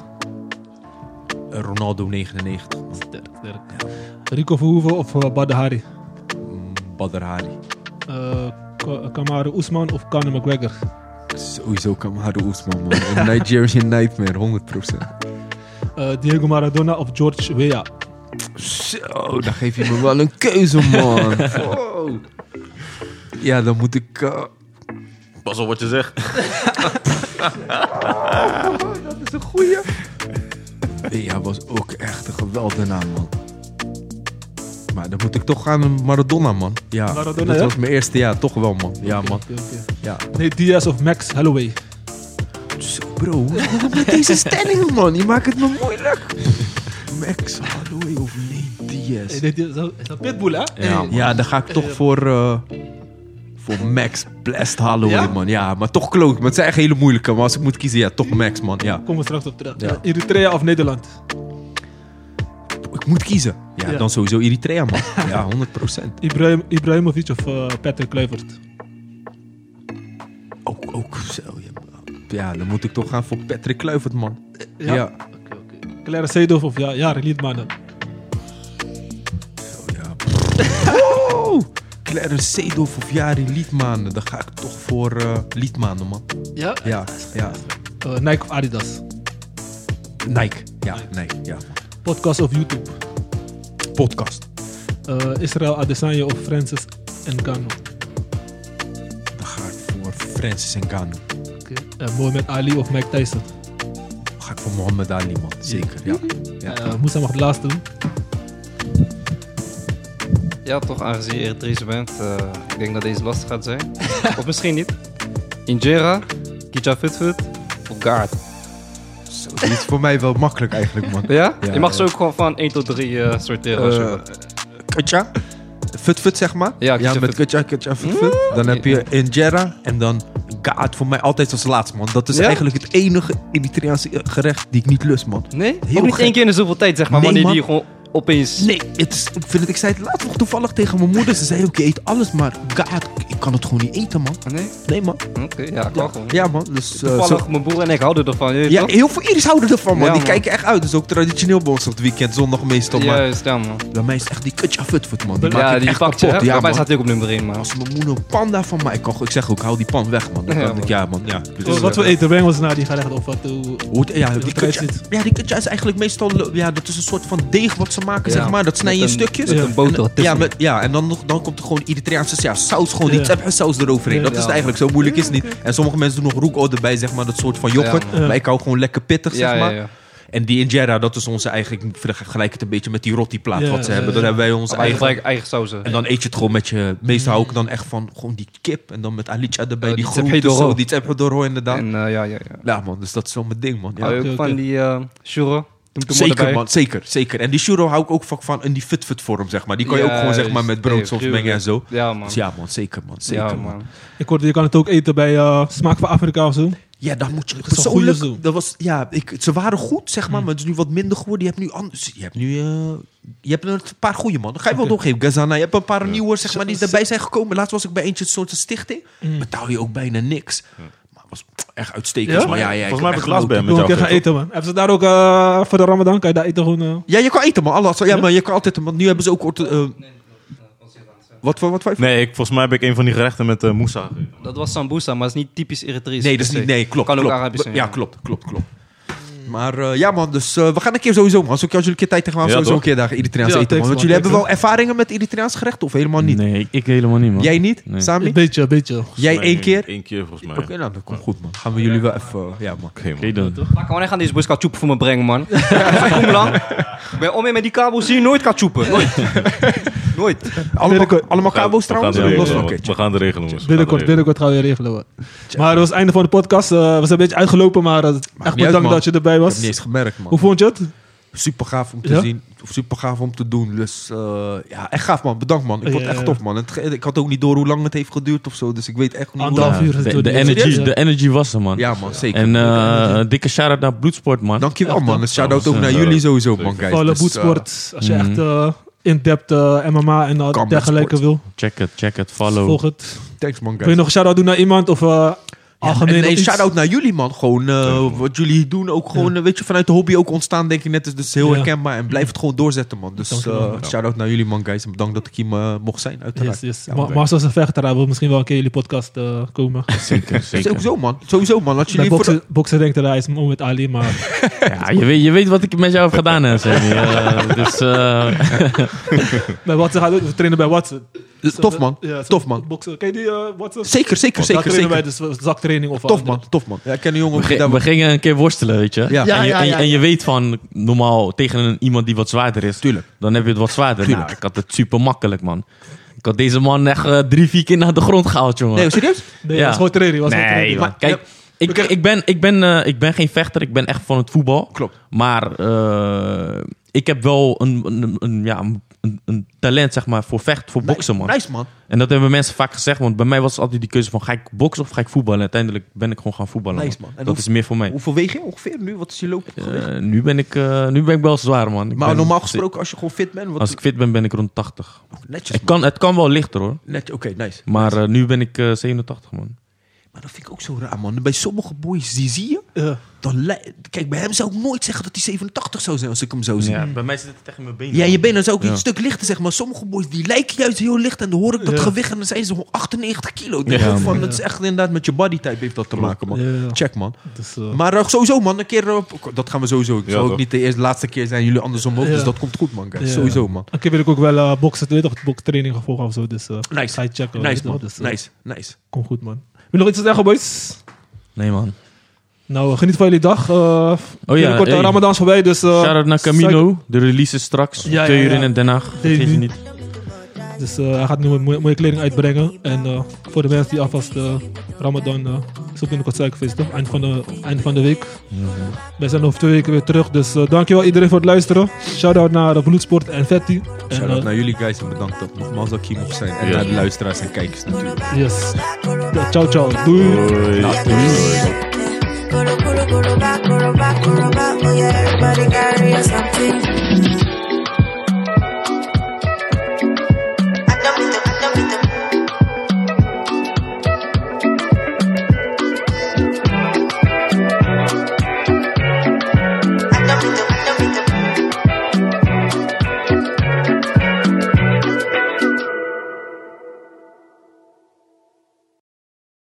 [SPEAKER 4] Eh, Ronaldo 99, man.
[SPEAKER 2] Sterk, sterk. Rico Verhoeven of eh, Badahari?
[SPEAKER 4] Mm, Badr Hari.
[SPEAKER 2] Eh, Ka- Kamaru Oesman of Conor McGregor?
[SPEAKER 4] Sowieso Kamaru Oesman, man. Een Nigerian nightmare, 100%.
[SPEAKER 2] Eh, Diego Maradona of George Weah?
[SPEAKER 4] Zo, dan geef je me wel een keuze, man. Wow. Ja, dan moet ik... eh,
[SPEAKER 1] Pas op wat je zegt.
[SPEAKER 4] Ja, was ook echt een geweldenaar, man. Maar dan moet ik toch gaan een Maradona, man. Ja,
[SPEAKER 2] Maradona,
[SPEAKER 4] dat
[SPEAKER 2] ja?
[SPEAKER 4] was mijn eerste jaar, toch wel, man. Ja, man.
[SPEAKER 2] Oké, oké.
[SPEAKER 4] Ja.
[SPEAKER 2] Nee, Diaz of Max Holloway?
[SPEAKER 4] Zo, Dus, bro. Hoe komt met deze stelling, man? Je maakt het me moeilijk. Max Holloway of nee,
[SPEAKER 2] Hey,
[SPEAKER 4] Diaz?
[SPEAKER 2] dit is dat is dat Pitbull, hè?
[SPEAKER 3] Ja,
[SPEAKER 2] Hey.
[SPEAKER 4] Ja, dan ga ik toch voor... eh, voor Max Blast Holloway,
[SPEAKER 2] Ja?
[SPEAKER 4] man. Ja, maar toch kloot. Maar het zijn echt hele moeilijke. Maar als ik moet kiezen, ja, toch Max, man. Ja,
[SPEAKER 2] Komen we straks op terug.
[SPEAKER 4] Ja.
[SPEAKER 2] Eh, Eritrea of Nederland?
[SPEAKER 4] ik moet kiezen. Ja,
[SPEAKER 2] Ja.
[SPEAKER 4] dan sowieso Eritrea, man. Ja, 100%.
[SPEAKER 2] Ibrahim, Ibrahimovic of eh, Patrick Kluivert?
[SPEAKER 4] Ook, ook zo. Ja, ja, dan moet ik toch gaan voor Patrick Kluivert, man. Ja.
[SPEAKER 2] Oké, oké. Claire Seedorf of ja, ja Liedmanen?
[SPEAKER 4] Oh, Clarence Seedorf of Jari Liedmanen. Dan ga ik toch voor eh, Liedmanen, man.
[SPEAKER 2] Ja.
[SPEAKER 4] Ja, ja.
[SPEAKER 2] Eh, Nike of Adidas?
[SPEAKER 4] Nike. Ja, Nike. Ja.
[SPEAKER 2] Podcast of YouTube?
[SPEAKER 4] Podcast.
[SPEAKER 2] Eh, Israël Adesanya of Francis Ngannou?
[SPEAKER 4] Dan ga ik voor Francis Ngannou.
[SPEAKER 2] Oké. Eh, Mohamed Ali of Mike Tyson?
[SPEAKER 4] Dan ga ik voor Mohammed Ali, man. Zeker, ja. ja.
[SPEAKER 2] Eh, Moussa mag de laatste doen.
[SPEAKER 8] Ja, toch, aangezien je Eritrese bent, eh, ik denk dat deze lastig gaat zijn. of misschien niet. Injera, Kicha Futfut of Guard.
[SPEAKER 4] Zo, die is voor mij wel makkelijk eigenlijk, man.
[SPEAKER 8] Ja?
[SPEAKER 4] Ja,
[SPEAKER 8] je mag
[SPEAKER 4] ja.
[SPEAKER 8] ze ook gewoon van 1 tot 3 eh, sorteren. als je
[SPEAKER 4] Eh,
[SPEAKER 8] wilt.
[SPEAKER 4] Kutja. Futfut, zeg maar.
[SPEAKER 8] Ja, Kutja
[SPEAKER 4] met
[SPEAKER 8] Fut. Mm.
[SPEAKER 4] Kutja, Kutja, Futfut. Dan heb je Injera en dan Gaat voor mij altijd als laatste, man. Dat is
[SPEAKER 8] Ja?
[SPEAKER 4] eigenlijk het enige Eritreaanse eh, gerecht die ik niet lust, man.
[SPEAKER 8] nee?
[SPEAKER 4] heel
[SPEAKER 8] ook niet
[SPEAKER 4] gek.
[SPEAKER 8] één keer in de zoveel tijd, zeg maar,
[SPEAKER 4] Nee,
[SPEAKER 8] wanneer
[SPEAKER 4] man.
[SPEAKER 8] die gewoon Opeens.
[SPEAKER 4] Nee, het is, ik, vind het, ik zei het laatst nog toevallig tegen mijn moeder. Ze zei, oké, ik eet alles, maar God, ik kan het gewoon niet eten, man.
[SPEAKER 8] Ah, Nee?
[SPEAKER 4] Nee, man.
[SPEAKER 8] Oké, ja, kan gewoon.
[SPEAKER 4] Ja, man. Dus, eh,
[SPEAKER 8] Toevallig,
[SPEAKER 4] zo-
[SPEAKER 8] mijn broer en ik houden ervan. je weet
[SPEAKER 4] ja,
[SPEAKER 8] toch?
[SPEAKER 4] heel veel Iris houden ervan, man.
[SPEAKER 8] Ja,
[SPEAKER 4] die
[SPEAKER 8] man.
[SPEAKER 4] kijken echt uit. Dus ook traditioneel bij ons op het weekend, zondag meestal. Maar
[SPEAKER 8] Juist, ja, man.
[SPEAKER 4] bij mij is echt die kutja futfut, man. Die maakt
[SPEAKER 8] Ja,
[SPEAKER 4] het
[SPEAKER 8] die
[SPEAKER 4] echt
[SPEAKER 8] pakt je.
[SPEAKER 4] kapot.
[SPEAKER 8] hè?
[SPEAKER 4] Ja,
[SPEAKER 8] Bij mij
[SPEAKER 4] man.
[SPEAKER 8] staat hij ook op nummer 1, man.
[SPEAKER 4] Als mijn moeder een panda van mij kan, ik zeg ook, hou die pan weg, man. Dan
[SPEAKER 8] Ja,
[SPEAKER 4] kan ik,
[SPEAKER 8] man.
[SPEAKER 4] ja, man. Ja,
[SPEAKER 2] Wat-
[SPEAKER 4] dus,
[SPEAKER 2] Wat
[SPEAKER 4] eh,
[SPEAKER 2] voor eten brengen was het na die gaat echt op wat eh, hoe-
[SPEAKER 4] Hoe het- ja, die
[SPEAKER 2] eruit
[SPEAKER 4] kutja,
[SPEAKER 2] ziet.
[SPEAKER 4] ja, die kutja is eigenlijk meestal... Ja, dat is een soort van deeg wat ze maken,
[SPEAKER 8] Ja.
[SPEAKER 4] zeg maar. Dat snij je in
[SPEAKER 8] Met een-
[SPEAKER 4] stukjes.
[SPEAKER 8] Met
[SPEAKER 2] Ja.
[SPEAKER 8] een boter
[SPEAKER 4] En, ja,
[SPEAKER 8] tussen.
[SPEAKER 4] met, ja, en dan, nog- dan komt er gewoon Eritreaanse ja, saus, gewoon
[SPEAKER 2] Ja.
[SPEAKER 4] die tzatziki saus eroverheen.
[SPEAKER 2] Ja.
[SPEAKER 4] dat is het
[SPEAKER 8] Ja,
[SPEAKER 4] eigenlijk, zo moeilijk is het niet. En sommige mensen doen nog roeko erbij, zeg maar, dat soort van yoghurt.
[SPEAKER 8] Ja,
[SPEAKER 2] man.
[SPEAKER 4] maar ik hou gewoon lekker pittig,
[SPEAKER 8] Ja,
[SPEAKER 4] zeg
[SPEAKER 8] ja,
[SPEAKER 4] maar.
[SPEAKER 8] ja.
[SPEAKER 4] En die injera, dat is onze eigen... Ik vergelijk het een beetje met die rottiplaat
[SPEAKER 2] Ja,
[SPEAKER 4] wat ze
[SPEAKER 2] ja,
[SPEAKER 4] hebben.
[SPEAKER 2] ja.
[SPEAKER 4] Dan hebben wij ons
[SPEAKER 8] Maar je
[SPEAKER 4] eigen...
[SPEAKER 8] gebruikt eigen sauzen.
[SPEAKER 4] En dan eet je het gewoon met je... Meestal hou ik dan echt van gewoon die kip. En dan met alicia erbij,
[SPEAKER 8] Ja,
[SPEAKER 4] die
[SPEAKER 8] Oh, die tzatziki
[SPEAKER 4] groenten zo.
[SPEAKER 8] doro.
[SPEAKER 4] Die tzatziki inderdaad.
[SPEAKER 8] En eh, ja, ja, ja.
[SPEAKER 4] Ja man, dus dat is wel mijn ding man. Ja.
[SPEAKER 8] Hou je
[SPEAKER 2] oké,
[SPEAKER 8] ook van
[SPEAKER 2] oké.
[SPEAKER 8] die eh churro? Doe hem er
[SPEAKER 4] Zeker
[SPEAKER 8] erbij.
[SPEAKER 4] man, zeker, zeker. En die churro hou ik ook vaak van in die fit-fit vorm zeg maar. Die kan je ook gewoon
[SPEAKER 8] Juist.
[SPEAKER 4] zeg maar met brood
[SPEAKER 8] Nee,
[SPEAKER 4] soms
[SPEAKER 8] tuurlijk.
[SPEAKER 4] mengen en zo.
[SPEAKER 8] Ja, man.
[SPEAKER 4] Dus ja man, zeker man, zeker
[SPEAKER 8] Ja,
[SPEAKER 4] man.
[SPEAKER 8] man.
[SPEAKER 2] Ik hoorde, je kan het ook eten bij eh, Smaak van Afrika of zo.
[SPEAKER 4] Ja, dan moet je
[SPEAKER 2] is een goeie zo.
[SPEAKER 4] persoonlijk. Dat was, ja, ik, ze waren goed, zeg maar, maar het is nu wat minder geworden. Je hebt nu, anders, je hebt nu eh, je hebt een paar goede man. Dan ga je wel doorgeven. Gazana, je hebt een paar nieuwe, zeg maar, die erbij zijn gekomen. Laatst was ik bij eentje, een soort stichting. Betaal je ook bijna niks. Maar was echt uitstekend.
[SPEAKER 2] Ja?
[SPEAKER 4] Maar ja, ja,
[SPEAKER 1] Volgens mij heb ik
[SPEAKER 4] heb echt
[SPEAKER 1] laatst bij
[SPEAKER 4] genoten.
[SPEAKER 1] hem
[SPEAKER 2] Doe
[SPEAKER 1] met
[SPEAKER 2] een keer gaan
[SPEAKER 1] jou gegeten.
[SPEAKER 2] eten, man. Hebben ze daar ook eh, voor de Ramadan? Kan je daar eten gewoon. eh,
[SPEAKER 4] Ja, je kan eten, man. Alles, ja, maar je kan altijd, man. Nu hebben ze ook... ortho- eh, wat voor, wat voor?
[SPEAKER 1] Nee, ik, volgens mij heb ik een van die gerechten met eh Moussa gegeten.
[SPEAKER 8] Dat was Sambusa, maar het is niet typisch Eritrees.
[SPEAKER 4] Nee, dat is
[SPEAKER 8] per
[SPEAKER 4] niet.
[SPEAKER 8] se.
[SPEAKER 4] Nee, klopt.
[SPEAKER 8] Kan ook
[SPEAKER 4] klopt.
[SPEAKER 8] Arabisch zijn,
[SPEAKER 4] Ja,
[SPEAKER 8] ja.
[SPEAKER 4] klopt, klopt, klopt. Maar eh, ja, man, dus eh, we gaan een keer sowieso, man. Als ik als jullie een keer tijd tegen me
[SPEAKER 1] Ja,
[SPEAKER 4] sowieso
[SPEAKER 1] toch?
[SPEAKER 4] een keer daar Eritreaans
[SPEAKER 2] Ja,
[SPEAKER 4] eten, man.
[SPEAKER 2] thanks,
[SPEAKER 4] Want
[SPEAKER 2] man,
[SPEAKER 4] jullie hebben wel
[SPEAKER 2] thanks,
[SPEAKER 4] ervaringen met Eritreaans gerechten of helemaal niet?
[SPEAKER 3] Nee, ik, ik helemaal niet, man.
[SPEAKER 4] Jij niet,
[SPEAKER 3] Nee.
[SPEAKER 4] Sami?
[SPEAKER 2] Een beetje, een beetje.
[SPEAKER 4] Jij
[SPEAKER 1] Volgens mij
[SPEAKER 4] één keer?
[SPEAKER 1] Eén keer volgens mij.
[SPEAKER 4] Oké, nou, dat komt goed, man. Gaan we jullie wel even... eh, ja, man.
[SPEAKER 1] Oké, man.
[SPEAKER 3] Oké dan.
[SPEAKER 8] Maar kan echt aan deze bus katjoepen voor me brengen, man. Vijf uur lang. Ik ben om en met die kabels zie je nooit katjoepen. Nooit. nooit.
[SPEAKER 4] Allemaal, allemaal
[SPEAKER 1] We gaan-
[SPEAKER 4] kabo's
[SPEAKER 1] we gaan
[SPEAKER 4] trouwens?
[SPEAKER 1] de
[SPEAKER 4] Los
[SPEAKER 1] regelen,
[SPEAKER 4] van
[SPEAKER 1] man.
[SPEAKER 4] Kitchen.
[SPEAKER 1] We gaan de regelen, jongens. We gaan de
[SPEAKER 2] Binnenkort,
[SPEAKER 1] regelen.
[SPEAKER 2] binnenkort gaan we weer regelen. wat. Maar dat was het einde van de podcast. Eh, we zijn een beetje uitgelopen, maar eh, echt
[SPEAKER 4] niet uit,
[SPEAKER 2] bedankt
[SPEAKER 4] man.
[SPEAKER 2] dat je erbij
[SPEAKER 4] Ik heb niet
[SPEAKER 2] was.
[SPEAKER 4] eens gemerkt, man.
[SPEAKER 2] Hoe vond je het?
[SPEAKER 4] Super gaaf om te
[SPEAKER 2] Ja?
[SPEAKER 4] zien. Of super gaaf om te doen. Dus eh, ja, echt gaaf, man. Bedankt, man. Ik vond het
[SPEAKER 2] Ja,
[SPEAKER 4] echt
[SPEAKER 2] ja.
[SPEAKER 4] tof, man. Het, ik had ook niet door hoe lang het heeft geduurd of zo. Dus ik weet echt niet hoe lang.
[SPEAKER 2] Anderhalf uur.
[SPEAKER 3] De, de energy, de energy was er, man.
[SPEAKER 4] Ja, man, zeker.
[SPEAKER 3] En eh, een dikke shout-out naar Bloedsport, man.
[SPEAKER 4] Ah, Dankjewel,
[SPEAKER 2] Echt,
[SPEAKER 4] man.
[SPEAKER 2] man.
[SPEAKER 4] Een shout-out ook
[SPEAKER 1] Ja,
[SPEAKER 4] naar
[SPEAKER 1] ja,
[SPEAKER 3] eh,
[SPEAKER 4] jullie
[SPEAKER 1] ja.
[SPEAKER 4] sowieso,
[SPEAKER 1] Zeker.
[SPEAKER 4] man. Guys.
[SPEAKER 2] Vallen,
[SPEAKER 4] Dus,
[SPEAKER 2] boetsport. Als je
[SPEAKER 3] mhm.
[SPEAKER 2] echt eh, in-depth eh, MMA en al
[SPEAKER 4] mm. Combat
[SPEAKER 2] dergelijke
[SPEAKER 4] sport.
[SPEAKER 2] wil,
[SPEAKER 3] Check het, check het, follow.
[SPEAKER 2] volg het.
[SPEAKER 4] eh, thanks, man,
[SPEAKER 2] Wil je
[SPEAKER 4] guys.
[SPEAKER 2] nog een shout-out doen naar iemand? Of eh, algemeen
[SPEAKER 4] en,
[SPEAKER 2] of
[SPEAKER 4] nee,
[SPEAKER 2] iets?
[SPEAKER 4] shout-out naar jullie, man. Gewoon eh, wat jullie doen. Ook gewoon, eh, weet je, vanuit de hobby ook ontstaan, denk ik net. Dus, dus heel
[SPEAKER 2] Ja.
[SPEAKER 4] herkenbaar. En blijf het gewoon doorzetten, man. Dus eh
[SPEAKER 2] Dankjewel, man.
[SPEAKER 4] shout-out naar jullie, man, guys. En bedankt dat ik hier eh, mocht zijn, uiteraard.
[SPEAKER 2] Yes, yes.
[SPEAKER 4] Ja,
[SPEAKER 2] Ma-
[SPEAKER 4] man.
[SPEAKER 2] Marcel is een vechter. Hij wil misschien wel een keer in jullie podcast eh, komen.
[SPEAKER 3] Zeker, zeker.
[SPEAKER 4] Sowieso, man. Sowieso, man. Als
[SPEAKER 2] Bij
[SPEAKER 4] jullie voor de-
[SPEAKER 2] boksen, boksen denkt hij, hij is om met Ali, maar
[SPEAKER 3] Ja, je, weet, je weet wat ik met jou heb gedaan, hè, Sammy. Eh, dus eh,
[SPEAKER 2] bij Watson gaat ook, we trainen bij Watson.
[SPEAKER 4] Tof, man.
[SPEAKER 2] Ja, zo-
[SPEAKER 4] Tof, man.
[SPEAKER 2] Boksen, ken je die eh, Watson?
[SPEAKER 4] Zeker, zeker,
[SPEAKER 2] Daar
[SPEAKER 4] zeker,
[SPEAKER 2] trainen wij
[SPEAKER 4] zeker.
[SPEAKER 2] dus eh, zaktraining of
[SPEAKER 4] Tof,
[SPEAKER 2] andere-
[SPEAKER 4] man. Tof, man. Ja, ik ken een
[SPEAKER 3] we,
[SPEAKER 4] jongen. die
[SPEAKER 3] gi-
[SPEAKER 4] daar-
[SPEAKER 3] we gingen een keer worstelen, weet je.
[SPEAKER 4] Ja.
[SPEAKER 3] en, je en, en je weet van, normaal tegen een, iemand die wat zwaarder is,
[SPEAKER 4] Tuurlijk.
[SPEAKER 3] dan heb je het wat zwaarder. Nou, ik had het super makkelijk, man. Ik had deze man echt eh, drie, vier keer naar de grond gehaald, jongen.
[SPEAKER 4] Nee, serieus?
[SPEAKER 2] Nee,
[SPEAKER 3] Ja.
[SPEAKER 2] was gewoon training. Was
[SPEAKER 3] Nee,
[SPEAKER 2] gewoon training.
[SPEAKER 3] joh.
[SPEAKER 4] Maar-
[SPEAKER 3] kijk, ik, ik, ben, ik, ben, eh, ik ben geen vechter, ik ben echt van het voetbal.
[SPEAKER 4] Klopt.
[SPEAKER 3] Maar eh, ik heb wel een, een, een, ja, een, een talent zeg maar, voor vecht, voor boksen, man.
[SPEAKER 4] Nice, man.
[SPEAKER 3] En dat hebben mensen vaak gezegd, want bij mij was het altijd die keuze van ga ik boksen of ga ik voetballen. Uiteindelijk ben ik gewoon gaan voetballen.
[SPEAKER 4] Nice,
[SPEAKER 3] man.
[SPEAKER 4] man. En
[SPEAKER 3] Dat
[SPEAKER 4] hoe-
[SPEAKER 3] is meer voor mij.
[SPEAKER 4] Hoeveel weeg je ongeveer nu? Wat is je loop?
[SPEAKER 3] Eh, nu, ben ik, eh, nu ben ik wel zwaar, man. Ik
[SPEAKER 4] maar
[SPEAKER 3] ben-
[SPEAKER 4] normaal gesproken, als je gewoon fit bent, wat
[SPEAKER 3] Als ik fit ben, ben ik rond 80.
[SPEAKER 4] netjes,
[SPEAKER 3] Het kan, het kan wel lichter, hoor.
[SPEAKER 4] man. Net, oké, nice.
[SPEAKER 3] Maar eh, nu ben ik eh, 87, man.
[SPEAKER 4] Maar dat vind ik ook zo raar, man. Bij sommige boys, die zie je.
[SPEAKER 2] Ja.
[SPEAKER 4] Dan li- Kijk, bij hem zou ik nooit zeggen dat hij 87 zou zijn als ik hem zo zie. Ja,
[SPEAKER 3] bij mij zit het tegen mijn benen.
[SPEAKER 4] je benen zou ook
[SPEAKER 3] Ja.
[SPEAKER 4] een stuk lichter zeggen, maar sommige boys die lijken juist heel licht. En dan hoor ik dat
[SPEAKER 2] Ja.
[SPEAKER 4] gewicht en dan zijn ze gewoon 98 kilo. Ja,
[SPEAKER 3] Ja, man.
[SPEAKER 4] van, Het is echt inderdaad met je bodytype heeft dat te maken, man.
[SPEAKER 2] Ja.
[SPEAKER 4] Check, man.
[SPEAKER 2] Dus, eh,
[SPEAKER 4] Maar eh, sowieso, man, een keer. eh, dat gaan we sowieso. Ik
[SPEAKER 1] Ja,
[SPEAKER 4] zou ook
[SPEAKER 1] toch?
[SPEAKER 4] niet de eerste, laatste keer zijn jullie andersom ook.
[SPEAKER 2] Ja.
[SPEAKER 4] Dus dat komt goed, man. guys.
[SPEAKER 2] Ja.
[SPEAKER 4] Sowieso, man.
[SPEAKER 2] Een keer wil ik ook wel eh, boksen, weet je toch, bokstraining gaan volgen of zo. Dus eh,
[SPEAKER 4] Nice.
[SPEAKER 2] ga je checken. weet je
[SPEAKER 4] Nice,
[SPEAKER 2] wel.
[SPEAKER 4] man.
[SPEAKER 2] Dus, eh,
[SPEAKER 4] Nice, nice.
[SPEAKER 2] Kom goed, man. Wil je nog iets zeggen, boys?
[SPEAKER 3] Nee, man. Oh
[SPEAKER 2] Nou, eh, geniet van jullie dag. Eh
[SPEAKER 4] Oh
[SPEAKER 3] ja,
[SPEAKER 2] binnenkort de
[SPEAKER 3] hey.
[SPEAKER 2] Ramadan is voorbij, dus... eh,
[SPEAKER 3] Shout-out naar Camino. De release is straks.
[SPEAKER 2] Ja, ja,
[SPEAKER 3] twee uur
[SPEAKER 2] ja.
[SPEAKER 3] in en Den Haag. Vergeet je niet.
[SPEAKER 2] Dus eh, hij gaat nu mooie, mooie kleding uitbrengen. En eh, voor de mensen die alvast eh, Ramadan eh is ook binnenkort suikerfeest, toch? Eind van de, eind van de week.
[SPEAKER 4] Mhm.
[SPEAKER 2] Wij zijn over twee weken weer terug. Dus eh, dankjewel iedereen voor het luisteren. Shout-out naar eh, Bloedsport en Vetti. En,
[SPEAKER 4] Shout-out
[SPEAKER 2] eh,
[SPEAKER 4] naar jullie, guys. En bedankt dat nogmaals dat ik hier mocht zijn. En
[SPEAKER 1] Ja.
[SPEAKER 4] naar de luisteraars en kijkers natuurlijk.
[SPEAKER 2] Yes. Ciao, ciao. Doei.
[SPEAKER 1] Hoi.
[SPEAKER 5] Doei.